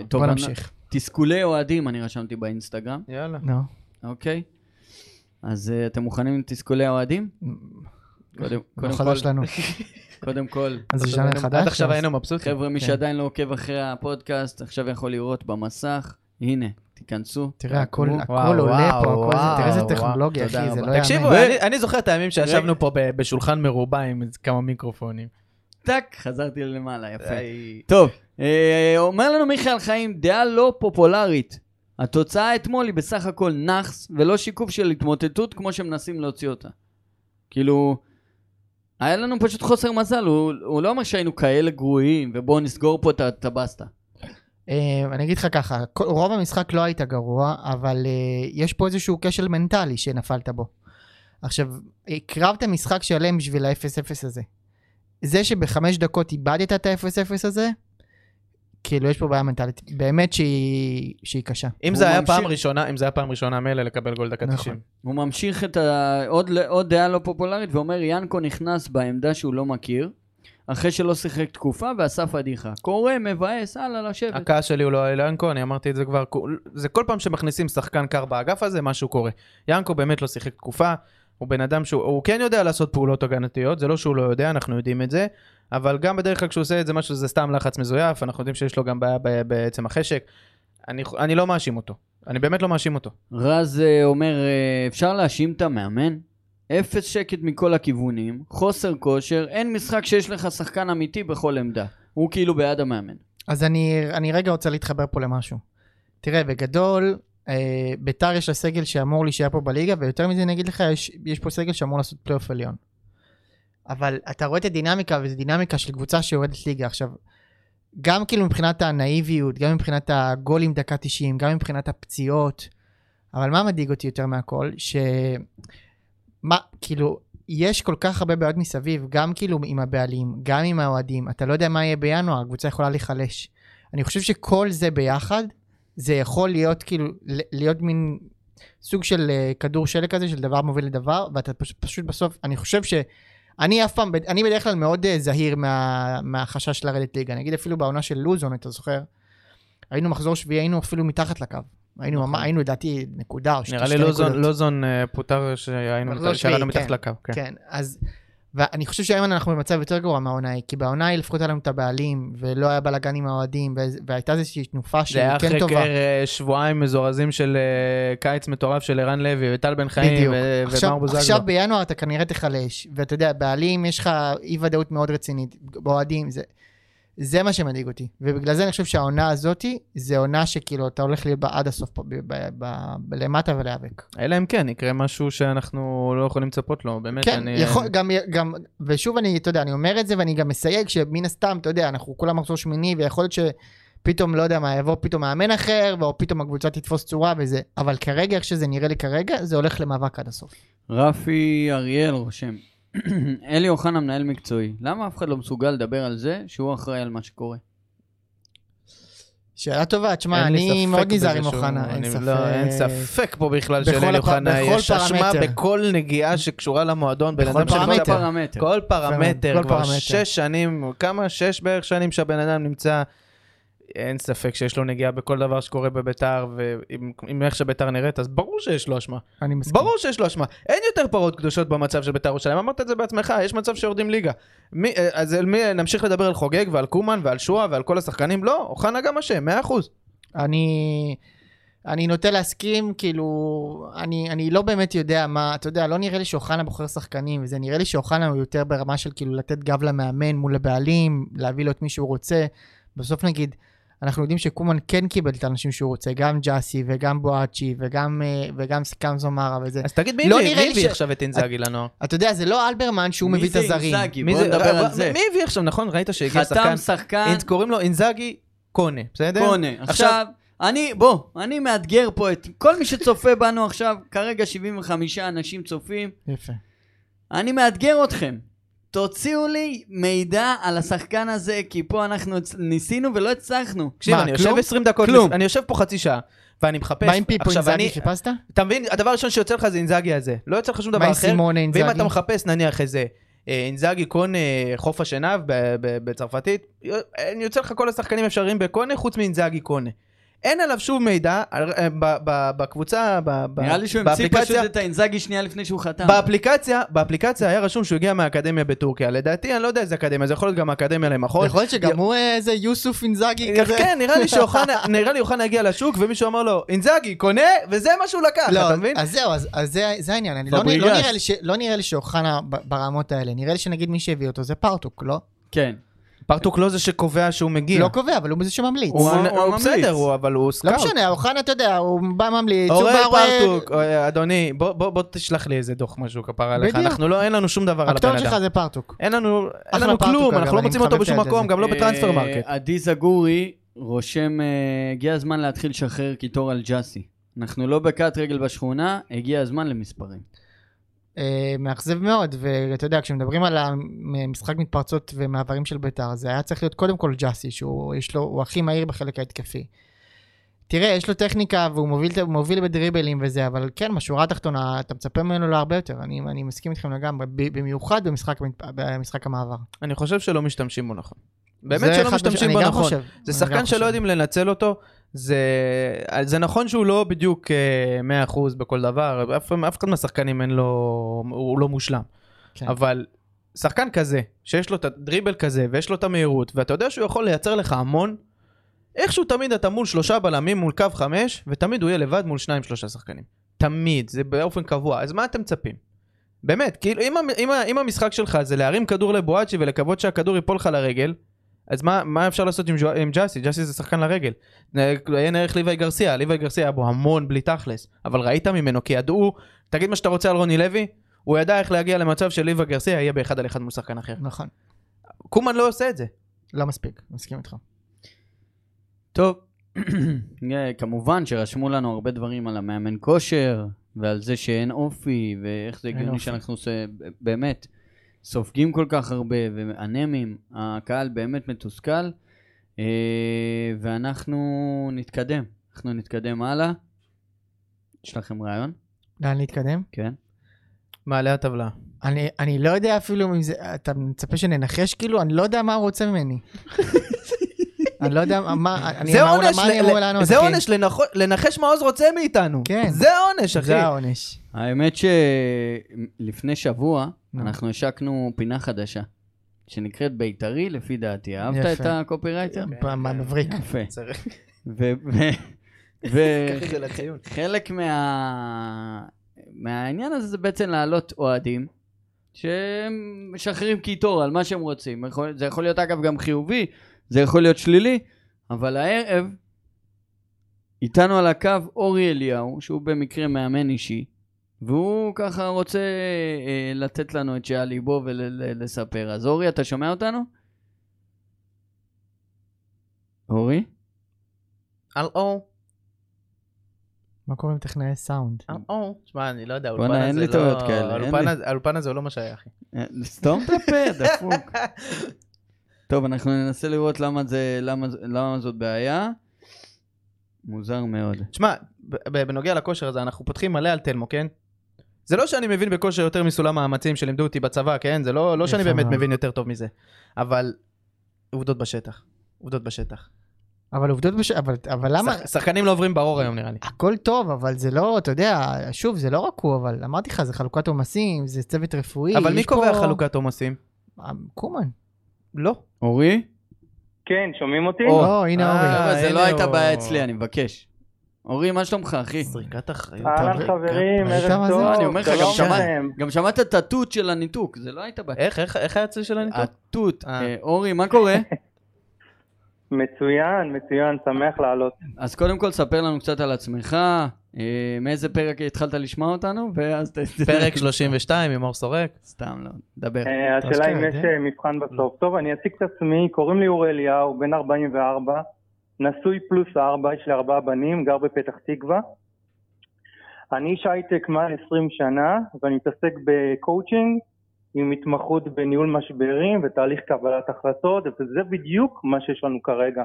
[SPEAKER 2] טוב,
[SPEAKER 4] בוא
[SPEAKER 2] אני-
[SPEAKER 4] נמשיך.
[SPEAKER 2] תסכולי אוהדים אני רשמתי באינסטגרם,
[SPEAKER 3] יאללה.
[SPEAKER 4] נו.
[SPEAKER 2] אוקיי? אז אה, אתם מוכנים לתסכולי האוהדים? קודם
[SPEAKER 4] לא
[SPEAKER 2] קודם
[SPEAKER 4] חדש
[SPEAKER 2] כל,
[SPEAKER 4] לנו.
[SPEAKER 2] קודם כל,
[SPEAKER 4] אז זה שנה כן. חדש.
[SPEAKER 3] עד עכשיו
[SPEAKER 4] אז-
[SPEAKER 3] היינו מבסוטים.
[SPEAKER 2] חבר'ה, מי שעדיין לא עוקב אחרי הפודקאסט, עכשיו יכול לראות במסך, הנה, תיכנסו.
[SPEAKER 4] תראה, הכל
[SPEAKER 2] תעקבו.
[SPEAKER 4] הכל
[SPEAKER 3] וואו,
[SPEAKER 4] עולה פה,
[SPEAKER 3] וואו,
[SPEAKER 4] הכל זה, תראה איזה
[SPEAKER 3] וואו,
[SPEAKER 4] טכנולוגיה,
[SPEAKER 2] תודה
[SPEAKER 4] אחי, זה
[SPEAKER 2] רבה.
[SPEAKER 4] לא יאמן.
[SPEAKER 3] תקשיבו,
[SPEAKER 2] ו-
[SPEAKER 3] אני- אני זוכר את הימים שישבנו פה ב- בשולחן מרובע עם איזה כמה מיקרופונים.
[SPEAKER 2] טאק, חזרתי למעלה, יפה.
[SPEAKER 3] איי.
[SPEAKER 2] טוב, אה, אומר לנו מיכאל חיים, דעה לא פופולרית. התוצאה אתמול היא בסך הכל נאחס, ולא שיקוף של התמוטטות כמו שמנסים להוציא אותה. כאילו, היה לנו פשוט חוסר מזל, הוא, הוא לא אומר שהיינו כאלה גרועים, ובואו נסגור פה את הטבסטה.
[SPEAKER 4] אה, אני אגיד לך ככה, כל- רוב המשחק לא היית גרוע, אבל אה, יש פה איזשהו כשל מנטלי שנפלת בו. עכשיו, הקרבת משחק שלם בשביל ה-0-0 הזה. זה שבחמש דקות איבדת את ה-0-0 הזה, כאילו יש פה בעיה מנטלית, באמת שהיא שהיא קשה.
[SPEAKER 3] אם
[SPEAKER 2] הוא
[SPEAKER 3] זה היה
[SPEAKER 2] ממשיך.
[SPEAKER 3] פעם ראשונה, אם זה היה פעם ראשונה מילא לקבל גול דקה
[SPEAKER 4] נכון.
[SPEAKER 3] 90.
[SPEAKER 2] הוא ממשיך את ה... עוד, ל- עוד דעה לא פופולרית, ואומר, ינקו נכנס בעמדה שהוא לא מכיר, אחרי שלא שיחק תקופה ועשה פדיחה. קורא, מבאס, הלאה, לשבת.
[SPEAKER 3] הכעס שלי הוא לא על ינקו, אני אמרתי את זה כבר, כל- זה כל פעם שמכניסים שחקן קר באגף הזה, משהו קורה. ינקו באמת לא שיחק תקופה, הוא בן אדם שהוא הוא כן יודע לעשות פעולות הגנתיות, זה לא שהוא לא יודע, אנחנו יודעים את זה, אבל גם בדרך כלל כשהוא עושה את זה משהו זה סתם לחץ מזויף, אנחנו יודעים שיש לו גם בעיה ב- בעצם החשק. אני, אני לא מאשים אותו, אני באמת לא מאשים אותו.
[SPEAKER 2] רז אה, אומר, אה, אפשר להאשים את המאמן? אפס שקט מכל הכיוונים, חוסר כושר, אין משחק שיש לך שחקן אמיתי בכל עמדה. הוא כאילו בעד המאמן.
[SPEAKER 4] אז אני, אני רגע רוצה להתחבר פה למשהו. תראה, בגדול, אה, ביתר יש לה סגל שאמור להישאר פה בליגה, ויותר מזה אני אגיד לך, יש, יש פה סגל שאמור לעשות פלייאוף עליון. אבל אתה רואה את הדינמיקה, וזו דינמיקה של קבוצה שיורדת ליגה. עכשיו, גם כאילו מבחינת הנאיביות, גם מבחינת הגולים דקה 90, גם מבחינת הפציעות, אבל מה מדאיג אותי יותר מהכל? ש... מה, כאילו, יש כל כך הרבה בעיות מסביב, גם כאילו עם הבעלים, גם עם האוהדים, אתה לא יודע מה יהיה בינואר, הקבוצה יכולה להיחלש. אני חושב שכל זה ביחד, זה יכול להיות כאילו, ל- להיות מין סוג של אה, כדור שלג כזה, של דבר מוביל לדבר, ואתה פשוט, פשוט בסוף, אני חושב ש... אני אף פעם, אני בדרך כלל מאוד אה, זהיר מה, מהחשש לרדת ליגה. נגיד אפילו בעונה של לוזון, אתה זוכר? היינו מחזור שביעי, היינו אפילו מתחת לקו. היינו, ממש- היינו לדעתי נקודה או שתי
[SPEAKER 3] נכון. נראה לי לא
[SPEAKER 4] שתי
[SPEAKER 3] לוזון,
[SPEAKER 4] נקודות.
[SPEAKER 3] לוזון אה, פוטר שהיינו
[SPEAKER 4] מחזור
[SPEAKER 3] מתחת-
[SPEAKER 4] שביעי,
[SPEAKER 3] שירדנו מתחת
[SPEAKER 4] כן.
[SPEAKER 3] לקו. כן.
[SPEAKER 4] כן, אז... ואני חושב שהיום אנחנו במצב יותר גרוע מהעונה ההיא, כי בעונה ההיא לפחות היה לנו את הבעלים, ולא היה בלאגן עם האוהדים, ואז- והייתה איזושהי תנופה
[SPEAKER 3] זה היה אחרי
[SPEAKER 4] שהיא כן טובה.
[SPEAKER 3] אה, שבועיים מזורזים של אה, קיץ מטורף של ערן לוי וטל בן חיים
[SPEAKER 4] בדיוק.
[SPEAKER 3] ו- ומר
[SPEAKER 4] עכשיו,
[SPEAKER 3] בוזגלו.
[SPEAKER 4] עכשיו בינואר אתה כנראה תיחלש, ואתה יודע, בעלים יש לך אי ודאות מאוד רצינית, באוהדים, זה, זה מה שמדאיג אותי. ובגלל זה אני חושב שהעונה הזאתי, זה עונה שכאילו אתה הולך להיות בה עד הסוף פה, ב- ב- ב- ב- למטה ולהיאבק.
[SPEAKER 3] אלא אם כן יקרה משהו שאנחנו לא יכולים לצפות לו, באמת.
[SPEAKER 4] כן,
[SPEAKER 3] אני-
[SPEAKER 4] יכול, גם, גם, ושוב אני, אתה יודע, אני אומר את זה ואני גם מסייג שמן הסתם, אתה יודע, אנחנו כולם מחזור שמיני ויכול להיות שפתאום, לא יודע מה, יבוא פתאום מאמן אחר, או פתאום הקבוצה תתפוס צורה וזה, אבל כרגע, איך שזה נראה לי כרגע, זה הולך למאבק עד הסוף.
[SPEAKER 2] רפי אריאל רושם, *clears throat* אלי אוחנה מנהל מקצועי, למה אף אחד לא מסוגל לדבר על זה שהוא אחראי על מה שקורה?
[SPEAKER 4] שאלה טובה, תשמע,
[SPEAKER 3] אין לי
[SPEAKER 4] אני
[SPEAKER 3] ספק
[SPEAKER 4] מאוד נזהר
[SPEAKER 3] בזה
[SPEAKER 4] עם
[SPEAKER 3] שהוא-
[SPEAKER 4] אוחנה, אין
[SPEAKER 3] אני-
[SPEAKER 4] ספק.
[SPEAKER 3] לא, אין ספק פה בכלל
[SPEAKER 4] בכל
[SPEAKER 3] שלאלי
[SPEAKER 4] הפ-
[SPEAKER 3] אוחנה
[SPEAKER 4] בכל
[SPEAKER 3] יש אשמה
[SPEAKER 4] פרמטר.
[SPEAKER 3] בכל נגיעה שקשורה למועדון. בן
[SPEAKER 4] בכל
[SPEAKER 3] אדם שכל
[SPEAKER 4] פרמטר.
[SPEAKER 2] פרמטר.
[SPEAKER 3] כל פרמטר,
[SPEAKER 4] כל
[SPEAKER 3] כבר
[SPEAKER 4] פרמטר.
[SPEAKER 3] שש שנים, כמה? שש בערך שנים שהבן אדם נמצא. אין ספק שיש לו נגיעה בכל דבר שקורה בביתר, ועם עם איך שביתר נראית, אז ברור שיש לו אשמה.
[SPEAKER 4] אני מסכים.
[SPEAKER 3] ברור שיש לו אשמה. אין יותר פרות קדושות במצב של ביתר ירושלים, אמרת את זה בעצמך, יש מצב שיורדים ליגה. מי, אה, אז אל מי, נמשיך לדבר על חוגג ועל קומן ועל שועה ועל כל השחקנים? לא, אוחנה גם אשם, 100%.
[SPEAKER 4] אני, אני נוטה להסכים, כאילו, אני, אני לא באמת יודע מה, אתה יודע, לא נראה לי שאוחנה בוחר שחקנים, וזה נראה לי שאוחנה הוא יותר ברמה של כאילו לתת גב למאמן מול הבעלים, להביא לו את מי שהוא רוצה. בסוף נגיד, אנחנו יודעים שקומן כן קיבל את האנשים שהוא רוצה, גם ג'אסי וגם בואצ'י וגם, אה, וגם סקאם זומרה וזה.
[SPEAKER 3] אז תגיד מי
[SPEAKER 4] לא
[SPEAKER 3] הביא-
[SPEAKER 4] נראה
[SPEAKER 3] מי
[SPEAKER 4] לי
[SPEAKER 3] הביא
[SPEAKER 4] ש-
[SPEAKER 3] עכשיו את אינזאגי לנוער?
[SPEAKER 4] אתה יודע, זה לא אלברמן שהוא מביא את הזרים.
[SPEAKER 2] מי זה אינזאגי?
[SPEAKER 3] מי
[SPEAKER 2] בוא
[SPEAKER 3] זה-
[SPEAKER 2] נדבר
[SPEAKER 3] אה,
[SPEAKER 2] על זה.
[SPEAKER 3] מי הביא עכשיו, נכון? ראית שהגיע שחקן?
[SPEAKER 2] חתם שחקן,
[SPEAKER 3] אין, קוראים לו אינזאגי קונה, בסדר?
[SPEAKER 2] קונה. עכשיו, אני, בוא, אני מאתגר פה את כל מי שצופה בנו עכשיו, כרגע 75 אנשים צופים,
[SPEAKER 4] יפה.
[SPEAKER 2] אני מאתגר אתכם. תוציאו לי מידע על השחקן הזה, כי פה אנחנו הצ- ניסינו ולא הצלחנו.
[SPEAKER 3] תקשיב,
[SPEAKER 4] מה,
[SPEAKER 3] אני
[SPEAKER 4] כלום?
[SPEAKER 3] יושב 20 דקות,
[SPEAKER 2] כלום.
[SPEAKER 3] אני יושב פה חצי שעה, ואני מחפש.
[SPEAKER 4] מה עם פיפו
[SPEAKER 3] עכשיו,
[SPEAKER 4] אינזאגי
[SPEAKER 3] אני-
[SPEAKER 4] חיפשת?
[SPEAKER 3] אתה מבין, הדבר הראשון שיוצא לך זה אינזאגי הזה. לא יוצא לך שום
[SPEAKER 4] מה
[SPEAKER 3] דבר
[SPEAKER 4] עם
[SPEAKER 3] אחר.
[SPEAKER 4] סימון אינזאגי?
[SPEAKER 3] ואם אתה מחפש נניח איזה אה, אינזאגי קונה חוף השנהב ב- ב- בצרפתית, יו- אין- יוצא לך כל השחקנים האפשריים בקונה חוץ מאינזאגי קונה. אין עליו שום מידע על- אה, ב- ב- בקבוצה, ב- ב-
[SPEAKER 2] נראה לי שהוא המציא פשוט
[SPEAKER 3] באפליקציה.
[SPEAKER 2] את האינזאגי שנייה לפני שהוא חתם.
[SPEAKER 3] באפליקציה, באפליקציה היה רשום שהוא הגיע מהאקדמיה בטורקיה. לדעתי, אני לא יודע איזה אקדמיה, זה יכול להיות גם האקדמיה למחול.
[SPEAKER 4] יכול להיות שגם הוא אה, איזה יוסוף אינזאגי כזה.
[SPEAKER 3] כן, נראה לי שאוחנה, נראה לי אוחנה הגיע לשוק ומישהו אמר לו, אינזאגי, קונה, וזה מה שהוא לקח,
[SPEAKER 4] לא,
[SPEAKER 3] אתה מבין?
[SPEAKER 4] אז זהו, אז, אז זה, זה העניין. אני לא, לא,
[SPEAKER 2] פבריגס.
[SPEAKER 4] נראה לי ש, לא נראה לי שאוחנה ב- ברמות האלה. נראה לי שנגיד מי שהביא אותו זה פרטוק, לא?
[SPEAKER 2] כן.
[SPEAKER 3] פרטוק לא זה שקובע שהוא מגיע.
[SPEAKER 4] לא קובע, אבל הוא זה שממליץ.
[SPEAKER 2] הוא
[SPEAKER 3] הוא
[SPEAKER 2] המ- הוא
[SPEAKER 3] הוא בסדר,
[SPEAKER 2] הממליץ.
[SPEAKER 3] הוא- אבל הוא סקאוט.
[SPEAKER 4] לא משנה, אוחנה, אתה יודע, הוא בא ממליץ, הוא
[SPEAKER 3] אוראל
[SPEAKER 4] בא רואה...
[SPEAKER 3] פרטוק, אה, אדוני, בוא- בוא בוא תשלח לי איזה דוח משהו כפרה לך.
[SPEAKER 4] בדיוק.
[SPEAKER 3] אנחנו לא, אין לנו שום דבר על הבן
[SPEAKER 4] הכתובת שלך
[SPEAKER 3] אדם.
[SPEAKER 4] זה פרטוק.
[SPEAKER 3] אין לנו, אין
[SPEAKER 4] אחלה
[SPEAKER 3] לנו
[SPEAKER 4] פרטוק,
[SPEAKER 3] כלום,
[SPEAKER 4] אגב,
[SPEAKER 3] אנחנו לא
[SPEAKER 4] אני
[SPEAKER 3] מוצאים אותו
[SPEAKER 4] מכבד את
[SPEAKER 3] בשום
[SPEAKER 4] הילד
[SPEAKER 3] מקום,
[SPEAKER 4] הזה.
[SPEAKER 3] גם לא בטרנספר מרקט.
[SPEAKER 2] אה, עדי זגורי רושם, אה, הגיע הזמן להתחיל לשחרר קיטור על ג'אסי. אנחנו לא בקט רגל בשכונה, הגיע הזמן למספרים.
[SPEAKER 4] אה, מאכזב מאוד, ואתה יודע, כשמדברים על המשחק מתפרצות ומעברים של בית"ר, זה היה צריך להיות קודם כל ג'אסי, שהוא יש לו, הוא הכי מהיר בחלק ההתקפי. תראה, יש לו טכניקה והוא מוביל, מוביל בדריבלים וזה, אבל כן, בשורה התחתונה, אתה מצפה ממנו להרבה יותר, אני, אני מסכים איתכם לגמרי, ב- במיוחד במשחק, המתפ- במשחק המעבר.
[SPEAKER 3] אני חושב שלא משתמשים בו נכון.
[SPEAKER 4] זה
[SPEAKER 3] באמת שלא
[SPEAKER 4] אחד
[SPEAKER 3] משתמשים
[SPEAKER 4] בש-
[SPEAKER 3] בו
[SPEAKER 4] אני גם
[SPEAKER 3] נכון.
[SPEAKER 4] חושב,
[SPEAKER 3] זה
[SPEAKER 4] אני
[SPEAKER 3] שחקן
[SPEAKER 4] גם חושב.
[SPEAKER 3] שלא יודעים לנצל אותו. זה, זה נכון שהוא לא בדיוק אה, 100% בכל דבר, אף, אף אחד מהשחקנים אין לו, הוא לא מושלם.
[SPEAKER 4] כן.
[SPEAKER 3] אבל שחקן כזה, שיש לו את הדריבל כזה, ויש לו את המהירות, ואתה יודע שהוא יכול לייצר לך המון, איכשהו תמיד אתה מול שלושה בלמים, מול קו חמש, ותמיד הוא יהיה לבד מול שניים שלושה שחקנים. תמיד, זה באופן קבוע. אז מה אתם מצפים? באמת, כאילו, אם, המ- אם, ה- אם המשחק שלך זה להרים כדור לבואצ'י ולקוות שהכדור ייפול לך לרגל, אז מה, מה אפשר לעשות עם, ז'ו- עם ג'אסי? ג'אסי זה שחקן לרגל. אה, אין ערך ליוואי גרסיה, ליוואי גרסיה היה בו המון בלי תכלס, אבל ראית ממנו, כי ידעו, תגיד מה שאתה רוצה על רוני לוי, הוא ידע איך להגיע למצב של ליוואי גרסיה יהיה באחד על אחד מול שחקן אחר.
[SPEAKER 4] נכון,
[SPEAKER 3] קומן לא עושה את זה.
[SPEAKER 4] לא מספיק, מסכים איתך.
[SPEAKER 2] טוב, *clears throat* אה, כמובן שרשמו לנו הרבה דברים על המאמן כושר, ועל זה שאין אופי, ואיך זה
[SPEAKER 4] אין
[SPEAKER 2] הגיוני
[SPEAKER 4] אופי.
[SPEAKER 2] שאנחנו עושה, באמת, סופגים כל כך הרבה, ואנמים, הקהל באמת מתוסכל, אה, ואנחנו נתקדם, אנחנו נתקדם הלאה. יש לכם רעיון?
[SPEAKER 4] לאן להתקדם?
[SPEAKER 2] כן.
[SPEAKER 3] מעלה הטבלה.
[SPEAKER 4] אני, אני לא יודע אפילו אם זה, אתה מצפה שננחש כאילו? אני לא יודע מה הוא רוצה
[SPEAKER 3] *laughs*
[SPEAKER 4] ממני. אני לא יודע מה, אני,
[SPEAKER 3] זה
[SPEAKER 4] מה הוא-
[SPEAKER 3] עונש,
[SPEAKER 4] מה אני
[SPEAKER 3] ל-
[SPEAKER 4] אמור
[SPEAKER 3] ל-
[SPEAKER 4] לענות?
[SPEAKER 3] זה
[SPEAKER 4] כן.
[SPEAKER 3] עונש לנכו- לנחש מה עוז רוצה מאיתנו.
[SPEAKER 4] כן.
[SPEAKER 3] זה עונש, אחי.
[SPEAKER 4] זה העונש.
[SPEAKER 2] האמת שלפני שבוע
[SPEAKER 4] נו.
[SPEAKER 2] אנחנו השקנו פינה חדשה, שנקראת בית"רי, לפי דעתי. אהבת
[SPEAKER 4] יפה.
[SPEAKER 2] את הקופירייטר?
[SPEAKER 3] כן.
[SPEAKER 4] מה- מה מבריק.
[SPEAKER 2] יפה.
[SPEAKER 3] צריך לקחת את זה
[SPEAKER 2] וחלק
[SPEAKER 3] לציון.
[SPEAKER 2] מה... מהעניין הזה זה בעצם להעלות אוהדים שהם משחררים קיטור על מה שהם רוצים. יכול- זה יכול להיות אגב גם חיובי, זה יכול להיות שלילי, אבל הערב איתנו על הקו אורי אליהו, שהוא במקרה מאמן אישי, והוא ככה רוצה אה, לתת לנו את שעל ליבו ולספר. אז אורי, אתה שומע אותנו? אורי?
[SPEAKER 3] *laughs* על או,
[SPEAKER 4] מה קורה עם טכנאי סאונד?
[SPEAKER 3] על אה, או. שמע, אני לא יודע,
[SPEAKER 2] כן. בואנה,
[SPEAKER 3] האולפן
[SPEAKER 2] אין
[SPEAKER 3] הזה
[SPEAKER 2] לי
[SPEAKER 3] לא-
[SPEAKER 2] טעויות כאלה, אין
[SPEAKER 3] האולפן
[SPEAKER 2] לי.
[SPEAKER 3] הזה- האולפן הזה הוא לא מה שהיה, אחי.
[SPEAKER 2] אה, סתום את הפה, דפוק. טוב, אנחנו ננסה לראות למה, זה, למה, למה זאת בעיה. מוזר מאוד.
[SPEAKER 3] תשמע, ב- ב- בנוגע לכושר הזה, אנחנו פותחים מלא על תלמו, כן? זה לא שאני מבין בכושר יותר מסולם מאמצים שלימדו אותי בצבא, כן? זה לא, לא שאני
[SPEAKER 4] יפה
[SPEAKER 3] באמת
[SPEAKER 4] מאוד.
[SPEAKER 3] מבין יותר טוב מזה. אבל עובדות בשטח. עובדות בשטח.
[SPEAKER 4] אבל עובדות בש... אבל, אבל למה?
[SPEAKER 3] שח- שחקנים לא עוברים באור היום נראה לי.
[SPEAKER 4] הכל טוב, אבל זה לא, אתה יודע, שוב, זה לא רק הוא, אבל אמרתי לך, זה חלוקת עומסים, זה צוות רפואי.
[SPEAKER 3] אבל מי
[SPEAKER 4] יש פה-
[SPEAKER 3] קובע חלוקת עומסים?
[SPEAKER 4] אה, קומן.
[SPEAKER 3] לא.
[SPEAKER 2] אורי?
[SPEAKER 5] כן, שומעים אותי?
[SPEAKER 2] או,
[SPEAKER 4] או, הנה
[SPEAKER 3] אה,
[SPEAKER 4] אורי.
[SPEAKER 2] חבר'ה, זה
[SPEAKER 3] הנה
[SPEAKER 2] לא הייתה
[SPEAKER 3] הוא.
[SPEAKER 2] בעיה אצלי, אני מבקש. אורי, מה שלומך, אחי?
[SPEAKER 3] זריקת אחריות.
[SPEAKER 5] אהלן
[SPEAKER 4] אתה-
[SPEAKER 5] חברים,
[SPEAKER 4] ראית מה
[SPEAKER 5] ערב
[SPEAKER 4] זה?
[SPEAKER 5] טוב,
[SPEAKER 2] כן. אני אומר לך, גם
[SPEAKER 5] שלום
[SPEAKER 2] שמעת.
[SPEAKER 5] לכם.
[SPEAKER 2] גם שמעת את התות של הניתוק, זה לא הייתה בעיה.
[SPEAKER 3] איך, איך, איך היה אצלי
[SPEAKER 2] *laughs*
[SPEAKER 3] של הניתוח?
[SPEAKER 2] התות.
[SPEAKER 3] אה.
[SPEAKER 2] אה, אורי, מה
[SPEAKER 3] *laughs*
[SPEAKER 2] קורה?
[SPEAKER 5] מצוין, מצוין, שמח לעלות.
[SPEAKER 2] אז קודם כל, ספר לנו קצת על עצמך, אה, מאיזה פרק התחלת לשמוע אותנו, ואז ת...
[SPEAKER 3] *laughs* פרק 32 עם אור סורק.
[SPEAKER 2] סתם, לא, דבר.
[SPEAKER 5] אה,
[SPEAKER 4] אתה
[SPEAKER 5] השאלה אם
[SPEAKER 4] אשכרה
[SPEAKER 5] יש
[SPEAKER 2] כן.
[SPEAKER 4] יודע?
[SPEAKER 5] אה, מבחן
[SPEAKER 2] לא.
[SPEAKER 5] בסוף. טוב, אני אציג את עצמי, קוראים לי אורי אליהו, בן 44, נשוי פלוס 4, יש לי ארבעה בנים, גר בפתח תקווה. אני איש הייטק מעל 20 שנה, ואני מתעסק בקואוצ'ינג עם התמחות בניהול משברים ותהליך קבלת החלטות, וזה בדיוק מה שיש לנו כרגע.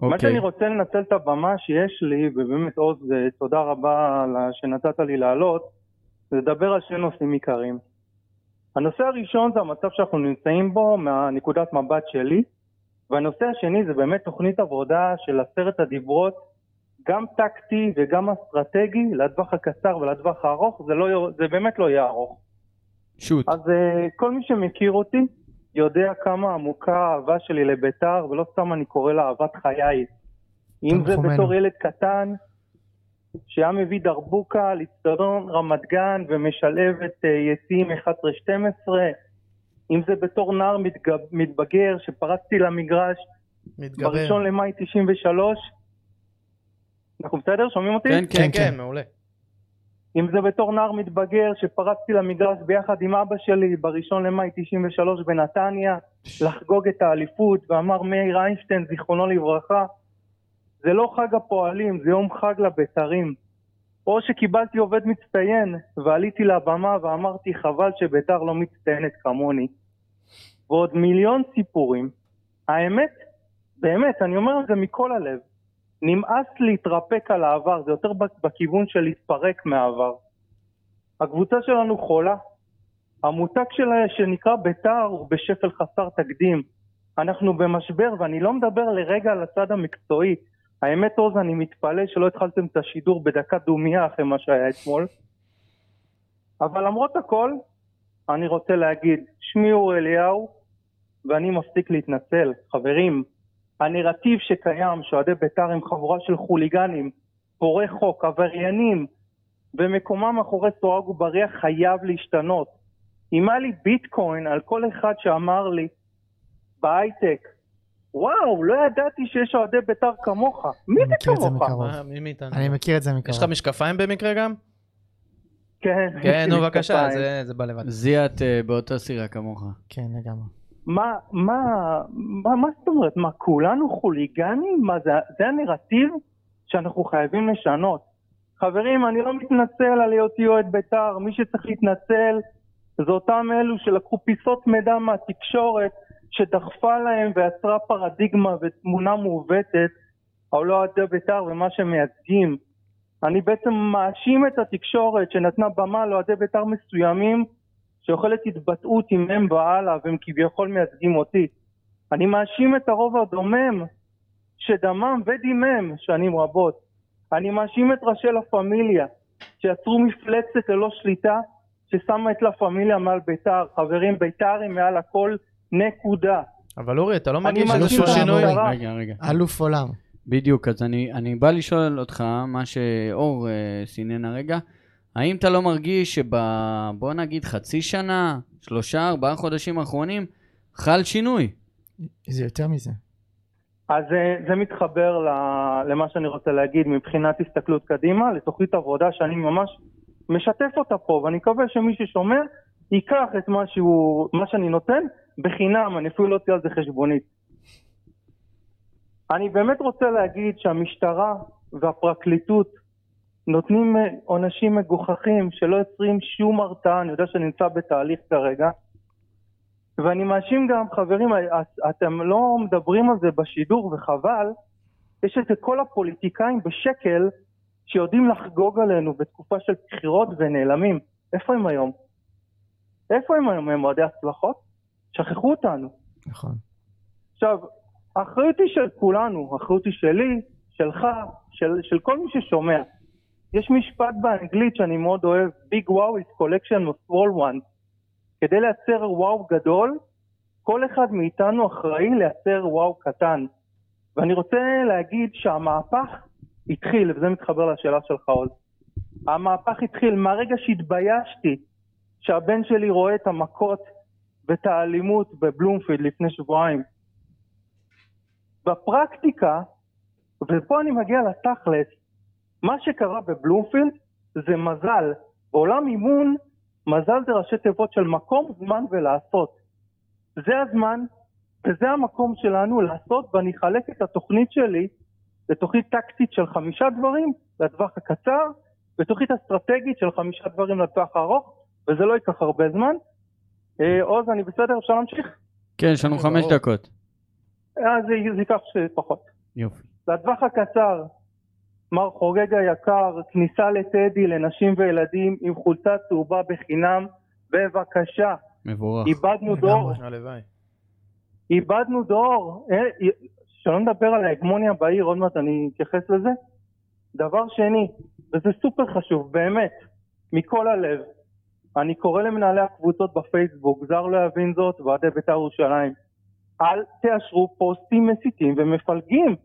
[SPEAKER 5] מה
[SPEAKER 2] אוקיי.
[SPEAKER 5] שאני רוצה לנצל את הבמה שיש לי, ובאמת עוז, אה, תודה רבה על ה- שנתת לי לעלות, לדבר על שני נושאים עיקריים. הנושא הראשון זה המצב שאנחנו נמצאים בו מהנקודת מבט שלי, והנושא השני זה באמת תוכנית עבודה של עשרת הדיברות, גם טקטי וגם אסטרטגי, לטווח הקצר ולטווח הארוך, זה, לא, יהיה- זה באמת לא יהיה ארוך.
[SPEAKER 2] שוט.
[SPEAKER 5] אז אה, כל מי שמכיר אותי יודע כמה עמוקה האהבה שלי לביתר, ולא סתם אני קורא לה אהבת חיי. אם זה
[SPEAKER 4] תנחומינו.
[SPEAKER 5] בתור ילד קטן, שהיה מביא דרבוקה, לאצטדיון רמת גן ומשלב את אה, יציאים 11-12, אם זה בתור נער מתגב- מתבגר שפרצתי למגרש בראשון למאי 93, אנחנו בסדר? שומעים אותי?
[SPEAKER 2] כן,
[SPEAKER 3] כן,
[SPEAKER 2] כן.
[SPEAKER 3] כן, מעולה.
[SPEAKER 5] אם זה בתור נער מתבגר שפרצתי למגרש ביחד עם אבא שלי בראשון למאי 93 בנתניה לחגוג את האליפות ואמר מאיר איינשטיין זיכרונו לברכה זה לא חג הפועלים זה יום חג לבית"רים או שקיבלתי עובד מצטיין ועליתי לבמה ואמרתי חבל שבית"ר לא מצטיינת כמוני ועוד מיליון סיפורים האמת באמת אני אומר את זה מכל הלב נמאס להתרפק על העבר, זה יותר בק- בכיוון של להתפרק מהעבר. הקבוצה שלנו חולה. המותג שלה שנקרא בית"ר הוא בשפל חסר תקדים. אנחנו במשבר, ואני לא מדבר לרגע על הצד המקצועי. האמת, עוז, אני מתפלא שלא התחלתם את השידור בדקה דומייה אחרי מה שהיה אתמול. אבל למרות הכל, אני רוצה להגיד, שמי אור אליהו, ואני מפסיק להתנצל. חברים, הנרטיב שקיים, שאוהדי בית"ר הם חבורה של חוליגנים, פורעי חוק, עבריינים, ומקומם מאחורי סורג ובריח חייב להשתנות. אם היה לי ביטקוין על כל אחד שאמר לי בהייטק, וואו, לא ידעתי שיש אוהדי בית"ר כמוך. מי
[SPEAKER 4] אני
[SPEAKER 5] זה
[SPEAKER 4] מכיר את זה
[SPEAKER 5] כמוך?
[SPEAKER 4] מקרוב.
[SPEAKER 3] מה, מי מאיתנו?
[SPEAKER 4] כן. אני מכיר את זה מקרוב.
[SPEAKER 3] יש לך משקפיים במקרה *laughs* גם?
[SPEAKER 5] כן,
[SPEAKER 3] כן,
[SPEAKER 5] *laughs* יש לי
[SPEAKER 3] נו בבקשה,
[SPEAKER 5] משקפיים.
[SPEAKER 3] זה- זה בא
[SPEAKER 4] *laughs*
[SPEAKER 3] לבד.
[SPEAKER 2] זיאת אה, באותה סירה כמוך.
[SPEAKER 4] כן, לגמרי.
[SPEAKER 5] מה, מה, מה, מה זאת אומרת? מה, כולנו חוליגנים? מה, זה, זה הנרטיב שאנחנו חייבים לשנות. חברים, אני לא מתנצל על היותי אוהד בית"ר, מי שצריך להתנצל זה אותם אלו שלקחו פיסות מידע מהתקשורת שדחפה להם ויצרה פרדיגמה ותמונה מעוותת על לא אוהדי בית"ר ומה שמייצגים. אני בעצם מאשים את התקשורת שנתנה במה לאוהדי בית"ר מסוימים שיכולת התבטאות עם הם והלאה והם כביכול מייצגים אותי. אני מאשים את הרוב הדומם שדמם ודימם שנים רבות. אני מאשים את ראשי לה פמיליה שיצרו מפלצת ללא שליטה ששמה את לה פמיליה מעל בית"ר. חברים, בית"ר היא מעל הכל נקודה.
[SPEAKER 3] אבל אורי, אתה לא
[SPEAKER 5] אני
[SPEAKER 3] מרגיש
[SPEAKER 4] מאשים
[SPEAKER 3] איזשהו
[SPEAKER 4] את
[SPEAKER 3] שינוי?
[SPEAKER 4] ההנהלה.
[SPEAKER 5] אה.
[SPEAKER 2] אוקיי, רגע, רגע.
[SPEAKER 4] אלוף עולם.
[SPEAKER 2] בדיוק, אז אני, אני בא לשאול אותך, מה שאור אה, סינן הרגע, האם אתה לא מרגיש שב... בוא נגיד חצי שנה, שלושה, ארבעה חודשים האחרונים, חל שינוי?
[SPEAKER 4] זה יותר מזה.
[SPEAKER 5] אז אה, זה מתחבר ל- למה שאני רוצה להגיד מבחינת הסתכלות קדימה, לתוכנית עבודה שאני ממש משתף אותה פה, ואני מקווה שמי ששומע ייקח את מה, שהוא, מה שאני נותן בחינם, אני אפילו לא אוציא על זה חשבונית. אני באמת רוצה להגיד שהמשטרה והפרקליטות נותנים אה, עונשים מגוחכים שלא יוצרים שום הרתעה, אני יודע שאני נמצא בתהליך כרגע, אה, ואני מאשים גם, חברים, את- אתם לא מדברים על זה בשידור וחבל, יש את כל הפוליטיקאים בשקל שיודעים לחגוג עלינו בתקופה של בחירות ונעלמים. איפה הם היום? איפה הם היום? הם אוהדי הצלחות? שכחו אותנו.
[SPEAKER 3] נכון.
[SPEAKER 5] עכשיו, האחריות היא של כולנו, האחריות היא שלי, שלך, של, של כל מי ששומע. יש משפט באנגלית שאני מאוד אוהב, Big Wow is collection of small ones. כדי לייצר וואו גדול, כל אחד מאיתנו אחראי לייצר וואו קטן. ואני רוצה להגיד שהמהפך התחיל, וזה מתחבר לשאלה שלך עוז. המהפך התחיל מהרגע שהתביישתי שהבן שלי רואה את המכות ואת האלימות בבלומפילד לפני שבועיים. בפרקטיקה, ופה אני מגיע לתכלס, מה שקרה בבלומפילד זה מזל. בעולם אימון, מזל זה ראשי תיבות של מקום, זמן ולעשות. זה הזמן וזה המקום שלנו לעשות, ואני אחלק את התוכנית שלי לתוכנית טקטית של חמישה דברים לטווח הקצר, ותוכנית אסטרטגית של חמישה דברים לטווח הארוך, וזה לא ייקח הרבה זמן. אה, עוז, אני בסדר? אפשר להמשיך?
[SPEAKER 2] כן, יש לנו חמש דקות.
[SPEAKER 5] אה, זה, זה ייקח ש- פחות.
[SPEAKER 2] יופי.
[SPEAKER 5] לטווח הקצר, מר חוגג היקר, כניסה לטדי לנשים וילדים עם חולצה צהובה בחינם, בבקשה,
[SPEAKER 2] מבורך.
[SPEAKER 5] איבדנו דור,
[SPEAKER 3] הלוואי.
[SPEAKER 5] איבדנו דור, אה, אה, שלא נדבר על ההגמוניה בעיר, עוד מעט אני אתייחס לזה. דבר שני, וזה סופר חשוב, באמת, מכל הלב, אני קורא למנהלי הקבוצות בפייסבוק, זר לא יבין זאת, ועדי בית"ר ירושלים, אל תאשרו פוסטים מסיתים ומפלגים.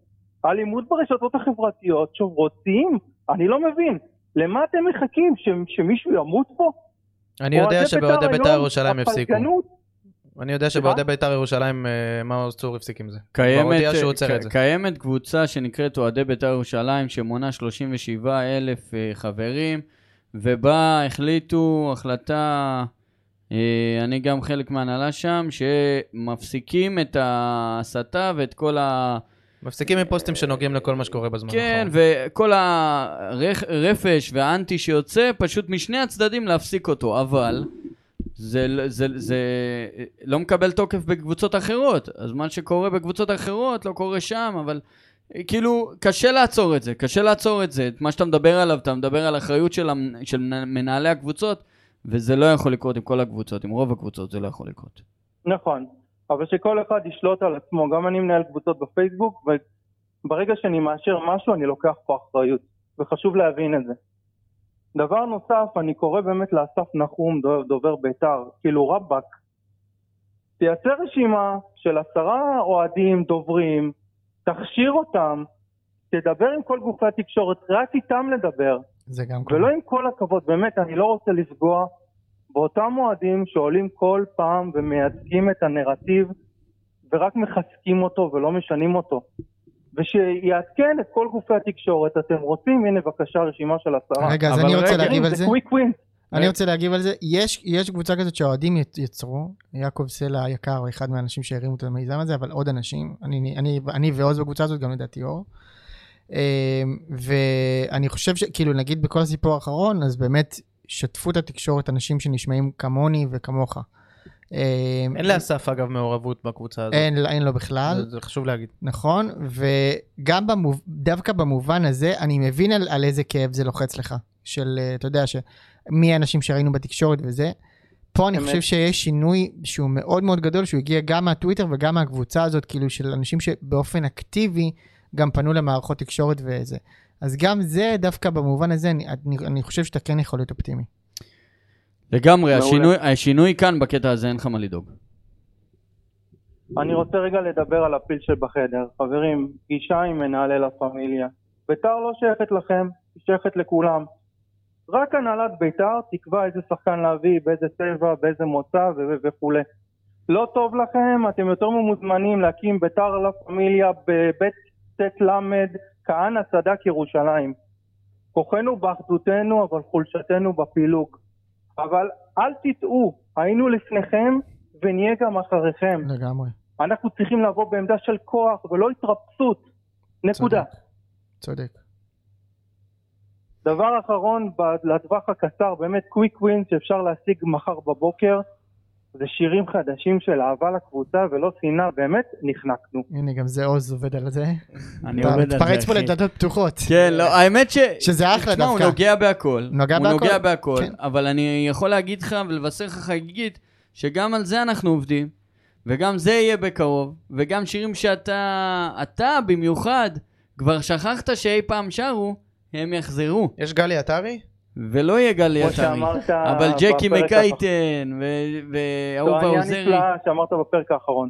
[SPEAKER 5] האלימות ברשתות החברתיות שוברות שיאים, אני לא מבין. למה אתם מחכים? ש- שמישהו ימות פה?
[SPEAKER 3] אני יודע
[SPEAKER 5] אוהדי
[SPEAKER 3] שבאוהדי בית"ר
[SPEAKER 5] היום,
[SPEAKER 3] ירושלים יפסיקו.
[SPEAKER 5] הפלגנות
[SPEAKER 3] אני יודע שבאוהדי בית"ר ירושלים, אה, מעוז צור הפסיק עם זה. כבר
[SPEAKER 2] קיימת,
[SPEAKER 3] הודיע שהוא עוצר
[SPEAKER 2] ק-
[SPEAKER 3] את זה.
[SPEAKER 2] קיימת קבוצה שנקראת אוהדי בית"ר ירושלים, שמונה 37 אלף אה, חברים, ובה החליטו החלטה, אה, אני גם חלק מההנהלה שם, שמפסיקים את ההסתה ואת כל ה...
[SPEAKER 3] מפסיקים עם פוסטים שנוגעים לכל מה שקורה
[SPEAKER 4] נכון.
[SPEAKER 3] בזמן.
[SPEAKER 2] כן,
[SPEAKER 3] האחרון.
[SPEAKER 2] וכל הרפש והאנטי שיוצא, פשוט משני הצדדים להפסיק אותו, אבל זה, זה, זה לא מקבל תוקף בקבוצות אחרות. אז מה שקורה בקבוצות אחרות לא קורה שם, אבל אה, כאילו, קשה לעצור את זה, קשה לעצור את זה. את מה שאתה מדבר עליו, אתה מדבר על אחריות של, המ- של מנה- מנהלי הקבוצות, וזה לא יכול לקרות עם כל הקבוצות, עם רוב הקבוצות זה לא יכול לקרות.
[SPEAKER 5] נכון, אבל שכל אחד ישלוט על עצמו, גם אני מנהל קבוצות בפייסבוק, וברגע שאני מאשר משהו אני לוקח פה אחריות, וחשוב להבין את זה. דבר נוסף, אני קורא באמת לאסף נחום, דו- דובר בית"ר, כאילו רבאק, תייצר רשימה של עשרה אוהדים, דוברים, תכשיר אותם, תדבר עם כל גופי התקשורת, רק איתם לדבר.
[SPEAKER 4] זה גם
[SPEAKER 2] לא
[SPEAKER 5] ולא עם כל הכבוד, באמת, אני לא רוצה לפגוע באותם אוהדים שעולים כל פעם ומייצגים את הנרטיב ורק מחזקים אותו ולא משנים אותו. ושיעדכן את כל גופי התקשורת, אתם רוצים, הנה בבקשה רשימה של עשרה.
[SPEAKER 4] רגע, אז
[SPEAKER 2] אבל
[SPEAKER 4] אני רוצה
[SPEAKER 2] רגע,
[SPEAKER 4] להגיב על
[SPEAKER 5] זה
[SPEAKER 4] זה.
[SPEAKER 5] קוויק ווין.
[SPEAKER 4] אני רוצה להגיב על זה. יש, יש קבוצה כזאת שהאוהדים י- יצרו, יעקב סלע היקר הוא אחד מהאנשים שהרימו את המיזם הזה, אבל עוד אנשים, אני, אני, אני ועוז בקבוצה הזאת, גם לדעתי אור. אמ, ואני חושב שכאילו נגיד בכל הסיפור האחרון, אז באמת שתפו את התקשורת אנשים שנשמעים כמוני וכמוך. אמ,
[SPEAKER 3] אין לאסף אגב מעורבות בקבוצה הזאת.
[SPEAKER 4] אין, אין לו בכלל.
[SPEAKER 3] זה- זה חשוב להגיד.
[SPEAKER 4] נכון, וגם במוב... דווקא במובן הזה, אני מבין על, על איזה כאב זה לוחץ לך. של, אה, אתה יודע, ש... מי האנשים שראינו בתקשורת וזה. פה אני
[SPEAKER 5] אמת.
[SPEAKER 4] חושב שיש שינוי שהוא מאוד מאוד גדול, שהוא הגיע גם מהטוויטר וגם מהקבוצה הזאת, כאילו של אנשים שבאופן אקטיבי גם פנו למערכות תקשורת וזה. אז גם זה, דווקא במובן הזה, אני, אני, אני חושב שאתה כן יכול להיות אופטימי.
[SPEAKER 2] לגמרי,
[SPEAKER 5] מעולה.
[SPEAKER 2] השינוי, השינוי כאן בקטע הזה, אין לך מה לדאוג.
[SPEAKER 5] אני רוצה רגע לדבר על הפיל שבחדר. חברים, פגישה עם מנהלי לה פמיליה. ביתר לא שייכת לכם, היא שייכת לכולם. רק הנהלת ביתר תקבע איזה שחקן להביא, באיזה צבע, באיזה מוצא ו- וכולי. לא טוב לכם, אתם יותר ממוזמנים להקים ביתר לה פמיליה בבית ט"ל כהנא צדק ירושלים. כוחנו באחדותנו, אבל חולשתנו בפילוג. אבל אל תטעו, היינו לפניכם ונהיה גם אחריכם.
[SPEAKER 4] לגמרי.
[SPEAKER 5] אנחנו צריכים לבוא בעמדה של כוח ולא התרפסות. נקודה.
[SPEAKER 4] צודק. צודק.
[SPEAKER 5] דבר אחרון ב- לטווח הקצר, באמת קוויק ווין שאפשר להשיג מחר בבוקר, זה שירים חדשים של אהבה לקבוצה ולא שנאה, באמת נחנקנו.
[SPEAKER 4] הנה, גם זה עוז עובד על זה.
[SPEAKER 2] אני
[SPEAKER 4] אתה
[SPEAKER 2] עובד על זה,
[SPEAKER 4] מתפרץ פה
[SPEAKER 2] אחי.
[SPEAKER 4] לדלתות פתוחות.
[SPEAKER 2] כן, לא, האמת ש...
[SPEAKER 4] שזה אחלה
[SPEAKER 2] תשמע, הוא
[SPEAKER 4] דווקא.
[SPEAKER 2] נוגע בהכל.
[SPEAKER 4] נוגע
[SPEAKER 2] הוא נוגע
[SPEAKER 4] בהכל,
[SPEAKER 2] בהכל,
[SPEAKER 4] כן.
[SPEAKER 2] אבל אני יכול להגיד לך ולבשר לך חגיגית, שגם על זה אנחנו עובדים, וגם זה יהיה בקרוב, וגם שירים שאתה, אתה במיוחד, כבר שכחת שאי פעם שרו, הם יחזרו,
[SPEAKER 3] יש גלי עטרי?
[SPEAKER 2] ולא יהיה גל
[SPEAKER 5] כמו
[SPEAKER 2] יתרי.
[SPEAKER 5] שאמרת...
[SPEAKER 2] אבל ג'קי
[SPEAKER 5] בפרק האחרון.
[SPEAKER 2] מקייטן, ו- ואהובה
[SPEAKER 5] זו עניין
[SPEAKER 2] עוזרי.
[SPEAKER 5] נפלאה שאמרת בפרק האחרון.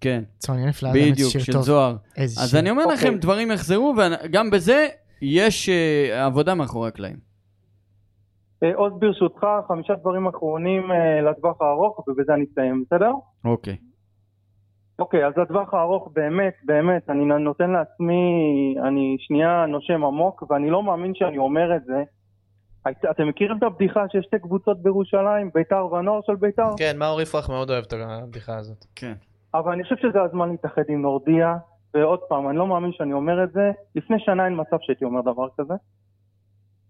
[SPEAKER 2] כן,
[SPEAKER 4] צוניה נפלאה, באמת
[SPEAKER 2] בדיוק,
[SPEAKER 4] לא, שיר
[SPEAKER 2] של
[SPEAKER 4] טוב.
[SPEAKER 2] זוהר.
[SPEAKER 4] איזה
[SPEAKER 2] אז
[SPEAKER 4] שיר.
[SPEAKER 2] אני אומר לכם,
[SPEAKER 5] אוקיי.
[SPEAKER 2] דברים יחזרו, וגם בזה יש אה, עבודה מאחורי הקלעים.
[SPEAKER 5] אה, עוד ברשותך, חמישה דברים אחרונים אה, לטווח הארוך, ובזה אני אסיים, בסדר?
[SPEAKER 2] אוקיי.
[SPEAKER 5] אוקיי, אז לטווח הארוך באמת, באמת, אני נותן לעצמי, אני שנייה נושם עמוק, ואני לא מאמין שאני אומר את זה. היית- אתם מכירים את הבדיחה שיש שתי קבוצות בירושלים, ביתר והנוער של ביתר?
[SPEAKER 3] כן, מאור יפרח מאוד אוהב את הבדיחה הזאת.
[SPEAKER 2] כן.
[SPEAKER 5] אבל אני חושב שזה הזמן להתאחד עם נורדיה, ועוד פעם, אני לא מאמין שאני אומר את זה, לפני שנה אין מצב שהייתי אומר דבר כזה.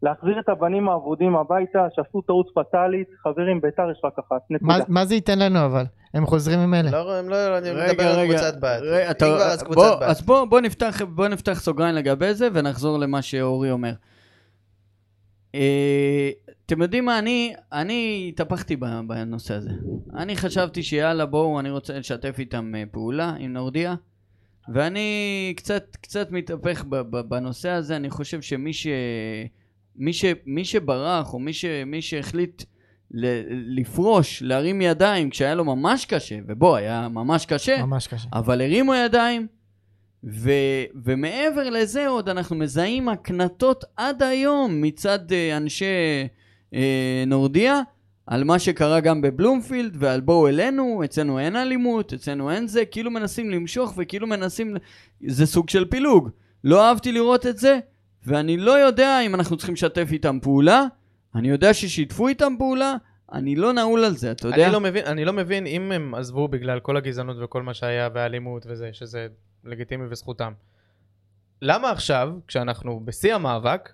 [SPEAKER 5] להחזיר את הבנים האבודים הביתה, שעשו טעות פטאלית, חברים, ביתר יש רק אחת,
[SPEAKER 4] מה-
[SPEAKER 5] נקודה.
[SPEAKER 4] מה זה ייתן לנו אבל? הם חוזרים עם אלה.
[SPEAKER 3] לא, הם לא, אני מדבר
[SPEAKER 2] רגע,
[SPEAKER 3] על
[SPEAKER 2] רגע.
[SPEAKER 3] קבוצת בת.
[SPEAKER 2] רגע,
[SPEAKER 3] אם
[SPEAKER 2] אתה-
[SPEAKER 3] כבר, אז
[SPEAKER 2] בוא-
[SPEAKER 3] קבוצת בת.
[SPEAKER 2] אז בוא בוא נפתח- בוא נפתח סוגריים לגבי זה ונחזור למה שאורי אומר. אה, אתם יודעים מה, אני, אני התהפכתי ב- בנושא הזה. אני חשבתי שיאללה בואו, אני רוצה לשתף איתם אה, פעולה עם נורדיה, ואני קצת, קצת מתהפך ב- ב- בנושא הזה, אני חושב שמי ש... מי, ש, מי שברח או מי, ש, מי שהחליט ל, לפרוש, להרים ידיים כשהיה לו ממש קשה, ובוא, היה ממש קשה,
[SPEAKER 4] ממש קשה.
[SPEAKER 2] אבל הרימו ידיים, ו, ומעבר לזה עוד אנחנו מזהים הקנטות עד היום מצד אה, אנשי אה, נורדיה, על מה שקרה גם בבלומפילד, ועל בואו אלינו, אצלנו אין אלימות, אצלנו אין זה, כאילו מנסים למשוך וכאילו מנסים, זה סוג של פילוג. לא אהבתי לראות את זה, ואני לא יודע אם אנחנו צריכים לשתף איתם פעולה, אני יודע ששיתפו איתם פעולה, אני לא נעול על זה, אתה יודע?
[SPEAKER 3] אני לא מבין, אני לא מבין אם הם עזבו בגלל כל הגזענות וכל מה שהיה והאלימות וזה, שזה לגיטימי וזכותם. למה עכשיו, כשאנחנו בשיא המאבק,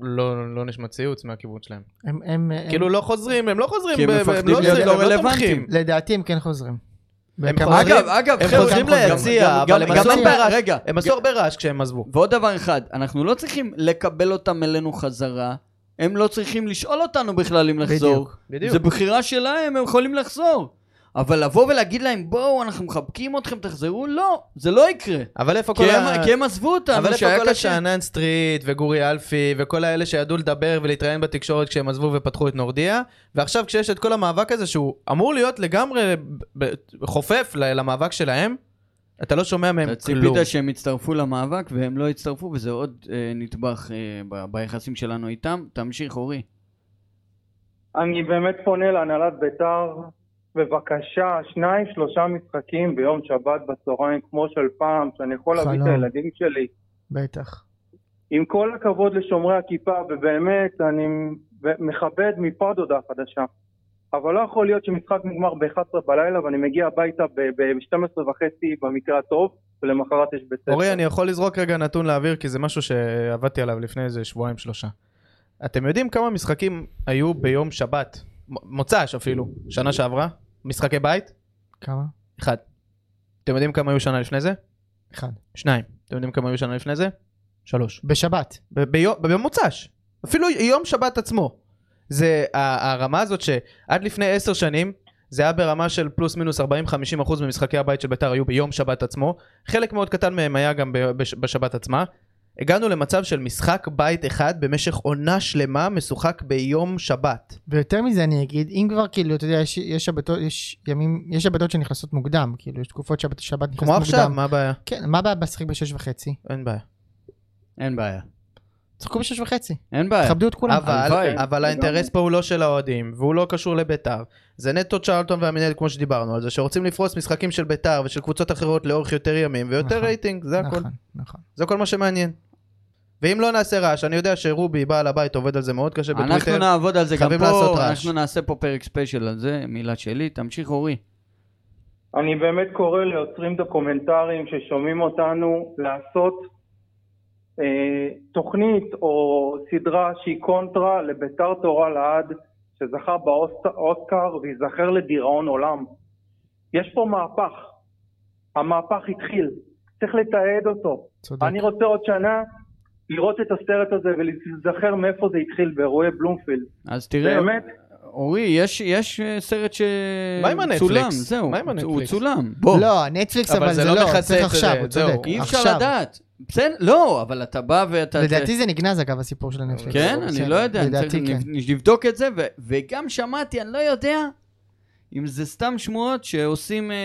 [SPEAKER 3] לא, לא נשמע ציוץ מהכיוון שלהם?
[SPEAKER 4] הם- הם... הם-
[SPEAKER 3] כאילו לא חוזרים, הם לא חוזרים,
[SPEAKER 2] כי הם
[SPEAKER 3] ב- ב-
[SPEAKER 2] מפחדים
[SPEAKER 3] לא
[SPEAKER 2] להיות
[SPEAKER 3] עוזרים,
[SPEAKER 2] לא
[SPEAKER 3] הם
[SPEAKER 2] רלוונטיים.
[SPEAKER 3] תומכים.
[SPEAKER 4] לדעתי הם כן חוזרים. בכמה-
[SPEAKER 3] חוזרים-
[SPEAKER 2] אגב, אגב,
[SPEAKER 3] הם
[SPEAKER 2] חבר'ה,
[SPEAKER 3] חוזרים
[SPEAKER 2] גם-
[SPEAKER 3] ליציע,
[SPEAKER 2] גם-
[SPEAKER 3] אבל
[SPEAKER 2] גם-
[SPEAKER 3] הם עשו
[SPEAKER 2] גם-
[SPEAKER 3] הרבה רעש.
[SPEAKER 2] רגע,
[SPEAKER 3] הם עשו
[SPEAKER 2] גם-
[SPEAKER 3] הרבה רעש כשהם עזבו.
[SPEAKER 2] ועוד דבר אחד, אנחנו לא צריכים לקבל אותם אלינו חזרה, הם לא צריכים לשאול אותנו בכלל אם לחזור.
[SPEAKER 4] בדיוק.
[SPEAKER 3] בדיוק.
[SPEAKER 2] זה בחירה שלהם, הם יכולים לחזור. אבל לבוא ולהגיד להם, בואו, אנחנו מחבקים אתכם, תחזרו, לא, זה לא יקרה.
[SPEAKER 3] אבל איפה כל
[SPEAKER 2] כי הם-
[SPEAKER 3] ה...
[SPEAKER 2] כי הם עזבו
[SPEAKER 3] אבל
[SPEAKER 2] אותנו,
[SPEAKER 3] איפה
[SPEAKER 2] שהיה
[SPEAKER 3] כל
[SPEAKER 2] קשה.
[SPEAKER 3] השאנן סטריט וגורי אלפי וכל האלה שידעו לדבר ולהתראיין בתקשורת כשהם עזבו ופתחו את נורדיה ועכשיו כשיש את כל המאבק הזה שהוא אמור להיות לגמרי ב- ב- חופף ל- למאבק שלהם אתה לא שומע מהם
[SPEAKER 2] אתה
[SPEAKER 3] כלום.
[SPEAKER 2] ציפית שהם יצטרפו למאבק והם לא יצטרפו, וזה עוד אה, נדבך אה, ב- ביחסים שלנו איתם. תמשיך, אורי.
[SPEAKER 5] אני באמת פונה להנהלת בית"ר, בבקשה, שניים, שלושה משחקים ביום שבת בצהריים, כמו של פעם, שאני יכול להביא את
[SPEAKER 4] חלום.
[SPEAKER 5] הילדים שלי.
[SPEAKER 4] בטח.
[SPEAKER 5] עם כל הכבוד לשומרי הכיפה, ובאמת, אני מכבד מפה עד הודעה חדשה. אבל לא יכול להיות שמשחק נגמר ב-11 בלילה ואני מגיע הביתה ב-12 וחצי במקרה הטוב, ולמחרת יש בית ספר.
[SPEAKER 3] אורי אני יכול לזרוק רגע נתון לאוויר כי זה משהו שעבדתי עליו לפני איזה שבועיים שלושה. אתם יודעים כמה משחקים היו ביום שבת מ- מוצ"ש אפילו שנה שעברה משחקי בית?
[SPEAKER 4] כמה?
[SPEAKER 3] אחד. אתם יודעים כמה היו שנה לפני זה?
[SPEAKER 4] אחד.
[SPEAKER 3] שניים. אתם יודעים כמה היו שנה לפני זה? שלוש.
[SPEAKER 4] בשבת.
[SPEAKER 3] ב- ביום- ביום מוצ"ש, אפילו יום שבת עצמו. זה ה- הרמה הזאת שעד לפני עשר שנים זה היה ברמה של פלוס מינוס 40-50 אחוז ממשחקי הבית של בית"ר היו ביום שבת עצמו, חלק מאוד קטן מהם היה גם ב- בש- בשבת עצמה. הגענו למצב של משחק בית אחד במשך עונה שלמה משוחק ביום שבת.
[SPEAKER 4] ויותר מזה אני אגיד, אם כבר כאילו, אתה יודע, יש, יש שבתות, יש ימים, יש שבתות שנכנסות מוקדם, כאילו, יש תקופות שבת, שבת נכנסת
[SPEAKER 3] כמו
[SPEAKER 4] מוקדם.
[SPEAKER 3] עכשיו, מה הבעיה?
[SPEAKER 4] כן, מה הבעיה לשחק בשש וחצי?
[SPEAKER 3] אין בעיה.
[SPEAKER 2] אין בעיה.
[SPEAKER 4] תשחקו בשש וחצי,
[SPEAKER 2] אין בעיה.
[SPEAKER 4] תכבדו את כולם.
[SPEAKER 3] אבל,
[SPEAKER 2] הלוואי.
[SPEAKER 3] אבל האינטרס פה הוא לא של האוהדים, והוא לא קשור לביתר. זה נטו צ'רלטון והמנהל, כמו שדיברנו על זה, שרוצים לפרוס משחקים של ביתר ושל קבוצות אחרות לאורך יותר ימים ויותר
[SPEAKER 4] נכון,
[SPEAKER 3] רייטינג, זה הכל.
[SPEAKER 4] נכון, נכון.
[SPEAKER 3] זה כל מה שמעניין. ואם לא נעשה רעש, אני יודע שרובי, בעל הבית, עובד על זה מאוד קשה
[SPEAKER 2] אנחנו
[SPEAKER 3] בטוויטר.
[SPEAKER 2] נעבוד על זה גם
[SPEAKER 3] חייבים לעשות
[SPEAKER 2] פה,
[SPEAKER 3] רעש.
[SPEAKER 2] אנחנו נעשה פה פרק ספיישל על זה, מילה שלי. תמשיך, אורי.
[SPEAKER 5] אני באמת קורא ליוצרים דוקומנטריים ששומעים אותנו לעשות אה, תוכנית או סדרה שהיא קונטרה לביתר תורה לעד, שזכה באוסקר וייזכר לדיראון עולם. יש פה מהפך. המהפך התחיל. צריך לתעד אותו.
[SPEAKER 4] צודק.
[SPEAKER 5] אני רוצה עוד שנה לראות את הסרט הזה ולהיזכר מאיפה זה התחיל באירועי בלומפילד.
[SPEAKER 2] אז תראה,
[SPEAKER 5] באמת,
[SPEAKER 2] אורי, יש, יש אה, סרט
[SPEAKER 3] מה עם
[SPEAKER 2] שצולם,
[SPEAKER 3] הנטפליקס?
[SPEAKER 2] זהו,
[SPEAKER 3] מה עם
[SPEAKER 2] הוא
[SPEAKER 3] הנטפליקס?
[SPEAKER 2] צולם, בוא,
[SPEAKER 4] לא, נטפליקס אבל זה לא,
[SPEAKER 3] מכסה
[SPEAKER 4] צריך
[SPEAKER 3] את זה,
[SPEAKER 4] עכשיו, הוא
[SPEAKER 3] זהו.
[SPEAKER 4] צודק.
[SPEAKER 2] אי אפשר
[SPEAKER 4] עכשיו.
[SPEAKER 2] לדעת, בסדר, לא, אבל אתה בא ואתה,
[SPEAKER 4] לדעתי זה נגנז אגב הסיפור של הנטפליקס.
[SPEAKER 2] כן,
[SPEAKER 4] בסדר,
[SPEAKER 2] אני לא יודע, אני צריך
[SPEAKER 4] לדעתי כן.
[SPEAKER 2] נב- נבדוק את זה, ו- וגם שמעתי, אני לא יודע אם זה סתם שמועות שעושים אה,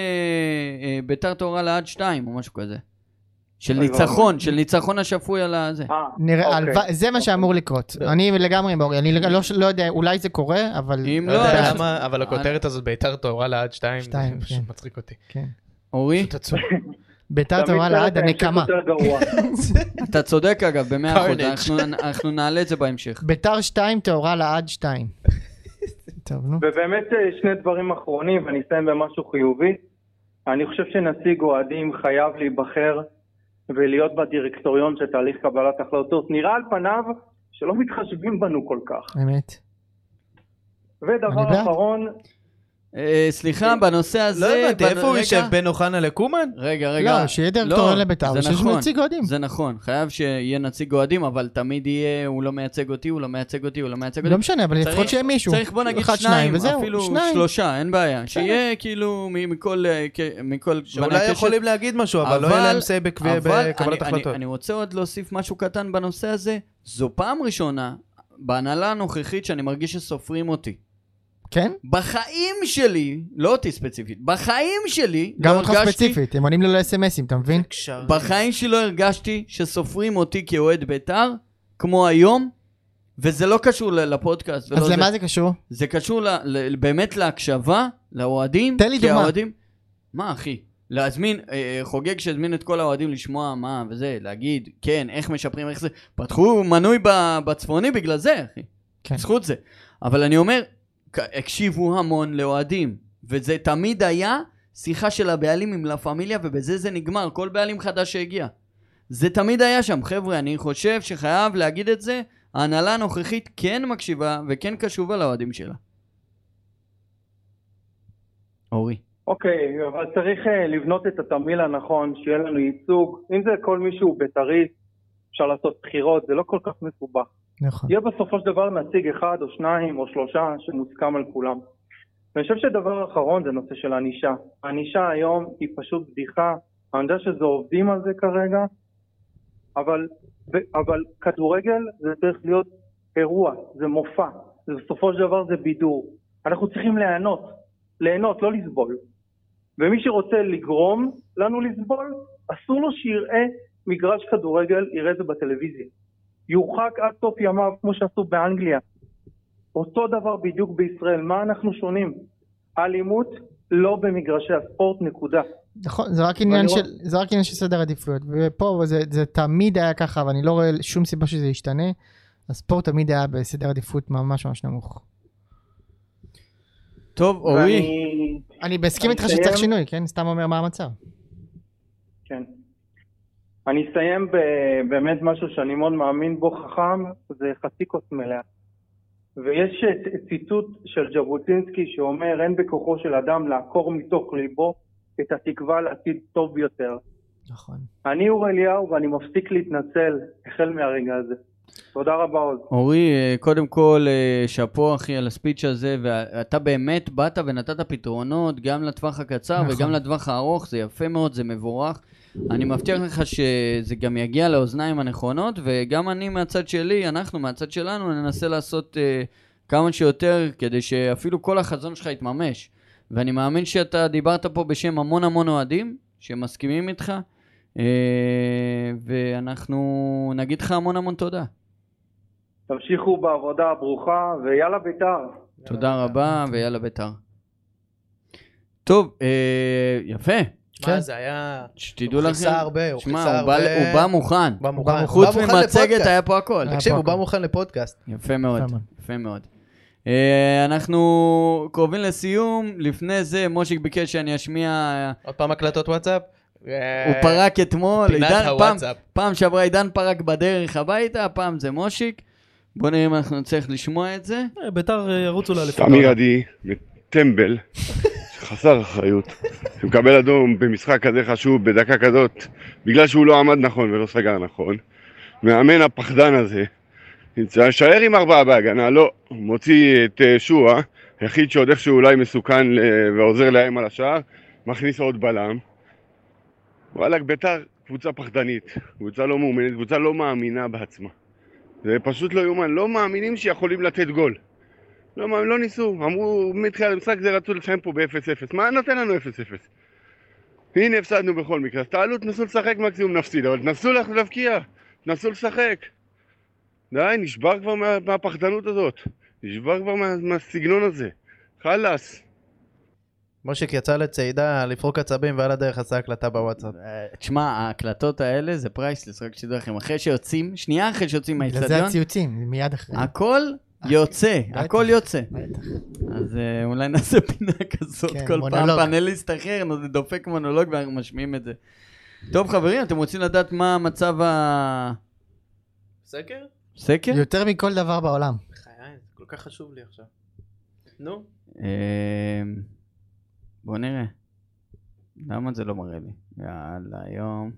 [SPEAKER 2] אה, ביתר טהורה לעד שתיים או משהו כזה. של
[SPEAKER 5] אוי לא.
[SPEAKER 2] ניצחון,
[SPEAKER 5] ואבוי.
[SPEAKER 2] של ניצחון השפוי על הזה.
[SPEAKER 5] אה,
[SPEAKER 4] נראה,
[SPEAKER 5] אוקיי.
[SPEAKER 4] הלוואי- זה מה שאמור לקרות. אני לגמרי עם אורי, אני לג- לא- לא יודע, אולי זה קורה, אבל...
[SPEAKER 2] אם
[SPEAKER 3] לא
[SPEAKER 2] לא,
[SPEAKER 3] יודע
[SPEAKER 2] אנחנו-
[SPEAKER 3] למה, אבל
[SPEAKER 2] אה.
[SPEAKER 3] הכותרת הזאת ביתר טהורה לעד שתיים, זה
[SPEAKER 4] שתיים,
[SPEAKER 3] פשוט
[SPEAKER 4] כן.
[SPEAKER 3] מצחיק אותי.
[SPEAKER 4] כן.
[SPEAKER 2] אורי,
[SPEAKER 3] פשוט עצוב.
[SPEAKER 4] ביתר טהורה
[SPEAKER 5] תמיד
[SPEAKER 4] לעד
[SPEAKER 5] סרט ההמשך
[SPEAKER 4] הנקמה.
[SPEAKER 5] יותר גרוע.
[SPEAKER 2] אתה צודק אגב, במאה אחוז,
[SPEAKER 3] Carnage.
[SPEAKER 2] אנחנו- אנחנו נעלה את זה בהמשך.
[SPEAKER 4] ביתר 2 טהורה לעד
[SPEAKER 5] *laughs*
[SPEAKER 4] 2. טוב, נו.
[SPEAKER 5] ובאמת אה, שני דברים אחרונים, ואני אסיים במשהו חיובי. אני חושב שנציג אוהדים חייב להיבחר ולהיות בדירקטוריון של תהליך קבלת החלטות. נראה על פניו שלא מתחשבים בנו כל כך.
[SPEAKER 4] אמת. אני
[SPEAKER 5] ודבר
[SPEAKER 4] בעד.
[SPEAKER 5] אחרון,
[SPEAKER 2] אה, סליחה, בנושא הזה...
[SPEAKER 3] לא הבנתי,
[SPEAKER 2] בנ-
[SPEAKER 3] איפה הוא
[SPEAKER 2] רגע,
[SPEAKER 3] יושב? בין אוחנה לקומן?
[SPEAKER 2] רגע, רגע.
[SPEAKER 4] לא, שיהיה
[SPEAKER 2] לא,
[SPEAKER 4] דירקטוריון לביתר,
[SPEAKER 2] זה
[SPEAKER 4] אבל שיש
[SPEAKER 2] נכון.
[SPEAKER 4] נציג אוהדים.
[SPEAKER 2] זה נכון, חייב שיהיה נציג אוהדים, אבל תמיד יהיה, הוא לא מייצג אותי, הוא לא מייצג אותי, הוא לא מייצג אותי.
[SPEAKER 4] לא משנה, אבל לפחות שיהיה מישהו.
[SPEAKER 2] צריך בוא נגיד
[SPEAKER 4] אחד,
[SPEAKER 2] שניים,
[SPEAKER 4] וזהו,
[SPEAKER 2] אפילו
[SPEAKER 4] שניים.
[SPEAKER 2] שלושה, אין בעיה. שיהיה כאילו מ- מכל אה, כ- מכל גווני
[SPEAKER 3] שאולי
[SPEAKER 2] הקשת.
[SPEAKER 3] יכולים להגיד משהו, אבל לא
[SPEAKER 2] אבל-
[SPEAKER 3] יהיה להם say בקביע-
[SPEAKER 2] אבל
[SPEAKER 3] בקבלת
[SPEAKER 2] אני- אני-
[SPEAKER 3] החלטות.
[SPEAKER 2] אני רוצה עוד להוסיף משהו קטן בנושא הזה. זו פעם ראשונה בהנהלה הנוכחית שאני מרגיש שסופרים אותי.
[SPEAKER 4] כן?
[SPEAKER 2] בחיים שלי, לא אותי ספציפית, בחיים שלי
[SPEAKER 4] גם
[SPEAKER 2] לא
[SPEAKER 4] אותך
[SPEAKER 2] הרגשתי-
[SPEAKER 4] ספציפית, הם עונים לי לאס.אם.אסים, אתה מבין?
[SPEAKER 2] בחיים שלי לא הרגשתי שסופרים אותי כאוהד בית"ר, כמו היום, וזה לא קשור ל- לפודקאסט. ולא
[SPEAKER 4] אז למה זה קשור?
[SPEAKER 2] לא זה קשור ל, ל, באמת להקשבה, לאוהדים.
[SPEAKER 4] תן לי
[SPEAKER 2] כי
[SPEAKER 4] דוגמה.
[SPEAKER 2] האוהדים... מה, אחי? להזמין, אה, אה, חוגג שהזמין את כל האוהדים לשמוע מה וזה, להגיד, כן, איך משפרים, איך זה... פתחו מנוי ב, בצפוני בגלל זה, אחי.
[SPEAKER 4] כן.
[SPEAKER 2] זכות זה. אבל אני אומר, כ- הקשיבו המון לאוהדים, וזה תמיד היה שיחה של הבעלים עם לה פמיליה, ובזה זה נגמר, כל בעלים חדש שהגיע. זה תמיד היה שם, חבר'ה, אני חושב שחייב להגיד את זה, ההנהלה הנוכחית כן מקשיבה וכן קשובה לאוהדים שלה. אורי.
[SPEAKER 5] אוקיי, אבל צריך אה, לבנות את התמהיל הנכון, שיהיה לנו ייצוג. אם זה כל מישהו בית"ריסט, אפשר לעשות בחירות, זה לא כל כך מסובך.
[SPEAKER 4] נכון.
[SPEAKER 5] יהיה בסופו של דבר נציג אחד או שניים או שלושה שמוסכם על כולם. ואני חושב שדבר אחרון זה נושא של ענישה. הענישה היום היא פשוט בדיחה, אני יודע שזה עובדים על זה כרגע, אבל, ו- אבל כדורגל זה צריך להיות אירוע, זה מופע, זה בסופו של דבר זה בידור. אנחנו צריכים ליהנות, ליהנות, לא לסבול. ומי שרוצה לגרום לנו לסבול, אסור לו שיראה מגרש כדורגל, יראה את זה בטלוויזיה. יורחק עד סוף ימיו, כמו שעשו באנגליה. אותו דבר בדיוק בישראל, מה אנחנו שונים? האלימות לא במגרשי הספורט, נקודה.
[SPEAKER 4] נכון, זה רק עניין
[SPEAKER 5] ואני
[SPEAKER 4] של זה רק עניין של סדר עדיפויות, ופה זה- זה תמיד היה ככה, ואני לא רואה שום סיבה שזה ישתנה. הספורט תמיד היה בסדר עדיפות ממש ממש נמוך.
[SPEAKER 2] טוב, אורי.
[SPEAKER 5] ואני...
[SPEAKER 4] אני מסכים
[SPEAKER 5] אני
[SPEAKER 4] איתך שצריך
[SPEAKER 5] אסיים.
[SPEAKER 4] שינוי, כן? סתם אומר מה המצב.
[SPEAKER 5] כן. אני אסיים באמת משהו שאני מאוד מאמין בו, חכם, זה חצי כוס מלאה. ויש את- ציטוט של ז'בוטינסקי שאומר, אין בכוחו של אדם לעקור מתוך ליבו את התקווה לעתיד טוב יותר.
[SPEAKER 4] נכון.
[SPEAKER 5] אני אור אליהו ואני מפסיק להתנצל החל מהרגע הזה. תודה רבה עוז.
[SPEAKER 2] אורי, אה, קודם כל, אה, שאפו אחי על הספיץ' הזה, ואתה באמת באת ונתת פתרונות גם לטווח הקצר
[SPEAKER 4] נכון.
[SPEAKER 2] וגם לטווח הארוך, זה יפה מאוד, זה מבורך. אני מבטיח לך שזה גם יגיע לאוזניים הנכונות, וגם אני מהצד שלי, אנחנו מהצד שלנו, ננסה לעשות אה, כמה שיותר, כדי שאפילו כל החזון שלך יתממש. ואני מאמין שאתה דיברת פה בשם המון המון אוהדים שמסכימים איתך, אה, ואנחנו נגיד לך המון המון תודה.
[SPEAKER 5] תמשיכו בעבודה הברוכה ויאללה בית"ר.
[SPEAKER 2] תודה רבה, ויאללה ביתר. טוב, אה, יפה,
[SPEAKER 3] מה זה היה?
[SPEAKER 2] שתדעו
[SPEAKER 3] הוא
[SPEAKER 2] לכם.
[SPEAKER 3] חיסה הרבה, הוא
[SPEAKER 2] שמע,
[SPEAKER 3] חיסה
[SPEAKER 2] הוא בא-
[SPEAKER 3] הרבה.
[SPEAKER 2] הוא בא מוכן.
[SPEAKER 3] בא מוכן. הוא
[SPEAKER 2] חוץ
[SPEAKER 3] בא מוכן
[SPEAKER 2] ממצגת
[SPEAKER 3] לפודקאסט. אה.
[SPEAKER 2] היה פה הכל.
[SPEAKER 4] היה
[SPEAKER 3] תקשיב,
[SPEAKER 4] פה
[SPEAKER 3] הוא בא
[SPEAKER 4] הכל.
[SPEAKER 3] מוכן לפודקאסט.
[SPEAKER 2] יפה מאוד,
[SPEAKER 4] יפה מאוד.
[SPEAKER 2] יפה מאוד. אה, אנחנו קרובים לסיום, לפני זה מושיק ביקש שאני אשמיע, אה,
[SPEAKER 3] עוד פעם הקלטות וואטסאפ?
[SPEAKER 2] הוא
[SPEAKER 6] אה,
[SPEAKER 2] פרק אתמול,
[SPEAKER 3] אה, פינת
[SPEAKER 2] עידן- פעם-
[SPEAKER 3] הוואטסאפ.
[SPEAKER 2] פעם שעברה עידן פרק בדרך הביתה, הפעם זה מושיק. בוא נראה אם אנחנו נצליח לשמוע את זה.
[SPEAKER 6] אה, ביתר אה, ירוצו לאליפות.
[SPEAKER 7] סמיר עדי, טמבל, חסר אחריות, שמקבל אדום במשחק כזה חשוב, בדקה כזאת, בגלל שהוא לא עמד נכון ולא סגר נכון. מאמן הפחדן הזה, נמצא- שער עם ארבעה בהגנה, לא, מוציא את אה, שועה, היחיד שעוד איכשהו אולי מסוכן אה, ועוזר להם על השער, מכניס עוד בלם. וואלכ, ביתר קבוצה פחדנית, קבוצה לא מאומנת, קבוצה לא מאמינה בעצמה. זה פשוט לא יאומן, לא מאמינים שיכולים לתת גול. לא, מה, הם לא ניסו, אמרו מתחילת המשחק זה רצו לסיים פה ב-0-0, מה נותן לנו 0-0? הנה הפסדנו בכל מקרה, אז תעלו, תנסו לשחק מקסימום נפסיד, אבל תנסו לך להבקיע, תנסו לשחק. די, נשבר כבר מה, מהפחדנות הזאת, נשבר כבר מה, מהסגנון הזה, חלאס.
[SPEAKER 3] מושיק יצא לצעידה, לפרוק עצבים, ועל הדרך עשה הקלטה בוואטסאפ.
[SPEAKER 2] אה, תשמע, ההקלטות האלה זה פרייסלס, רק שתדעו לכם, אחרי שיוצאים, שנייה אחרי שיוצאים
[SPEAKER 4] בגלל זה
[SPEAKER 2] מהאצטדיון,
[SPEAKER 4] הציוצים, זה מיד אחרי.
[SPEAKER 2] הכל יוצא,
[SPEAKER 4] בטח.
[SPEAKER 2] הכל יוצא.
[SPEAKER 4] בטח.
[SPEAKER 2] אז אה, אולי נעשה פינה *laughs* כזאת
[SPEAKER 4] כן,
[SPEAKER 2] כל פעם,
[SPEAKER 4] מונולוג.
[SPEAKER 2] פאנליסט אחר, נו, דופק מונולוג ואנחנו משמיעים את זה. טוב חברים, אתם רוצים לדעת מה המצב הסקר?
[SPEAKER 6] סקר?
[SPEAKER 2] כן.
[SPEAKER 4] יותר מכל דבר בעולם.
[SPEAKER 6] בחיי, זה כל כך חשוב לי עכשיו. נו.
[SPEAKER 2] אה, בוא נראה. למה זה לא מראה לי? יאללה, היום.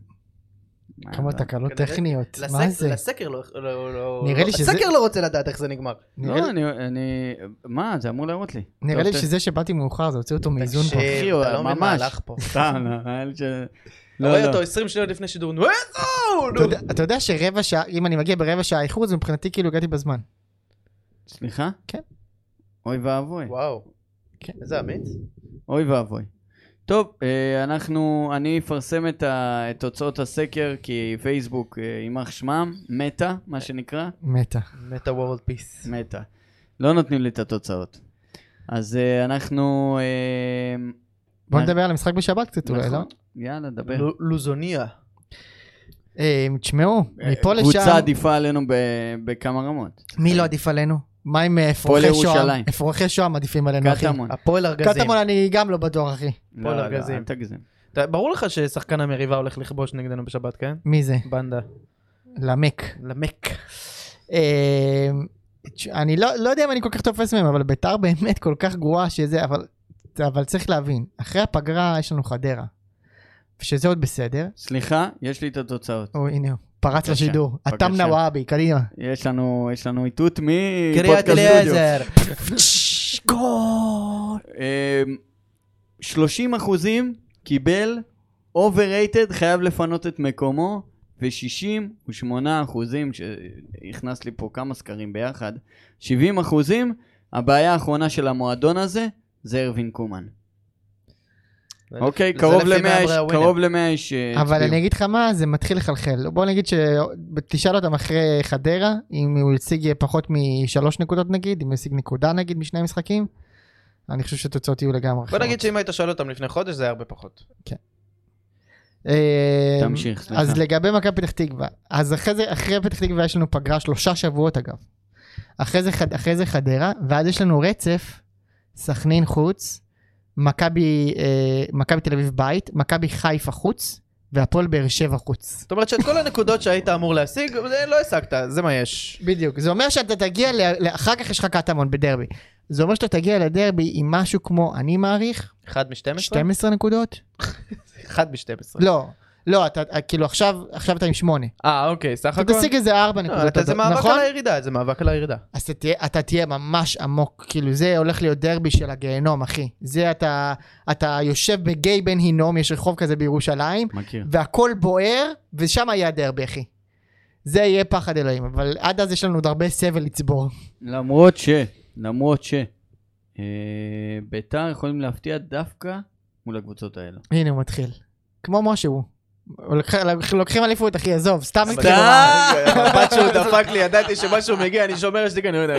[SPEAKER 4] כמה
[SPEAKER 2] יאללה.
[SPEAKER 4] תקלות
[SPEAKER 6] כנראה-
[SPEAKER 4] טכניות.
[SPEAKER 6] לסק-
[SPEAKER 4] מה זה?
[SPEAKER 6] לסקר לא... לא- לא-
[SPEAKER 4] נראה לי
[SPEAKER 6] לא-
[SPEAKER 4] שזה-
[SPEAKER 6] הסקר לא רוצה לדעת איך זה נגמר.
[SPEAKER 4] נראה
[SPEAKER 2] לא, אני- אני... מה, זה אמור להראות לי.
[SPEAKER 4] נראה
[SPEAKER 2] טוב,
[SPEAKER 4] לי
[SPEAKER 2] ת-
[SPEAKER 4] שזה שבאתי מאוחר, זה הוציא אותו מאיזון פה.
[SPEAKER 6] תקשיב, אתה לא מבין מה
[SPEAKER 2] ממש.
[SPEAKER 6] הלך פה.
[SPEAKER 2] סתם, לא, היה לי ש...
[SPEAKER 6] לא,
[SPEAKER 2] לא,
[SPEAKER 6] רואה
[SPEAKER 2] לא.
[SPEAKER 6] אותו 20 שניות לפני שידור, נו, איזו!
[SPEAKER 4] אתה
[SPEAKER 6] נו.
[SPEAKER 4] יודע- אתה יודע שרבע שעה, אם אני מגיע ברבע שעה איחור, זה מבחינתי כאילו הגעתי בזמן.
[SPEAKER 2] סליחה?
[SPEAKER 4] כן.
[SPEAKER 2] אוי ואבוי.
[SPEAKER 6] וואו.
[SPEAKER 4] כן.
[SPEAKER 6] איזה אמיץ.
[SPEAKER 2] אוי ואבוי. טוב, אה, אנחנו, אני אפרסם את, ה, את תוצאות הסקר כי פייסבוק אה, יימח שמם, מטה, מה שנקרא,
[SPEAKER 4] מתה.
[SPEAKER 3] מטה וורד פיס.
[SPEAKER 2] מטה. לא נותנים לי את התוצאות. אז אה, אנחנו... אה,
[SPEAKER 4] בוא
[SPEAKER 2] מה-
[SPEAKER 4] נדבר על המשחק בשבת קצת אולי, לא?
[SPEAKER 2] נכון. יאללה, דבר.
[SPEAKER 3] לו- לוזוניה.
[SPEAKER 4] אה, תשמעו, מפה
[SPEAKER 2] קבוצה
[SPEAKER 4] לשם,
[SPEAKER 2] עדיפה עלינו ב, בכמה רמות.
[SPEAKER 4] מי לא עדיף עלינו? מה עם אה, אפרוחי שוהם?
[SPEAKER 2] ירושלים.
[SPEAKER 4] אפרוחי שוהם עדיפים עלינו, אחי.
[SPEAKER 2] קטמון.
[SPEAKER 3] הפועל ארגזים.
[SPEAKER 4] קטמון אני גם לא בטוח, אחי.
[SPEAKER 2] לא,
[SPEAKER 3] הפועל
[SPEAKER 2] לא,
[SPEAKER 3] ארגזים.
[SPEAKER 2] אל תגזים.
[SPEAKER 3] אתה- ברור לך ששחקן המריבה הולך לכבוש נגדנו בשבת, כן?
[SPEAKER 4] מי זה?
[SPEAKER 3] בנדה.
[SPEAKER 4] למק.
[SPEAKER 3] למק.
[SPEAKER 4] אה, תש- אני לא, לא יודע אם אני כל כך תופס מהם, אבל ביתר באמת כל כך גרועה שזה, אבל, אבל צריך להבין, אחרי הפגרה יש לנו חדרה, שזה עוד בסדר.
[SPEAKER 2] סליחה, יש לי את התוצאות.
[SPEAKER 4] או, הנה הוא, פרץ
[SPEAKER 2] בבקשה,
[SPEAKER 4] לשידור,
[SPEAKER 2] בבקשה.
[SPEAKER 4] עתם נוואבי, קדימה.
[SPEAKER 2] יש לנו, יש לנו איתות מפודקאסט
[SPEAKER 3] קריית
[SPEAKER 2] סטודיו.
[SPEAKER 3] אליעזר.
[SPEAKER 4] גול!
[SPEAKER 2] אמ, 30 אחוזים קיבל overrated, חייב לפנות את מקומו, ו-68 אחוזים, שהכנס לי פה כמה סקרים ביחד, 70 אחוזים, הבעיה האחרונה של המועדון הזה זה ארווין קומן. אוקיי,
[SPEAKER 3] זה
[SPEAKER 2] קרוב
[SPEAKER 3] לפי
[SPEAKER 2] ל-100 איש,
[SPEAKER 3] מאמרי הווינר.
[SPEAKER 2] קרוב ל-100 איש אה,
[SPEAKER 4] אבל
[SPEAKER 2] הצביעו.
[SPEAKER 4] אני אגיד לך מה, זה מתחיל לחלחל. בוא נגיד שתשאל אותם אחרי חדרה, אם הוא השיג פחות משלוש נקודות נגיד, אם הוא השיג נקודה נגיד משני משחקים, אני חושב שהתוצאות יהיו לגמרי
[SPEAKER 6] בוא
[SPEAKER 4] אחרות.
[SPEAKER 6] נגיד שאם היית שואל אותם לפני חודש זה היה הרבה פחות.
[SPEAKER 4] אה,
[SPEAKER 2] תמשיך, סליחה.
[SPEAKER 4] אז לגבי מכבי פתח תקווה, אז אחרי זה, אחרי פתח תקווה יש לנו פגרה שלושה שבועות אגב. אחרי זה, חד- אחרי זה חדרה, ואז יש לנו רצף, סכנין חוץ, מכבי אה, מכבי תל אביב בית, מכבי חיפה חוץ, והפועל באר שבע חוץ.
[SPEAKER 3] זאת אומרת שאת כל הנקודות שהיית אמור להשיג, זה לא השגת, זה מה יש.
[SPEAKER 4] בדיוק, זה אומר שאתה תגיע, ל- ל- אחר כך יש לך קטמון בדרבי. זה אומר שאתה תגיע לדרבי עם משהו כמו, אני מעריך,
[SPEAKER 3] אחד מ-12?
[SPEAKER 4] 12 נקודות?
[SPEAKER 3] אחד מ-12.
[SPEAKER 4] לא, לא, אתה, כאילו עכשיו, עכשיו אתה עם 8.
[SPEAKER 3] אה, אוקיי, סך
[SPEAKER 4] אתה
[SPEAKER 3] הכל.
[SPEAKER 4] תשיג איזה 4
[SPEAKER 3] לא,
[SPEAKER 4] נקודות,
[SPEAKER 3] אתה- זה מאבק
[SPEAKER 4] נכון?
[SPEAKER 3] על הירידה, זה מאבק על
[SPEAKER 4] *laughs*
[SPEAKER 3] הירידה.
[SPEAKER 4] אז אתה תהיה, אתה תהיה ממש עמוק, כאילו זה הולך להיות דרבי של הגיהנום, אחי. זה אתה, אתה יושב בגיא בן הינום, יש רחוב כזה בירושלים,
[SPEAKER 2] מכיר.
[SPEAKER 3] כן.
[SPEAKER 4] והכל בוער, ושם יהיה הדרבי, אחי. זה יהיה פחד אלוהים, אבל עד אז יש לנו עוד הרבה סבל לצבור.
[SPEAKER 2] למרות ש, למרות ש, אה, ביתר יכולים להפתיע דווקא מול הקבוצות האלה.
[SPEAKER 4] הנה הוא מתחיל. כמו משה הוא. לוקח- לוקחים אליפות, אחי, עזוב, סתם
[SPEAKER 3] אבל-
[SPEAKER 4] כאילו,
[SPEAKER 2] לא-
[SPEAKER 4] מה?
[SPEAKER 3] הבת שהוא דפק לי, ידעתי שמשהו מגיע, אני שומר יש לי אני יודע.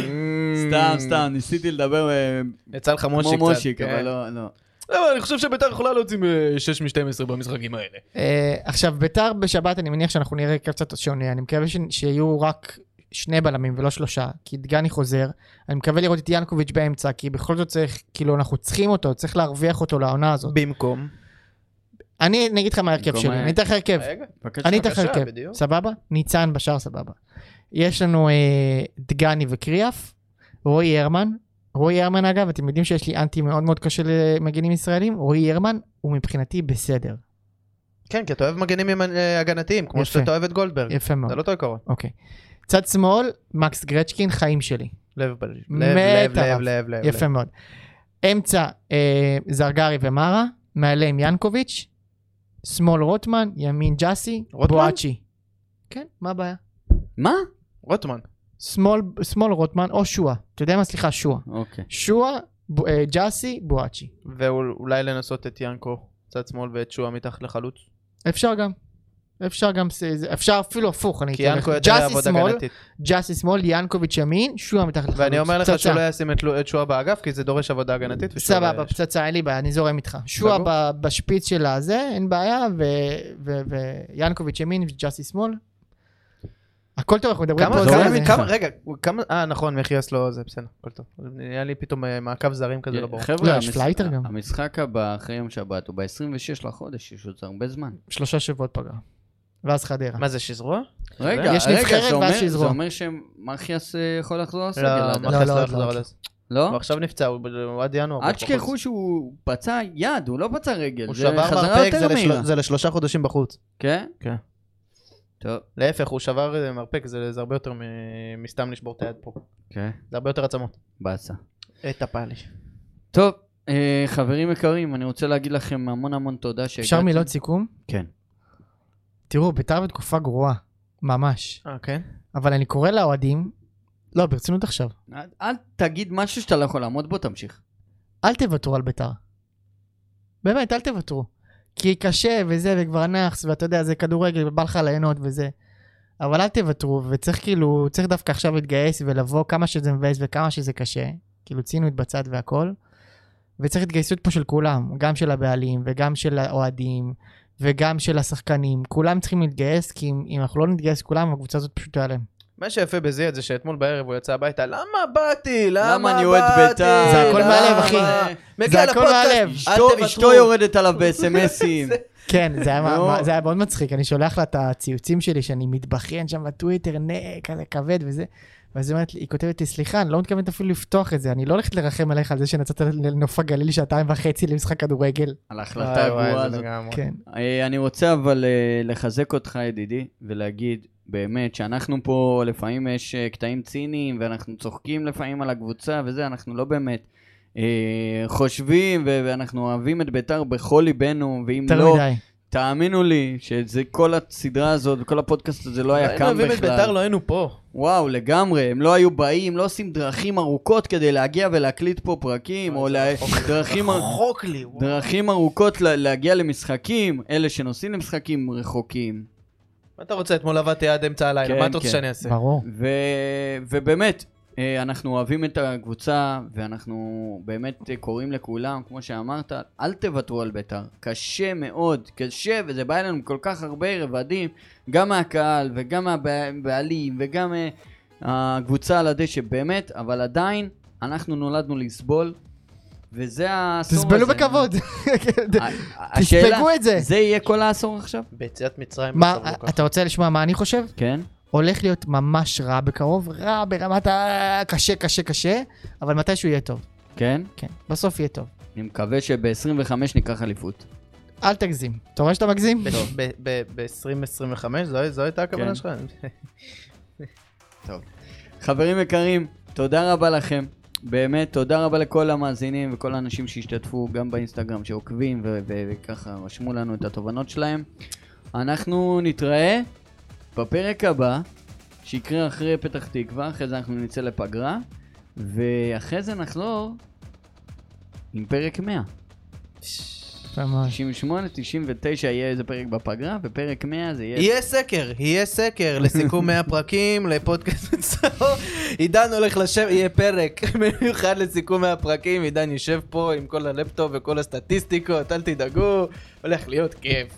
[SPEAKER 2] סתם, סתם, ניסיתי לדבר אה,
[SPEAKER 3] יצא לך מושיק
[SPEAKER 2] כמו
[SPEAKER 3] קצת.
[SPEAKER 2] מושיק,
[SPEAKER 3] כן.
[SPEAKER 2] אבל לא, לא.
[SPEAKER 3] לא, אבל אני חושב שביתר יכולה להוציא 6 מ-12 במשחקים האלה.
[SPEAKER 4] אה, עכשיו, ביתר בשבת, אני מניח שאנחנו נראה קצת שונה. אני מקווה ש- שיהיו רק שני בלמים ולא שלושה, כי דגני חוזר. אני מקווה לראות את ינקוביץ' באמצע, כי בכל זאת צריך, כאילו, אנחנו צריכים אותו, צריך להרוויח אותו לעונה הזאת.
[SPEAKER 3] במקום.
[SPEAKER 4] אני אני אגיד לך מה ההרכב
[SPEAKER 2] במקום
[SPEAKER 4] שלי,
[SPEAKER 2] ה-
[SPEAKER 3] אה,
[SPEAKER 4] אני אתן לך הרכב.
[SPEAKER 6] רגע,
[SPEAKER 2] בבקשה.
[SPEAKER 4] אני אתן לך
[SPEAKER 6] בבקשה,
[SPEAKER 4] הרכב,
[SPEAKER 6] בדיוק.
[SPEAKER 4] סבבה? ניצן בשער, סבבה. יש לנו אה, דגני וקריאף, רועי הרמן. רועי הרמן אגב, אתם יודעים שיש לי אנטי מאוד מאוד קשה למגנים ישראלים, רועי הרמן הוא מבחינתי בסדר.
[SPEAKER 3] כן, כי אתה אוהב מגנים ימנ- אה, הגנתיים, כמו
[SPEAKER 4] יפה.
[SPEAKER 3] שאתה אוהב את גולדברג.
[SPEAKER 4] יפה מאוד.
[SPEAKER 3] זה לא אותו עיקרון.
[SPEAKER 4] אוקיי. צד שמאל, מקס גרצ'קין, חיים שלי.
[SPEAKER 3] לב, בל- לב,
[SPEAKER 4] מת
[SPEAKER 3] לב, לב,
[SPEAKER 4] עליו.
[SPEAKER 3] לב, לב.
[SPEAKER 4] יפה מאוד. אמצע, אה, זרגרי ומרה, מעליהם ינקוביץ', שמאל רוטמן, ימין ג'אסי,
[SPEAKER 3] רוטמן?
[SPEAKER 4] בואצ'י. כן, מה הבעיה?
[SPEAKER 2] מה?
[SPEAKER 3] רוטמן.
[SPEAKER 4] שמאל, שמאל רוטמן או שועה. אתה יודע מה? סליחה, שועה.
[SPEAKER 2] אוקיי.
[SPEAKER 4] שועה, ב- אה, ג'אסי, בואצ'י.
[SPEAKER 3] ואולי לנסות את ינקו, צד שמאל, ואת שועה מתחת לחלוץ.
[SPEAKER 4] אפשר גם. אפשר גם, ס- זה- אפשר אפילו הפוך, אני
[SPEAKER 3] כי
[SPEAKER 4] אתן
[SPEAKER 3] ינקו
[SPEAKER 4] לך.
[SPEAKER 3] יותר
[SPEAKER 4] ג'אסי
[SPEAKER 3] יעבוד
[SPEAKER 4] שמאל,
[SPEAKER 3] הגנתית.
[SPEAKER 4] ג'אסי שמאל, ינקוביץ' ימין, שועה מתחת לחלוץ.
[SPEAKER 3] ואני אומר לך
[SPEAKER 4] פצצה.
[SPEAKER 3] שהוא לא ישים את לו- את שועה באגף, כי זה דורש עבודה הגנתית. ושועה
[SPEAKER 4] סבבה,
[SPEAKER 3] לא-
[SPEAKER 4] פצצה, אין לי בעיה, אני זורם איתך. שועה
[SPEAKER 3] סגור.
[SPEAKER 4] ב- בשפיץ של הזה, אין בעיה, ו- ו- ויאנקוביץ' ימין וג'אסי שמאל. הכל טוב, אנחנו מדברים
[SPEAKER 3] כמה,
[SPEAKER 4] פה על
[SPEAKER 2] זורם
[SPEAKER 4] זה.
[SPEAKER 3] כמה,
[SPEAKER 2] איתך.
[SPEAKER 3] כמה, רגע, כמה, אה נכון, מחיאס לא, זה בסדר, הכל טוב. נראה לי פתאום אה, מעקב זרים כזה לא ברור.
[SPEAKER 2] חבר'ה,
[SPEAKER 4] לא, יש
[SPEAKER 2] המש-
[SPEAKER 4] פלייטר גם.
[SPEAKER 2] המשחק הבא אחרי יום שבת הוא ב-26 לחודש, יש עוד הרבה זמן.
[SPEAKER 4] שלושה שבועות פגרה. ואז חדרה.
[SPEAKER 3] מה זה, שזרוע?
[SPEAKER 2] רגע,
[SPEAKER 4] יש
[SPEAKER 2] רגע,
[SPEAKER 4] נבחרת
[SPEAKER 2] זה אומר-
[SPEAKER 4] ואז שיזרום.
[SPEAKER 2] זה אומר שמחיאס אה, יכול לחזור לסגל. עד אז.
[SPEAKER 3] לא,
[SPEAKER 4] לא,
[SPEAKER 3] מחיאס
[SPEAKER 4] לא,
[SPEAKER 3] לא
[SPEAKER 4] לא,
[SPEAKER 3] יחזור
[SPEAKER 4] לא.
[SPEAKER 3] עד אז. הוא
[SPEAKER 2] לא?
[SPEAKER 3] עכשיו נפצע, הוא ב- הוא עד ינואר.
[SPEAKER 2] אל
[SPEAKER 3] הוא בחוץ.
[SPEAKER 2] תשכחו שהוא פצע יד, הוא לא פצע רגל.
[SPEAKER 3] לא, הוא
[SPEAKER 2] זה
[SPEAKER 3] שבר
[SPEAKER 2] חזרה
[SPEAKER 3] מרפק,
[SPEAKER 2] יותר
[SPEAKER 3] זה לשל-
[SPEAKER 2] מהירה.
[SPEAKER 3] זה לשלושה חודשים בחוץ.
[SPEAKER 2] כן?
[SPEAKER 3] כן.
[SPEAKER 2] טוב.
[SPEAKER 3] להפך, הוא שבר אה, מרפק, זה זה הרבה יותר מ- מסתם לשבור את היד פה.
[SPEAKER 2] כן.
[SPEAKER 3] זה הרבה יותר עצמות.
[SPEAKER 2] באסה.
[SPEAKER 3] את הפאלי.
[SPEAKER 2] טוב, אה, חברים יקרים, אני רוצה להגיד לכם המון המון תודה שהגעתם.
[SPEAKER 4] אפשר מילות סיכום?
[SPEAKER 2] כן.
[SPEAKER 4] תראו, ביתר בתקופה גרועה, ממש.
[SPEAKER 3] אה, כן?
[SPEAKER 4] אבל אני קורא לאוהדים, לא, ברצינות עכשיו,
[SPEAKER 2] אל- אל תגיד משהו שאתה לא יכול לעמוד בו, תמשיך.
[SPEAKER 4] אל תוותרו על ביתר. באמת, אל תוותרו. כי קשה וזה, וכבר נאחס, ואתה יודע, זה כדורגל, ובא לך ליהנות וזה. אבל אל תוותרו, וצריך כאילו, צריך דווקא עכשיו להתגייס ולבוא כמה שזה מבאס וכמה שזה קשה. כאילו, ציינו את בצד והכל. וצריך התגייסות פה של כולם, גם של הבעלים, וגם של האוהדים, וגם של השחקנים. כולם צריכים להתגייס, כי אם, אם אנחנו לא נתגייס כולם, הקבוצה הזאת פשוט תיעלם.
[SPEAKER 3] מה שיפה בזיאד זה שאתמול בערב הוא יצא הביתה, למה באתי? למה באתי?
[SPEAKER 2] למה אני אוהד בית"ר?
[SPEAKER 4] זה הכל מהלב, אחי.
[SPEAKER 3] למה?"
[SPEAKER 4] זה
[SPEAKER 3] מגיע
[SPEAKER 4] הכל
[SPEAKER 3] לפודקאסט,
[SPEAKER 4] מהלב.
[SPEAKER 3] אל
[SPEAKER 2] אשתו-
[SPEAKER 3] תוותרו.
[SPEAKER 2] אשתו יורדת עליו
[SPEAKER 3] *laughs*
[SPEAKER 2] בסמסים.
[SPEAKER 4] כן, זה היה,
[SPEAKER 2] נו.
[SPEAKER 4] מה, זה היה מאוד מצחיק, אני שולח לה את הציוצים שלי שאני מתבכיין שם בטוויטר, נה, כזה כבד וזה. ואז היא אומרת לי, היא כותבת לי, סליחה, אני לא מתכוונת אפילו לפתוח את זה, אני לא הולכת לרחם עליך על זה שנצאת לנוף הגליל שעתיים וחצי למשחק כדורגל.
[SPEAKER 2] על
[SPEAKER 3] וואי,
[SPEAKER 2] ההחלטה
[SPEAKER 3] וואי,
[SPEAKER 2] הגרועה
[SPEAKER 3] זה
[SPEAKER 2] הזאת.
[SPEAKER 3] לגמרי.
[SPEAKER 4] כן.
[SPEAKER 2] אה, אני רוצה אבל אה, לחזק אותך, ידידי, ולהגיד באמת שאנחנו פה, לפעמים יש אה, קטעים ציניים, ואנחנו צוחקים לפעמים על הקבוצה וזה, אנחנו לא באמת אה, חושבים, ו- ואנחנו אוהבים את בית"ר בכל ליבנו, ואם
[SPEAKER 4] יותר
[SPEAKER 2] לא,
[SPEAKER 4] מדי.
[SPEAKER 2] תאמינו לי שזה כל הסדרה הזאת וכל הפודקאסט הזה לא היה
[SPEAKER 3] היינו
[SPEAKER 2] קם
[SPEAKER 3] אוהבים את ביתר,
[SPEAKER 2] בכלל.
[SPEAKER 3] לא היינו פה.
[SPEAKER 2] וואו, לגמרי, הם לא היו באים, לא עושים דרכים ארוכות כדי להגיע ולהקליט פה פרקים, או לה- דרכים... אר-
[SPEAKER 6] רחוק לי, וואו.
[SPEAKER 2] דרכים ארוכות לה- להגיע למשחקים, אלה שנוסעים למשחקים רחוקים.
[SPEAKER 3] מה אתה רוצה? אתמול עבדתי עד אמצע הלילה,
[SPEAKER 2] כן,
[SPEAKER 3] מה אתה רוצה
[SPEAKER 2] כן.
[SPEAKER 3] שאני אעשה?
[SPEAKER 4] ברור.
[SPEAKER 2] ו... ובאמת, אה, אנחנו אוהבים את הקבוצה, ואנחנו באמת אה, קוראים לכולם, כמו שאמרת, אל תוותרו על בית"ר. קשה מאוד, קשה, וזה בא אלינו כל כך הרבה רבדים, גם מהקהל, וגם מהבעלים, וגם אה, הקבוצה על הדשא, באמת, אבל עדיין, אנחנו נולדנו לסבול, וזה העשור הזה. אה,
[SPEAKER 4] תסבלו בכבוד. *laughs*
[SPEAKER 2] ה- ה- השאלה-
[SPEAKER 4] תספגו את זה.
[SPEAKER 2] זה יהיה כל העשור עכשיו?
[SPEAKER 3] ביציאת מצרים.
[SPEAKER 4] מה, אה,
[SPEAKER 3] מצב לא ככה.
[SPEAKER 4] אתה רוצה לשמוע מה אני חושב?
[SPEAKER 2] כן.
[SPEAKER 4] הולך להיות ממש רע בקרוב, רע ברמת ה... קשה, קשה, קשה, אבל מתישהו יהיה טוב.
[SPEAKER 2] כן?
[SPEAKER 4] כן, בסוף יהיה טוב.
[SPEAKER 2] אני מקווה שב-25 ניקח אליפות.
[SPEAKER 4] אל תגזים. אתה רואה שאתה מגזים?
[SPEAKER 3] ב-2025? זו הייתה
[SPEAKER 2] כן.
[SPEAKER 3] הכוונה שלך?
[SPEAKER 2] חברים יקרים, תודה רבה לכם. באמת, תודה רבה לכל המאזינים וכל האנשים שהשתתפו גם באינסטגרם, שעוקבים ו- ו- וככה רשמו לנו את התובנות שלהם. אנחנו נתראה בפרק הבא, שיקרה אחרי פתח תקווה, אחרי זה אנחנו נצא לפגרה, ואחרי זה נחזור עם פרק 100.
[SPEAKER 4] ממש.
[SPEAKER 2] 98, 99 יהיה איזה פרק בפגרה, ופרק 100 זה יהיה...
[SPEAKER 3] יהיה סקר, יהיה סקר לסיכום 100 פרקים, לפודקאסט מצאו. עידן הולך לשבת, יהיה פרק *laughs* מיוחד לסיכום 100 פרקים, עידן יושב פה עם כל הלפטופ וכל הסטטיסטיקות, אל תדאגו, הולך להיות כיף.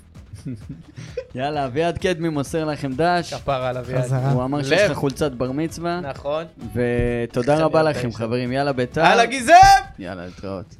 [SPEAKER 2] יאללה, אביעד קדמי מוסר לכם דש.
[SPEAKER 3] כפרה עליו יד.
[SPEAKER 4] חזרה.
[SPEAKER 2] הוא אמר
[SPEAKER 3] לב.
[SPEAKER 2] שיש לך חולצת בר מצווה.
[SPEAKER 3] נכון.
[SPEAKER 2] ותודה
[SPEAKER 3] שאני
[SPEAKER 2] רבה
[SPEAKER 3] אוהב את
[SPEAKER 2] לכם
[SPEAKER 3] האיש הזה.
[SPEAKER 2] חברים, יאללה ביתר.
[SPEAKER 3] הלאה גזם!
[SPEAKER 2] יאללה, להתראות.